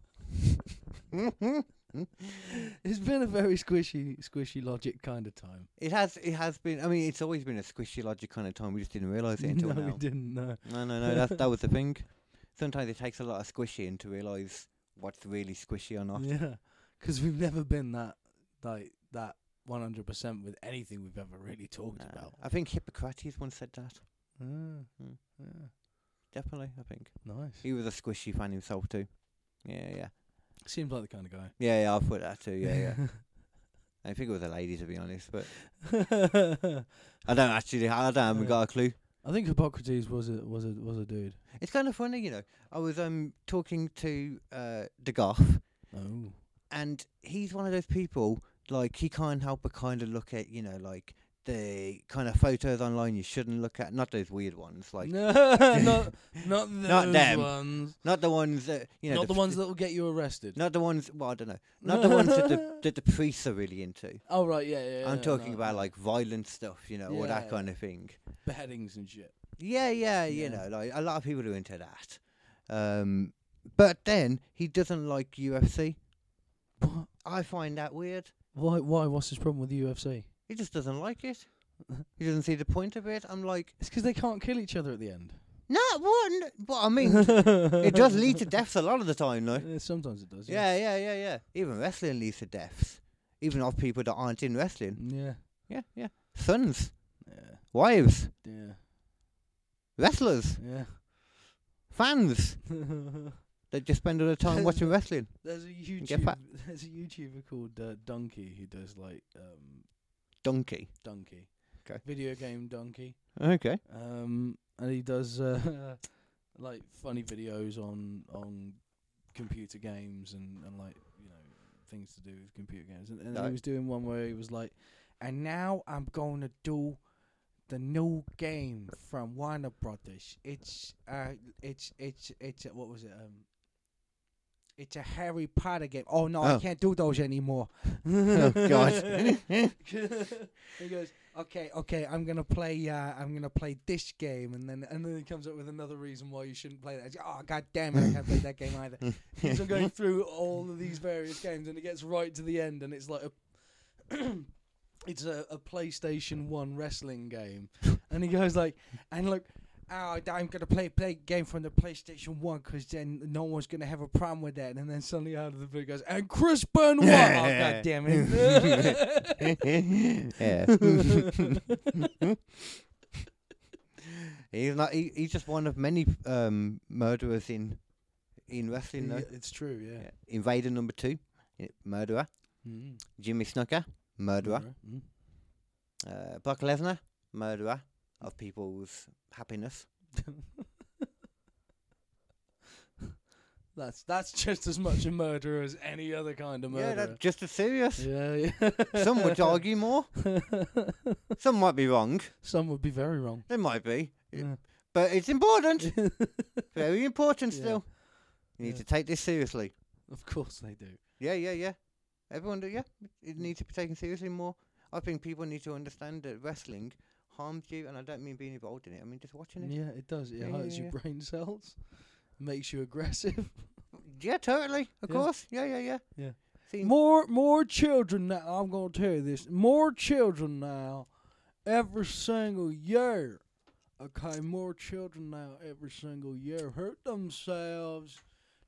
A: It's been a very squishy, squishy logic kind of time.
B: It has. It has been. I mean, it's always been a squishy logic kind of time. We just didn't realise it until
A: no, we
B: now.
A: didn't. No.
B: No, no, no. That that was the thing. Sometimes it takes a lot of squishing to realise what's really squishy or not.
A: Yeah, because we've never been that like that one hundred percent with anything we've ever really talked
B: No.
A: about.
B: I think Hippocrates once said that.
A: Mm.
B: Mm.
A: Yeah,
B: Definitely, I think
A: nice.
B: he was a squishy fan himself too. Yeah, yeah,
A: Seems like the kind of guy.
B: yeah, yeah. I put that too. Yeah, yeah. I think it was a lady to be honest, but I don't actually. I don't. haven't
A: Yeah.
B: got a clue.
A: I think Hippocrates was a was a was a dude.
B: It's kind of funny, you know. I was um talking to uh De Goff,
A: Oh,
B: and he's one of those people like he can't help but kind of look at you know like the kind of photos online you shouldn't look at, not those weird ones, like
A: no, not not those
B: Not them.
A: ones.
B: not the ones that you know,
A: not the, ones
B: that,
A: that will get you arrested.
B: not the ones. Well, I don't know, not the ones that the that the priests are really into.
A: Oh right, yeah, yeah.
B: I'm
A: yeah,
B: talking
A: no,
B: about
A: no.
B: like violent stuff, you know, all that
A: Yeah.
B: kind of thing.
A: beheadings and shit.
B: Yeah, yeah, you
A: Yeah.
B: know, like a lot of people are into that. Um, but then he doesn't like UFC.
A: What?
B: I find that weird.
A: Why? Why? What's his problem with the UFC?
B: He just doesn't like it. He doesn't see the point of it. I'm like,
A: It's because they can't kill each other at the end.
B: no, what? But I mean,
A: it
B: it does lead to deaths a lot of the time, though.
A: sometimes it does.
B: Yeah, yeah, yeah, yeah. Even wrestling leads to deaths, even of people that aren't in wrestling.
A: Yeah.
B: Yeah, yeah. Sons,
A: Yeah.
B: wives,
A: Yeah.
B: wrestlers,
A: Yeah.
B: fans that just spend all their time watching wrestling.
A: there's a
B: Get
A: YouTube.
B: fat.
A: There's a YouTuber called uh, Donkey who does like um,
B: Donkey.
A: Donkey.
B: 'Kay.
A: Video game Donkey.
B: Okay.
A: Um, and he does uh, like funny videos on on computer games and and like you know things to do with computer games. And, and he
B: Right.
A: was doing one where he was like, and now I'm going to do the new game from Warner Brothers. It's uh, it's it's it's what was it um. It's a Harry Potter game. Oh no, I
B: Oh.
A: can't do those anymore.
B: Oh God.
A: he goes, "Okay, okay, I'm gonna play. Uh, I'm gonna play this game," and then and then he comes up with another reason why you shouldn't play that. He's, Oh, god damn it, I can't play that game either. He's been going through all of these various games, and it gets right to the end, and it's like a. It's a, a PlayStation One wrestling game, and he goes like, and like, oh, I'm gonna play play a game from the PlayStation One because then no one's gonna have a problem with that. And then suddenly out of the blue goes, and Chris Benoit, oh, god damn it,
B: yeah. he's not. He, he's just one of many um, murderers in in wrestling. Though.
A: Yeah, it's true, yeah.
B: Yeah. Invader number two, i- murderer.
A: Mm.
B: Jimmy Snooker, murderer.
A: Alright, mm.
B: Uh, Brock Lesnar, murderer of people's happiness.
A: That's that's just as much a murder as any other kind of
B: Yeah,
A: murder.
B: that's just as serious.
A: Yeah, yeah.
B: Some would argue more. Some might be wrong.
A: Some would be very wrong.
B: They might be,
A: Yeah.
B: but it's important. Very important.
A: Yeah.
B: Still, you need
A: Yeah.
B: to take this seriously.
A: Of course they do.
B: Yeah, yeah, yeah. Everyone, do, yeah,
A: Mm.
B: it needs to be taken seriously more. I think people need to understand that wrestling harms you, and I don't mean being involved in it. I mean just watching it.
A: Yeah, it does. It
B: Yeah, yeah,
A: hurts
B: yeah.
A: your brain cells, makes you aggressive.
B: Yeah, totally. Of
A: Yeah.
B: course. Yeah, yeah, yeah.
A: Yeah.
B: See,
A: More more children now. I'm gonna tell you this. More children now, every single year. Okay, more children now every single year hurt themselves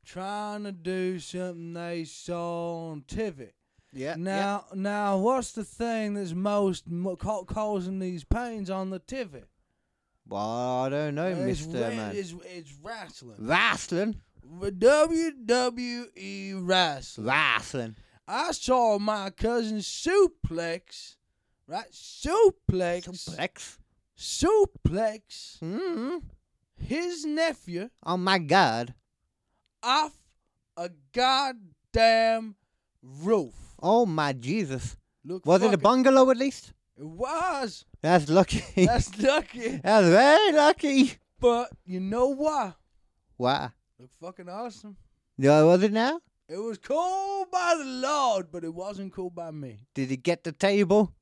A: trying to do something they saw on TV.
B: yeah, yeah.
A: Now, now, what's the thing that's most mo- ca- causing these pains on the TV?
B: Well, I don't know,
A: it's,
B: Mister
A: ra-
B: Man.
A: it's, it's wrestling.
B: Wrestling,
A: WWE E wrestling.
B: wrestling.
A: I saw my cousin suplex, right? Suplex,
B: Suplex.
A: suplex
B: Mm-hmm.
A: his nephew
B: Oh my God.
A: off a goddamn roof.
B: Oh my Jesus.
A: Look,
B: Was it a
A: fucking-
B: bungalow at least?
A: It was.
B: That's lucky.
A: That's lucky.
B: That's very lucky.
A: But you know what?
B: Wow.
A: Look fucking awesome.
B: Yeah, was it now?
A: It was cool by the Lord, but it wasn't cool by me.
B: Did he get the table?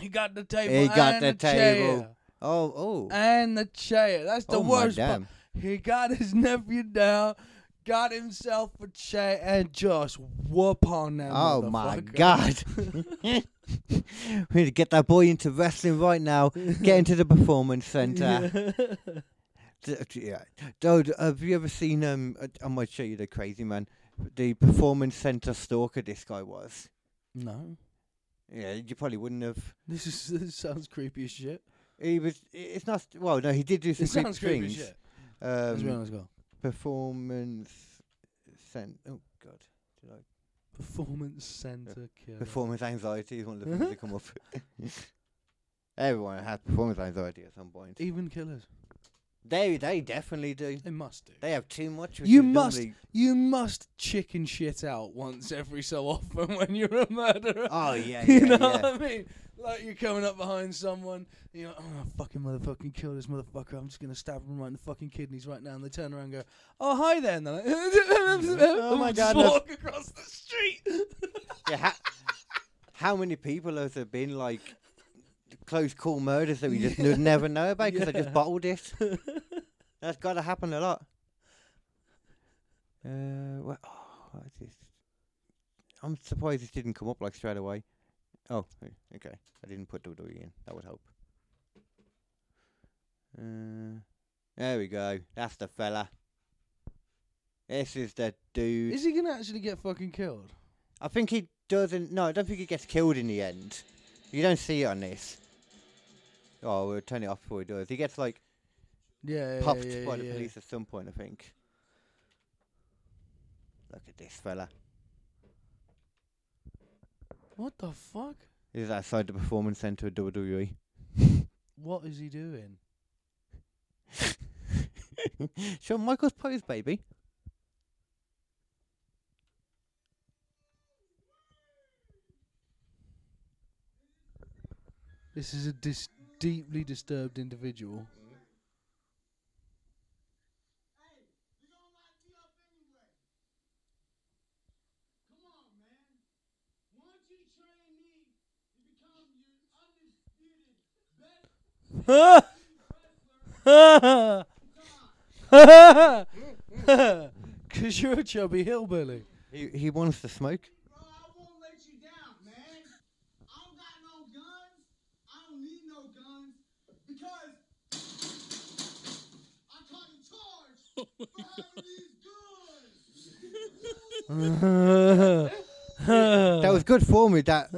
A: He got the table.
B: He got
A: and
B: the table.
A: chair.
B: Oh, oh.
A: and the chair. That's the
B: oh
A: worst
B: my
A: part.
B: damn.
A: He got his nephew down, got himself a chair, and just whoop on that.
B: Oh my
A: motherfucker.
B: god. we need to get that boy into wrestling right now. Get into the performance center. D- d- Yeah. Dude, have you ever seen um I- I might show you the crazy man. the performance center stalker this guy was.
A: No.
B: Yeah, you probably wouldn't have.
A: This is this sounds creepy as shit.
B: He was. It's not. Well, no, he did do some
A: It sounds creepy as
B: creepy things.
A: shit. Let's be
B: Um,
A: honest, go.
B: performance center. Oh God, did I?
A: Performance center killer.
B: Performance anxiety is one of the
A: Mm-hmm.
B: things that come up. Everyone has performance anxiety at some point.
A: Even killers.
B: They they definitely do.
A: They must do.
B: They have too much. which
A: You
B: is
A: must-
B: normally-
A: You must chicken shit out once every so often when you're a murderer.
B: Oh yeah, yeah,
A: you know
B: yeah.
A: what I mean? Like you're coming up behind someone, and you're like, I'm gonna fucking motherfucking kill this motherfucker. I'm just gonna stab him right in the fucking kidneys right now. And they turn around and go, Oh hi there. And they're like, Oh
B: my
A: just
B: God, that's-
A: walk across the street.
B: Yeah, how, how many people has there been like close call murders that we just n- never know about because I
A: Yeah.
B: just bottled it? That's got to happen a lot. Uh, what, oh, what is this? I'm surprised this didn't come up like straight away. Oh, o- okay. I didn't put WWE in. That would help. Uh, there we go. That's the fella. This is the dude.
A: Is he gonna actually get fucking killed?
B: I think he doesn't. No, I don't think he gets killed in the end. You don't see it on this. Oh, we'll turn it off before he does. He gets like
A: Yeah. yeah,
B: popped
A: yeah,
B: by the
A: yeah.
B: police at some point, I think. Look at this fella.
A: What the fuck?
B: He's outside the performance center of WWE. E.
A: What is he doing?
B: Shawn Michaels pose, baby.
A: This is a dis- deeply disturbed individual. Cause you're a chubby hillbilly.
B: He he wants to smoke.
D: Bro, I won't let you down, man. I don't got no guns. I don't need no guns because I caught a charge for having these guns.
B: That was good form with that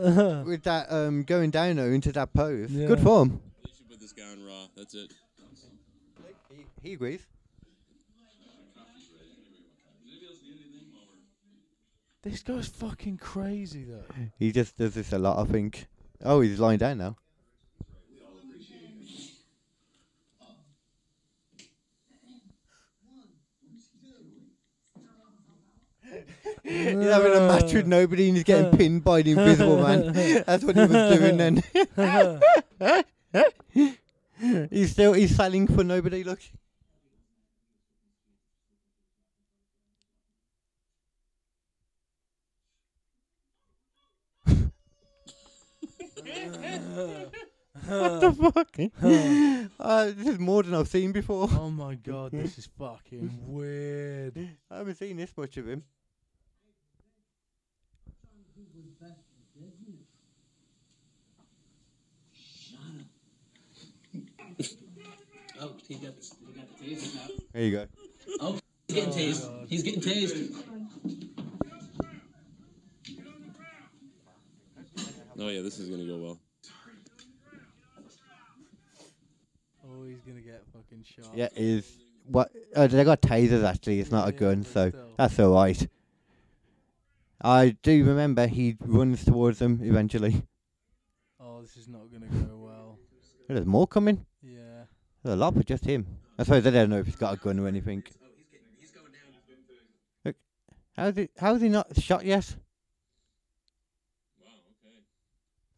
B: with that um going down though into that pose. Good
A: Yeah.
B: form.
E: They should put this guy on Raw. That's it.
B: He, he agrees.
A: this guy's fucking crazy though.
B: He just does this a lot, I think. Oh, he's lying down now. he's having a match with nobody and he's getting pinned by the invisible man. That's what he was doing then. he's still he's selling for nobody, look. What the fuck? uh, this is more than I've seen before.
A: Oh my god, this is fucking weird.
B: I haven't seen this much of him.
F: Oh, he got, he got the taser now.
B: There you go.
F: He's getting tased. He's getting tased.
E: Oh yeah, this is gonna go well.
A: Oh, he's gonna get fucking shot.
B: Yeah, it is what? Oh, they got tasers actually. It's not a
A: Yeah,
B: gun,
A: but
B: so
A: still.
B: that's all right. I do remember he runs towards them eventually.
A: Oh, this is not gonna go well.
B: There's more coming.
A: Yeah.
B: There's a lot for just him. I suppose I don't know if he's got a gun or anything. Look, how's he? How's he not shot yet?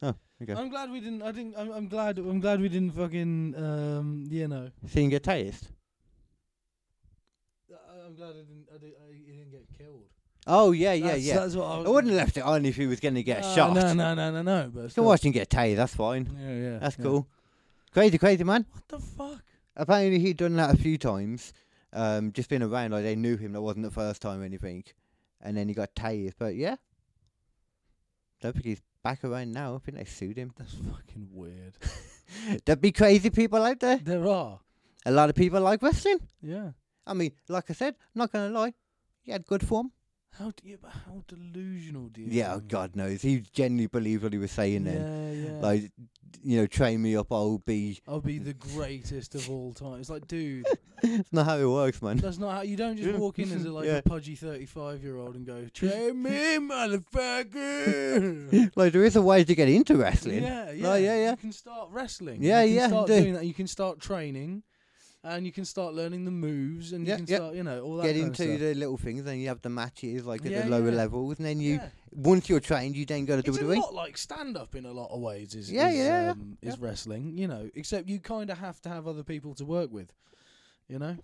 B: Oh, okay.
A: I'm glad we didn't. I didn't. I'm, I'm glad. I'm glad we didn't fucking. Um, you know.
B: Seeing a taste.
A: I- I'm glad I didn't. I didn't, I, he didn't get killed.
B: Oh yeah, yeah,
A: That's-
B: yeah.
A: That's what I, was
B: I wouldn't have left it on if he was going to get
A: Uh,
B: shot.
A: No, no, no, no, no. But
B: You can
A: still.
B: watch him get tased. That's fine.
A: Yeah, yeah.
B: That's
A: yeah.
B: cool. Crazy, crazy man.
A: What the fuck?
B: Apparently he'd done that a few times. Um, just been around like they knew him. That wasn't the first time or anything. And then he got tased. But yeah, don't think he's back around now. I think they sued him.
A: That's fucking weird.
B: There'd be crazy people out there.
A: there are.
B: A lot of people like wrestling.
A: Yeah.
B: I mean, like I said, not gonna lie, he had good form.
A: How do you, how delusional do you?
B: Yeah, oh,
A: think?
B: God knows. He genuinely believed what he was saying then.
A: Yeah, yeah.
B: Like, you know, train me up, I'll be.
A: I'll be the greatest of all time. It's like, dude,
B: It's not how it works, man.
A: that's not how you don't just walk in as a, like
B: Yeah.
A: a pudgy thirty-five-year-old and go, "Train me, motherfucker."
B: like, there is a way to get into wrestling.
A: yeah, yeah,
B: Like, yeah, yeah.
A: You can start wrestling.
B: Yeah,
A: you can
B: yeah,
A: Start
B: do.
A: doing that. You can start training, and you can start learning the moves, and
B: Yeah,
A: you can
B: yeah.
A: start, you know, all that.
B: Get
A: kind
B: into
A: of stuff.
B: the little things, then you have the matches, like at
A: Yeah,
B: the lower
A: yeah.
B: levels, and then you,
A: Yeah.
B: once you're trained, you then go to E.
A: It's a
B: WWE.
A: lot like stand up in a lot of ways. Is
B: Yeah,
A: is,
B: yeah, yeah,
A: um, is wrestling. You know, except you kind of have to have other people to work with. You know,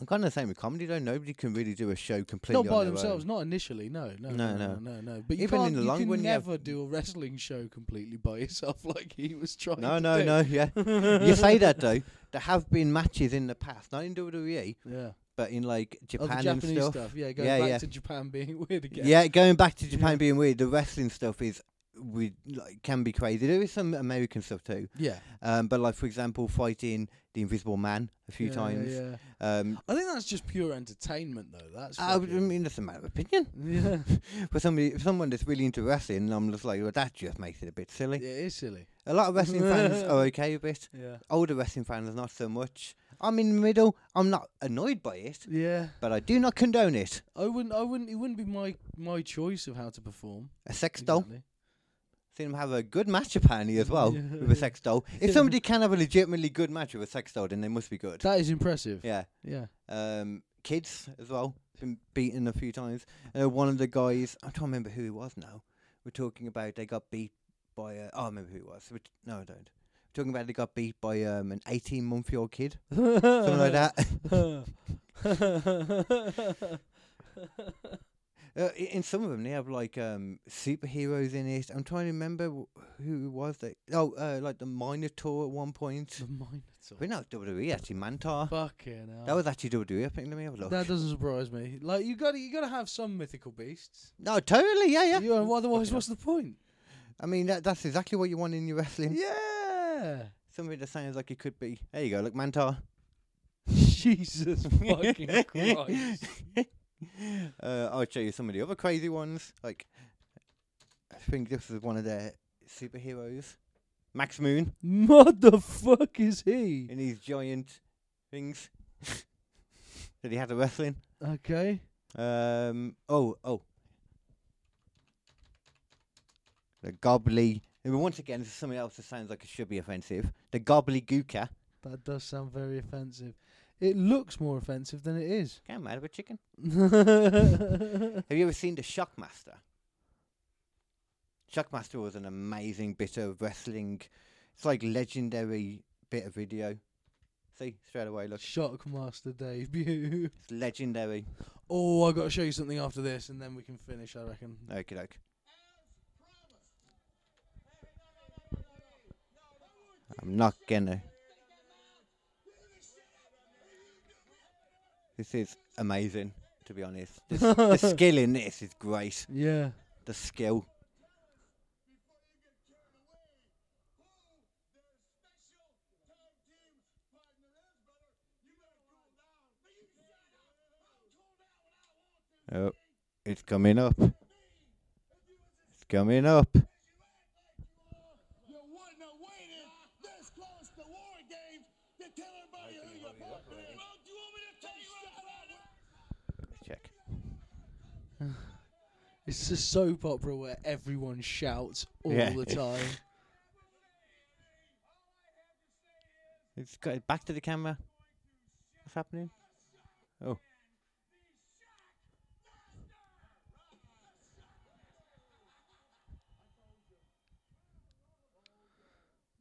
B: I'm kind of the same with comedy, though. Nobody can really do a show completely
A: not by
B: on their
A: themselves.
B: Own.
A: Not initially. No, no, no, no,
B: No, no.
A: no. no. But you
B: Even in
A: can't.
B: the
A: you
B: long
A: can
B: run, you have-
A: never do a wrestling show completely by yourself, like he was trying.
B: No,
A: to
B: no,
A: do.
B: no. Yeah, you say that though. There have been matches in the past, not in E, WWE,
A: Yeah,
B: but in
A: oh,
B: like
A: the
B: Japan and
A: Japanese
B: stuff.
A: stuff. Yeah, going
B: Yeah,
A: back
B: yeah.
A: to Japan being weird again.
B: Yeah, going back to
A: Mm-hmm.
B: Japan being weird, the wrestling stuff is we like can be crazy. There is some American stuff too,
A: yeah,
B: um, but like for example, fighting the Invisible Man a few
A: yeah,
B: times.
A: yeah.
B: Um,
A: I think that's just pure entertainment, though. That's.
B: I would- I
A: fucking- Mm.
B: mean, that's a matter of opinion.
A: yeah,
B: For somebody, for someone that's really into wrestling, I'm just like, well, that just makes it a bit
A: yeah,
B: silly.
A: it is silly.
B: A lot of wrestling fans are okay with it.
A: Yeah,
B: Older wrestling fans, not so much. I'm in the middle. I'm not annoyed by it,
A: yeah.
B: but I do not condone it.
A: I wouldn't. I wouldn't. It wouldn't be my my choice of how to perform.
B: A sex doll.
A: exactly.
B: Seen him have a good match apparently as well
A: Yeah,
B: with a sex doll. If somebody can have a legitimately good match with a sex doll, then they must be good.
A: That is impressive.
B: Yeah.
A: Yeah.
B: Um, kids as well. Been beaten a few times. Uh, one of the guys, I can't remember who it was now. We're talking about they got beat by. Uh, oh, I remember who it was. We're t- no, I don't. We're talking about they got beat by um, an 18 month old kid, something like
A: Uh-huh.
B: that. Uh, i- in some of them, they have like um, superheroes in it. I'm trying to remember wh- who it was that. Oh, uh, like the Minotaur at one point.
A: the Minotaur.
B: We're not E WWE actually, Mantar.
A: Fucking hell.
B: That was actually WWE. I think. Let me have a look.
A: That doesn't surprise me. Like you got to you got to have some mythical beasts.
B: no, totally. Yeah, yeah.
A: You know, otherwise, what's the point?
B: I mean, that, that's exactly what you want in your wrestling.
A: Yeah.
B: Something that sounds like it could be. There you go. Look, Mantar.
A: Jesus fucking Christ.
B: Uh, I'll show you some of the other crazy ones. Like, I think this is one of their superheroes, Max Moon,
A: Motherfuck is he?
B: in these giant things that he had to wrestling.
A: Okay.
B: Um. Oh. Oh. The gobbly. And once again, this is something else that sounds like it should be offensive. The gobbly gooka.
A: That does sound very offensive. It looks more offensive than it is.
B: Can't matter with chicken.
A: no,
B: Have you ever seen the Shockmaster? Shockmaster was an amazing bit of wrestling. It's like legendary bit of video. See straight away. Look,
A: Shockmaster debut.
B: it's legendary.
A: Oh, I got to show you something after this, and then we can finish. I reckon.
B: Okie doke. I'm not gonna. This is amazing, to be honest. This, the skill in this is great.
A: Yeah.
B: The skill. Oh, it's coming up. It's coming up.
D: You wouldn't have waited this close to war games to tell everybody who your partner is. do you want me to tell
B: Let's
D: you
B: check.
A: It's a soap opera where everyone shouts all
B: Yeah.
A: the time.
B: It's got it back to the camera. What's happening? Oh.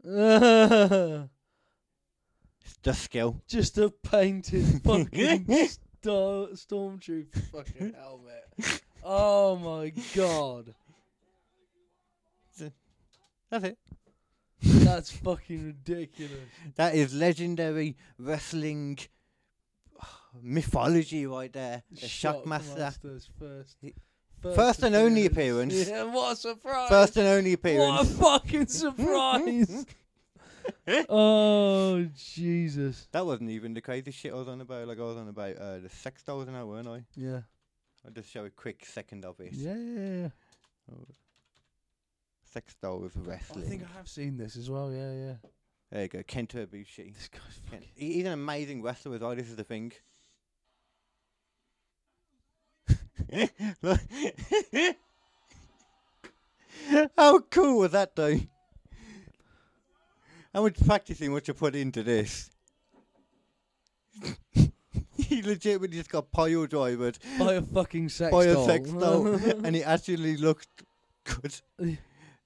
B: It's the skill.
A: Just a painted fucking star- stormtrooper fucking helmet. Oh my god.
B: That's it.
A: That's fucking ridiculous.
B: That is legendary wrestling mythology right there. The Shockmaster.
A: Shockmaster's First,
B: He- First and only appearance.
A: Yeah, what a surprise.
B: First and only appearance.
A: What a fucking surprise! oh Jesus!
B: That wasn't even the crazy shit I was on about. Like I was on about uh, the sex dolls and that, weren't I?
A: Yeah,
B: I'll just show a quick second of it.
C: Yeah, yeah, yeah.
B: Sex dolls
A: I
B: wrestling.
A: think I have seen this as well. Yeah, yeah.
B: there you go, Kento Ibushi.
A: This guy's
B: Ken-
A: fucking.
B: he- He's an amazing wrestler as well. This is the thing. Look. How cool was that, though? How much practicing would you put into this? he legitimately just got pile drivered
A: By a fucking sex
B: by a
A: doll.
B: sex doll, and he actually looked good.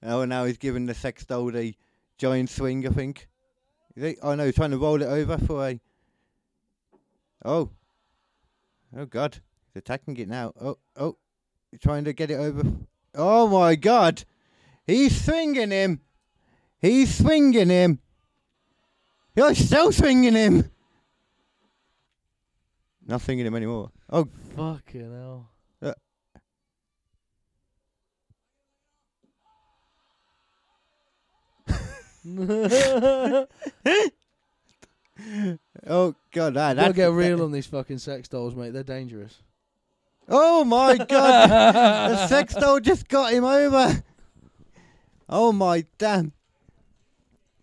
B: Oh, now he's giving the sex doll the giant swing, I think. Is he? Oh no, he's trying to roll it over for a. Oh. Oh God, he's attacking it now. Oh, oh, he's trying to get it over. Oh my God, he's swinging him. He's swinging him. He's still swinging him. Not swinging him anymore. Oh
A: fucking hell.
B: Oh god,
A: Gotta
B: that, that's
A: get real on these fucking sex dolls, mate. They're dangerous.
B: Oh my god, the sex doll just got him over. Oh my damn.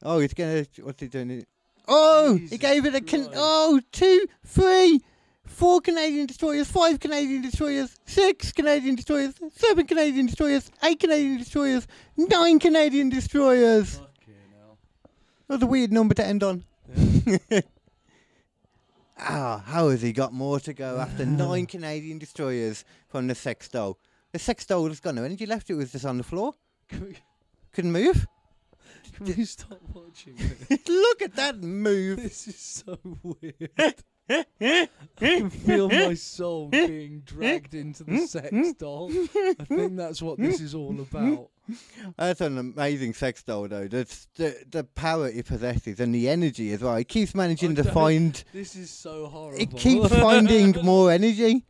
B: Oh, he's gonna. What's he doing? Oh, he
A: Jesus
B: gave it a. Can-
A: Christ.
B: oh, two, three, four Canadian destroyers, five Canadian destroyers, six Canadian destroyers, seven Canadian destroyers, eight Canadian destroyers, nine Canadian destroyers.
A: Fucking hell.
B: That was a weird number to end on. Ah, how has he got more to go after nine Canadian destroyers from the sex doll? The sex doll has got no energy left. It was just on the floor.
A: Can we,
B: Couldn't move.
A: can we stop watching this?
B: Look at that move.
A: This is so weird. I can feel my soul being dragged into the sex doll. I think that's what this is all about.
B: That's an amazing sex doll, though. The, the, the power it possesses and the energy as well. It keeps managing to
A: don't-
B: find.
A: This is so horrible.
B: It keeps finding more energy.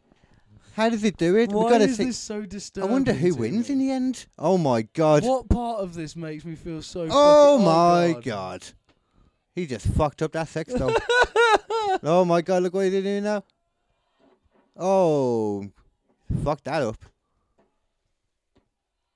B: How does it do it? We've
A: Why
B: gotta
A: is
B: see-
A: this so
B: I
A: disturbing?
B: wonder who
A: to
B: wins
A: me?
B: in the end. Oh my god.
A: What part of this makes me feel so?
B: Oh
A: fucking-
B: my god. He just fucked up that sex doll. oh my god, look what he's doing now. Oh, fuck that up.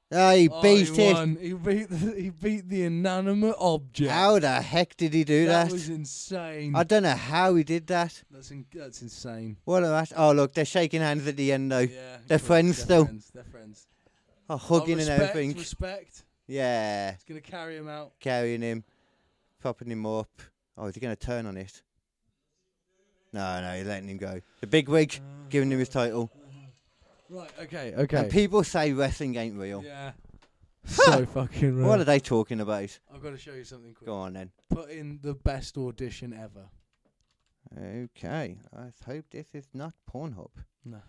B: Ah, he
A: Oh,
B: beat
A: he
B: it.
A: won. He beat the, he beat the inanimate object.
B: How the heck did he do
A: that
B: that?
A: was insane.
B: I don't know how he did that.
A: that's in, that's insane.
B: What a ass. Oh, look, they're shaking hands at the end though.
A: Yeah,
B: They're
A: good.
B: friends
A: they're
B: still.
A: Friends, they're friends.
B: Oh,
A: Oh,
B: hugging
A: respect,
B: and everything.
A: Respect.
B: yeah,
A: It's gonna carry him out.
B: carrying him, propping him up. Oh, is he going to turn on it? No, no, he's letting him go. The big wig, giving him his title.
A: Right. Okay.
B: And
A: Okay.
B: people say wrestling ain't real.
A: Yeah. so fucking real.
B: What are they talking about?
A: I've got to show you something quick.
B: Go on then.
A: Put in the best audition ever.
B: Okay, let's hope this is not Pornhub.
A: No.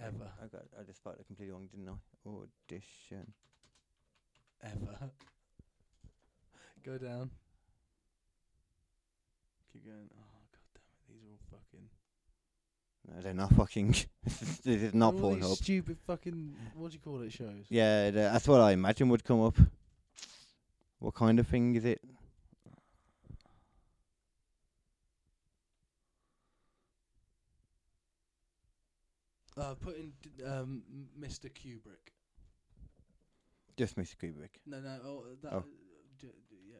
A: Ever.
B: I got, I just spelled it completely wrong, didn't I? Audition.
A: Ever. Go down. Keep going. Oh god damn it! These are all fucking.
B: No, they're not fucking. this is not
A: They're all these
B: Pornhub.
A: Stupid fucking. What do you call it? Shows.
B: Yeah, tha- that's what I imagine would come up. What kind of thing is it?
A: Uh, put in d- um, m- Mr. Kubrick.
B: Just Mr. Kubrick.
A: No, no. Oh, that.
B: Oh.
A: uh, d- d- yeah.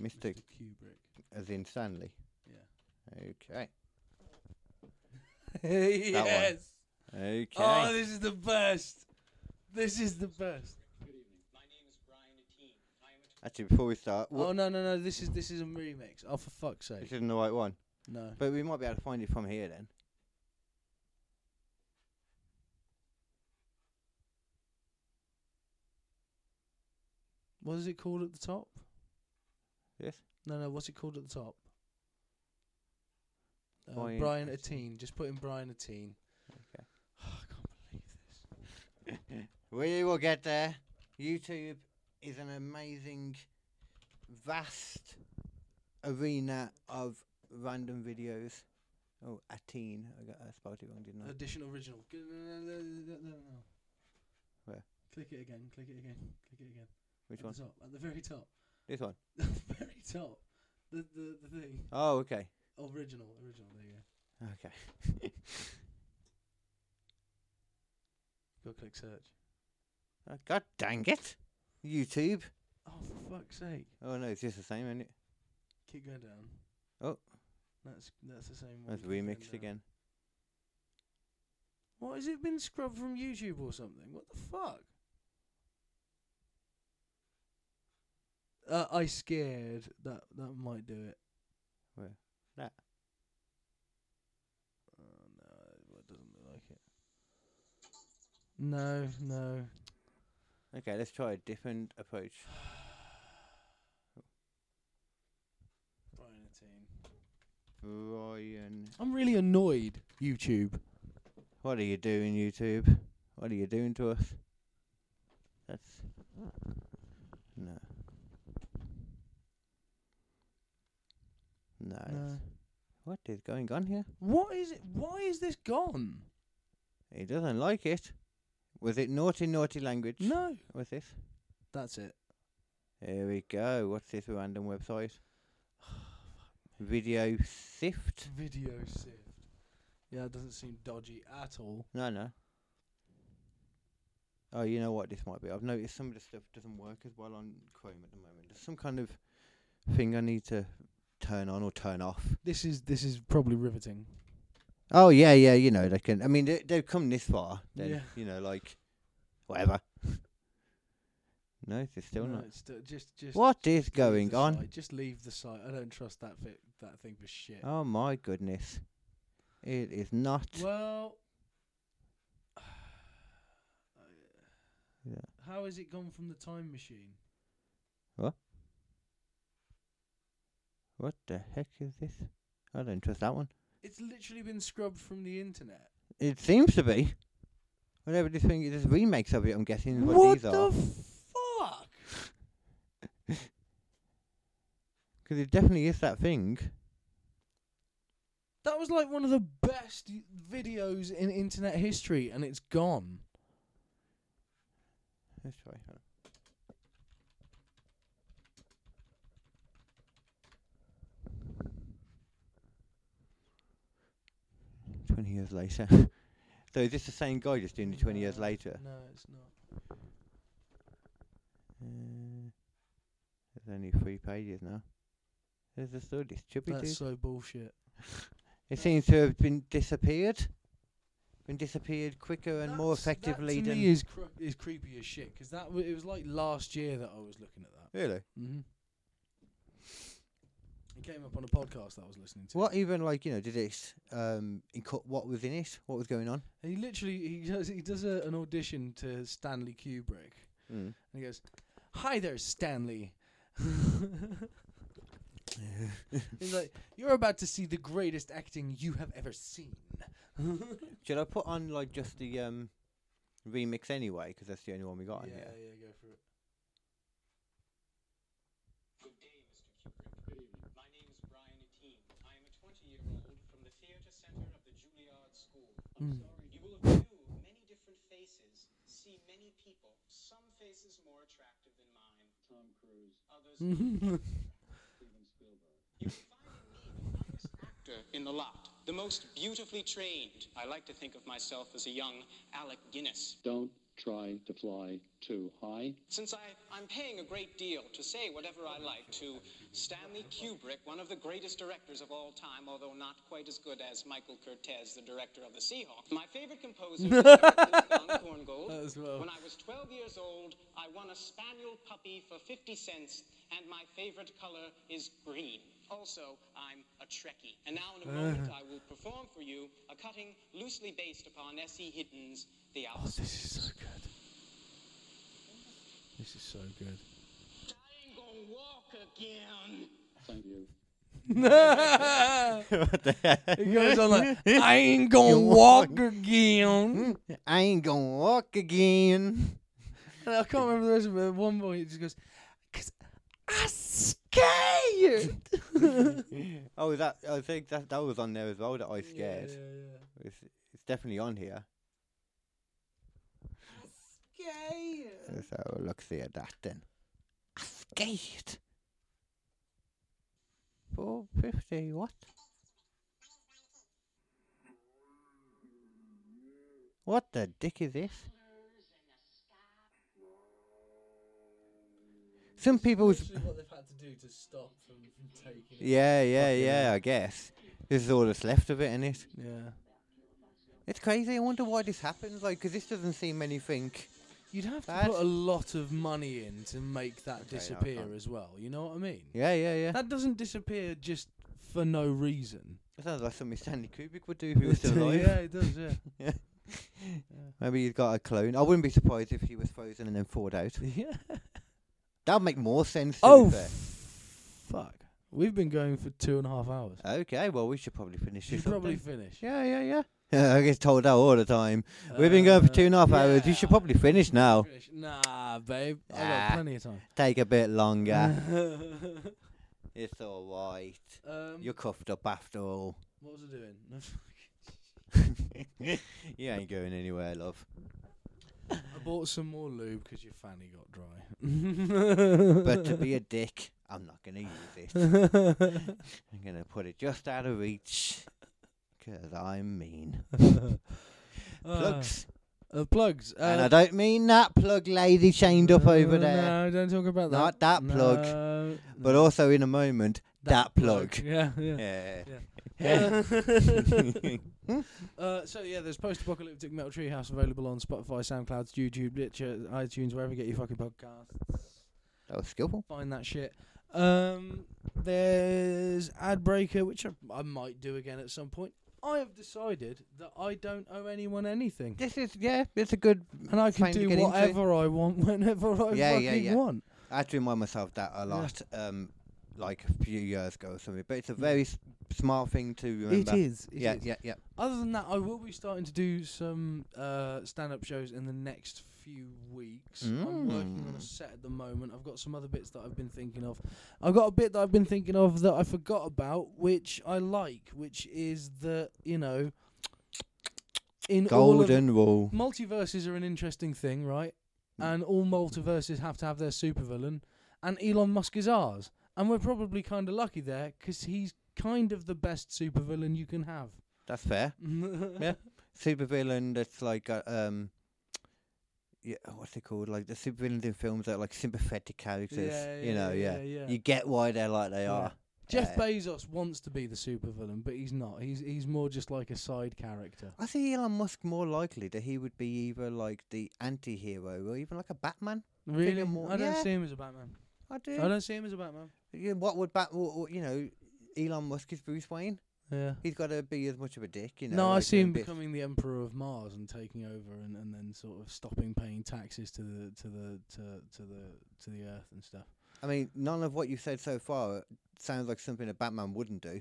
B: Mr.
A: Mr. Kubrick.
B: as in Stanley.
A: Yeah.
B: Okay.
A: yes.
B: Okay.
A: Oh, this is the best. This is the best.
B: Actually, before we start,
A: Oh
B: what,
A: no no no! This is this is a remix. Oh for fuck's
B: this
A: sake!
B: isn't the right one.
A: No.
B: But we might be able to find it from here then.
A: What is it called at the top?
B: Yes.
A: No no. What's it called at the top? Uh,
B: Brian
A: Brian Atteen. Just put in Brian Atteen.
B: Okay.
A: I can't believe this.
B: We will get there. YouTube is an amazing, vast arena of random videos. Oh, a teen. I got I spelled it wrong, didn't I?
A: Edition original. G- no, no, no, no, no, no.
B: Where?
A: Click it again. Click it again. Click it again.
B: Which
A: at
B: one?
A: The top, at the very top.
B: This one.
A: At the very top. The, the, the thing.
B: Oh, okay.
A: Original, original, there you go.
B: Okay.
A: Go click search.
B: Oh, God dang it. YouTube.
A: Oh, for fuck's sake.
B: Oh, no, it's just the same, isn't it?
A: Keep going down.
B: Oh.
A: That's that's the same one.
B: That's
A: Keep going
B: remixed
A: down.
B: again.
A: What, has it been scrubbed from YouTube or something? What the fuck? Uh, I scared. That that might do it.
B: Where? That?
A: Oh, no, that doesn't look like it. No, no.
B: Okay, let's try a different approach.
A: Brian and team.
B: Ryan.
A: I'm really annoyed, YouTube.
B: What are you doing, YouTube? What are you doing to us? That's. No. No.
A: No.
B: that's- What is going on here?
A: What is it? Why is this gone?
B: He doesn't like it. Was it naughty, naughty language?
A: No.
B: Was this?
A: That's it.
B: Here we go. What's this random website? Video sift?
A: Video sift. Yeah, that doesn't seem dodgy at all.
B: No, no. Oh, you know what this might be. I've noticed some of the stuff doesn't work as well on Chrome at the moment. There's some kind of thing I need to turn on or turn off.
A: This is this is probably riveting.
B: Oh yeah, yeah. You know they can. I mean, they, they've come this far. Then
A: Yeah.
B: you know, like whatever. no, it's still
A: No,
B: not.
A: it's still- just just
B: What is
A: leave the
B: going on?
A: site. Just leave the site. I don't trust that fit that thing for shit.
B: Oh my goodness, it is not.
A: Well,
B: Yeah.
A: how has it gone from the time machine?
B: What the heck is this? I don't trust that one.
A: It's literally been scrubbed from the internet.
B: It seems to be. Whatever this thing, this remakes of it. I'm guessing. is What,
A: what
B: these
A: the
B: are.
A: fuck?
B: Because it definitely is that thing.
A: That was like one of the best y- videos in internet history, and it's gone.
B: Let's try. hold on. Twenty years later. so is this the same guy just doing it twenty years
A: No,
B: later?
A: No, it's not.
B: Uh, there's only three pages now. There's just all this chubby
A: That's
B: dude.
A: so bullshit.
B: It seems to have been disappeared. Been disappeared quicker and more
A: That's-
B: effectively
A: that to
B: than
A: me is cre- is creepy as shit because that w- it was like last year that I was looking at that.
B: really.
A: Mm-hmm. It came up on a podcast that I was listening to.
B: What even like you know did it um inco- what was in it? What was going on?
A: He literally he does he does a, an audition to Stanley Kubrick,
B: Hmm.
A: and he goes, "Hi there, Stanley." He's like, "You're about to see the greatest acting you have ever seen."
B: Should I put on like just the um remix anyway? 'Cause that's the only one we got on
A: yeah,
B: here.
A: yeah, go for it.
G: Good day, Mr. Kubrick. Good evening. My name is Brian Ateen. I am a 20-year-old from the Theater Center of the Juilliard School. I'm sorry, you will view many different faces, see many people. Some faces more attractive than mine. Tom Cruise. Others. Steven Spielberg. You will find in me the youngest actor in the lot, the most beautifully trained. I like to think of myself as a young Alec Guinness.
H: Don't try to fly too high.
G: Since I, I'm paying a great deal to say whatever I like to Stanley Kubrick, one of the greatest directors of all time, although not quite as good as Michael Curtiz, the director of The Seahawks. My favorite composer is Don Korngold.
A: As well.
G: When I was 12 years old, I won a spaniel puppy for 50 cents, and my favorite color is green. Also, I'm a Trekkie. And now,
A: Uh-huh.
G: in a moment, I will perform for you a cutting loosely based upon S.E. Hiddens' The Outsider.
A: This is so good. This is so good.
G: I ain't gonna walk again.
H: Thank you.
A: He goes on like, "I ain't gonna walk again."
B: "Hmm, I ain't gonna walk again.
A: And I can't remember the rest of it. At one point, he just goes, "Cause I scared."
B: oh, that I think that that was on there as well. That I
A: Yeah,
B: scared. It's, it's definitely on here.
A: Scared.
B: So look see at that then. I scared. four fifty. What? What the dick is this? Some people's
A: Literally what they've had to do to stop from, from taking it.
B: yeah, yeah, yeah. I guess this is all that's left of it, and it
A: Yeah.
B: it's crazy. I wonder why this happens. Like, 'cause this doesn't seem anything.
A: You'd have to
B: Bad.
A: put a lot of money in to make that
B: no, I
A: disappear
B: can't.
A: as well. You know what I mean?
B: Yeah, yeah, yeah.
A: That doesn't disappear just for no reason.
B: That sounds like something Stanley Kubrick would do if he was still alive.
A: yeah, it does. Yeah.
B: Maybe he's got a clone. I wouldn't be surprised if he was frozen and then thawed out.
A: yeah.
B: That would make more sense. To
A: Oh,
B: Be fair.
A: fuck. We've been going for two and a half hours.
B: Okay, well, we should probably finish
A: Should
B: this. up
A: probably
B: then.
A: finish. Uh,
B: Yeah, yeah, yeah. I get told that all the time. We've been going for two and a half hours. You should probably finish now.
A: Finish. Nah, babe. I
B: Ah.
A: got plenty of time.
B: Take a bit
A: Uh.
B: longer. it's all right.
A: um,
B: You're cuffed up after all.
A: what was I doing?
B: you ain't going anywhere, love.
A: I bought some more lube 'cause your fanny got dry.
B: But to be a dick, I'm not going to use it. I'm going to put it just out of reach. 'Cause I'm mean. Plugs.
A: Uh, uh, plugs. Uh,
B: and I don't mean that plug lady chained up over
A: uh,
B: there.
A: No, don't talk about that.
B: Not that plug,
A: No,
B: But
A: no.
B: also in a moment, that, plug.
A: Yeah, yeah.
B: Yeah.
A: Uh, so yeah, there's post-apocalyptic Metal Treehouse available on Spotify, SoundCloud, YouTube, Stitcher, iTunes, wherever you get your fucking podcasts.
B: That was skillful.
A: Find that shit. Um, there's Adbreaker, which I, I might do again at some point. I have decided that I don't owe anyone anything,
B: This is yeah, it's a good.
A: and I can
B: Time to
A: do
B: get into it.
A: whatever I want whenever I
B: Yeah,
A: fucking
B: yeah, yeah.
A: want.
B: I had to remind myself that a lot, um, like a few years ago or something. But it's a very s- smart thing to remember.
A: It is. it
B: yeah,
A: is.
B: yeah, yeah.
A: Other than that, I will be starting to do some uh, stand-up shows in the next few weeks. I'm working on
B: Mm.
A: a set at the moment. I've got some other bits that I've been thinking of. I've got a bit that I've been thinking of that I forgot about, which I like, which is that you know, in all of-
B: Golden rule.
A: multiverses are an interesting thing, right?
B: Mm.
A: And all multiverses have to have their supervillain, and Elon Musk is ours. And we're probably kind of lucky there 'cause he's kind of the best supervillain you can have.
B: That's fair.
A: yeah.
B: Supervillain that's like uh, um, yeah, what's it called? Like the supervillains in films that are like sympathetic characters. you know, yeah. You get why they're like they
A: Yeah.
B: are.
A: Jeff
B: Yeah.
A: Bezos wants to be the supervillain, but he's not. He's he's more just like a side character.
B: I see Elon Musk more likely that he would be either like the anti-hero or even like a Batman.
A: Really,
B: him more-
A: I don't
B: yeah.
A: see him as a Batman.
B: I do.
A: I don't see him as a Batman.
B: Yeah, what would Bat? wha- wha- You know, Elon Musk is Bruce Wayne.
A: Yeah.
B: He's got to be as much of a dick, you know.
A: no, I
B: like,
A: see
B: a
A: him
B: bit-
A: becoming the emperor of Mars and taking over, and, and then sort of stopping paying taxes to the to the to, to the to the Earth and stuff.
B: I mean, none of what you said so far sounds like something a Batman wouldn't do.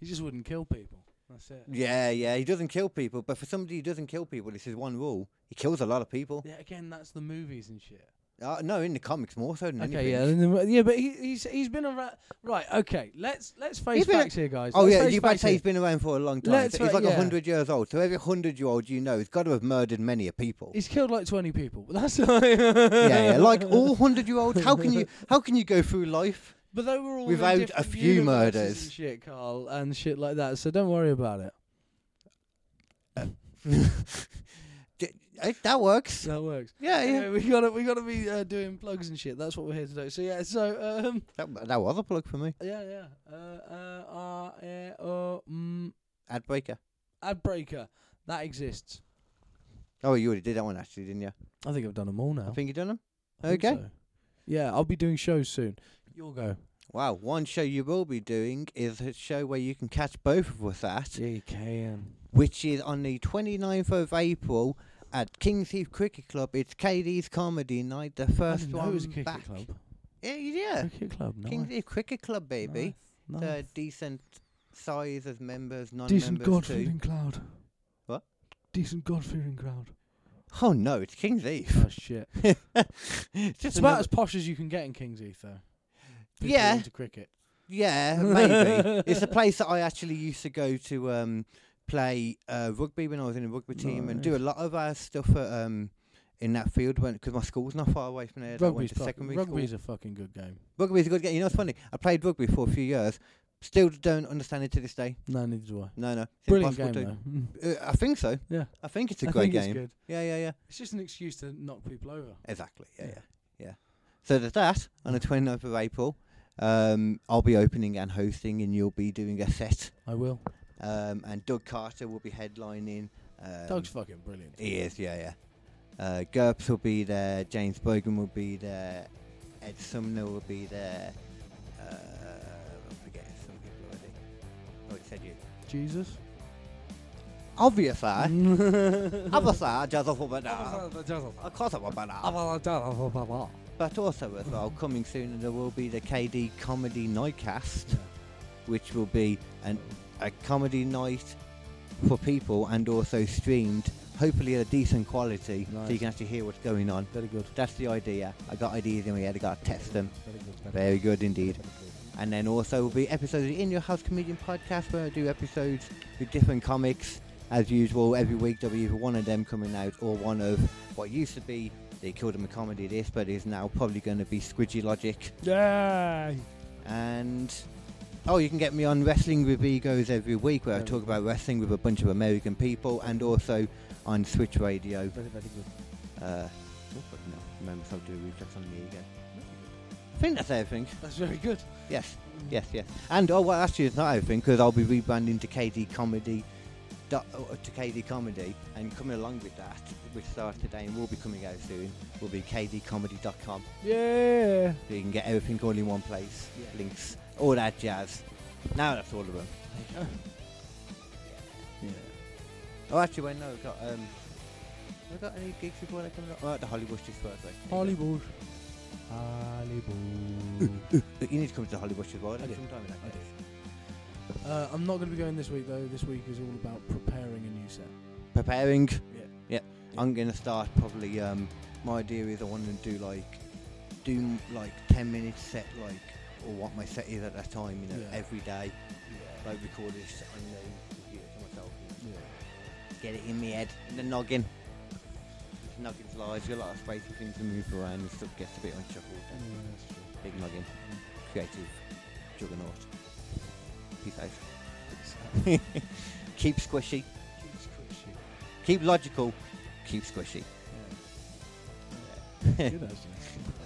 A: he just wouldn't kill people. That's it.
B: Yeah, yeah, he doesn't kill people, but for somebody who doesn't kill people, this is one rule: he kills a lot of people.
A: Yeah, again, that's the movies and shit.
B: Uh, no, in the comics more so than
A: Okay,
B: anything.
A: yeah, then- then- yeah, but he, he's he's been around. Right, okay, let's let's face
B: He's been a-
A: facts here, guys.
B: Oh
A: Let's
B: yeah,
A: face
B: you might
A: facts
B: say
A: here.
B: he's been around for a long time.
A: Let's
B: so he's
A: fa-
B: like a
A: yeah.
B: hundred years old. So every hundred year old you know, he's got to have murdered many a people.
A: He's killed like twenty people. But that's yeah,
B: yeah, yeah, like all hundred year olds. How can you how can you go through life?
A: But they were all in
B: Without a
A: different
B: few
A: universes
B: murders.
A: and shit, Carl, and shit like that. So don't worry about it.
B: D- eh, that works.
A: That works.
B: Yeah, yeah.
A: Anyway, we gotta we gotta be uh, doing plugs and shit. That's what we're here to do. So yeah, so um,
B: That, that was a plug for me.
A: yeah, yeah. Uh, uh, R, eh, oh, mm,
B: Ad breaker.
A: Adbreaker that exists.
B: Oh, you already did that one actually, didn't you?
A: I think I've done them all now.
B: I think you done them.
A: I think
B: okay.
A: so. Yeah, I'll be doing shows soon. You'll go.
B: Wow. One show you will be doing is a show where you can catch both of us at,
A: Gee, can.
B: which is on the 29th of April at King's Heath Cricket Club. It's KD's comedy night. The
A: I
B: first
A: didn't
B: one
A: know it was a cricket
B: back.
A: club.
B: Yeah, yeah.
A: Cricket club, nice.
B: King's Heath Cricket Club, baby.
A: Nice.
B: They're decent size as members, non-members
A: Decent God
B: too.
A: fearing crowd.
B: What?
A: Decent God fearing crowd.
B: Oh no, it's King's Heath.
A: Oh shit.
B: It's
A: It's
B: just
A: about
B: another-
A: as posh as you can get in King's Heath though. People
B: Yeah.
A: Into cricket.
B: Yeah, maybe. it's a place that I actually used to go to um, play uh, rugby when I was in a rugby team and do a lot of our stuff uh, at um, in that field when because my school's not far away from there. that I went
A: Rugby's,
B: to
A: fuck-
B: secondary school.
A: rugby's a fucking good game.
B: Rugby's a good game. You know what's funny? I played rugby for a few years. Still don't understand it to this day.
A: No, neither do I.
B: No, no. It's
A: Brilliant game
B: impossible
A: though.
B: to- Uh, I think so.
A: yeah,
B: I think it's a
A: I
B: great
A: think it's
B: game.
A: good.
B: Yeah, yeah, yeah.
A: It's just an excuse to knock people over.
B: Exactly. Yeah,
A: Yeah.
B: yeah, yeah. So there's that on the 29th of April. Um, I'll be opening and hosting, and you'll be doing a set.
A: I will.
B: Um, and Doug Carter will be headlining. Um,
A: Doug's fucking brilliant.
B: He is, yeah, yeah. Uh, Gerps will be there. James Bogan will be there. Ed Sumner will be there. Uh, I'm forgetting some people already. Oh, it said you.
A: Jesus.
B: Obvious, eh? Obvious, eh? Joseph Obadal. Of course, I'm Obadal. But also, as well, coming soon, there will be the KD Comedy Nightcast, which will be an, a comedy night for people and also streamed, hopefully at a decent quality, so you
A: Nice.
B: can actually hear what's going on.
A: Very good.
B: That's the idea. I got ideas in my head. I got to test them.
A: Very good.
B: Very good indeed. And then also will be episodes of the In Your House Comedian podcast where I do episodes with different comics. As usual, every week there'll be either one of them coming out or one of what used to be they called them a comedy this, but is now probably going to be Squidgy Logic.
A: Yay!
B: And oh, you can get me on Wrestling with Egos every week where I talk about wrestling with a bunch of American people, and also on Switch Radio.
A: Very, very good.
B: Uh, oh, but no, remember, so I'll do a reflex on the ego. I think that's everything.
A: That's very good.
B: Yes, yes, yes. And oh, well, actually, it's not everything because I'll be rebranding to KD Comedy, dot, uh, to KD Comedy, and coming along with that, which starts today and will be coming out soon, will be kdcomedy.com.
A: Yeah.
B: So you can get everything all in one place,
A: Yeah.
B: links, all that jazz. Now that's all of them.
A: Yeah.
B: Oh, actually, wait, no, we've got um, have we got any gigs before that coming up? Oh, at the Hollywood this Thursday.
A: Hollywood. Hollywood.
B: But you need to come to the Hollywood as well.
A: I do.
B: Sometime in that
A: I
B: case.
A: uh, I'm not going to be going this week though. This week is all about preparing a new set.
B: preparing.
A: Yeah.
B: yeah. I'm gonna start probably. Um, my idea is I want to do like, do like ten minutes set like, or what my set is at that time. You know,
A: Yeah.
B: every day. Like record this on the computer to myself.
A: Yeah.
B: Get it in my head, in the noggin. This noggin's large. You've got a lot of space for things to move around and stuff gets a bit unshuffled. Big noggin. Creative. Juggernaut. Peace out. Keep squishy. Keep logical. Keep squishy.
A: Good actually.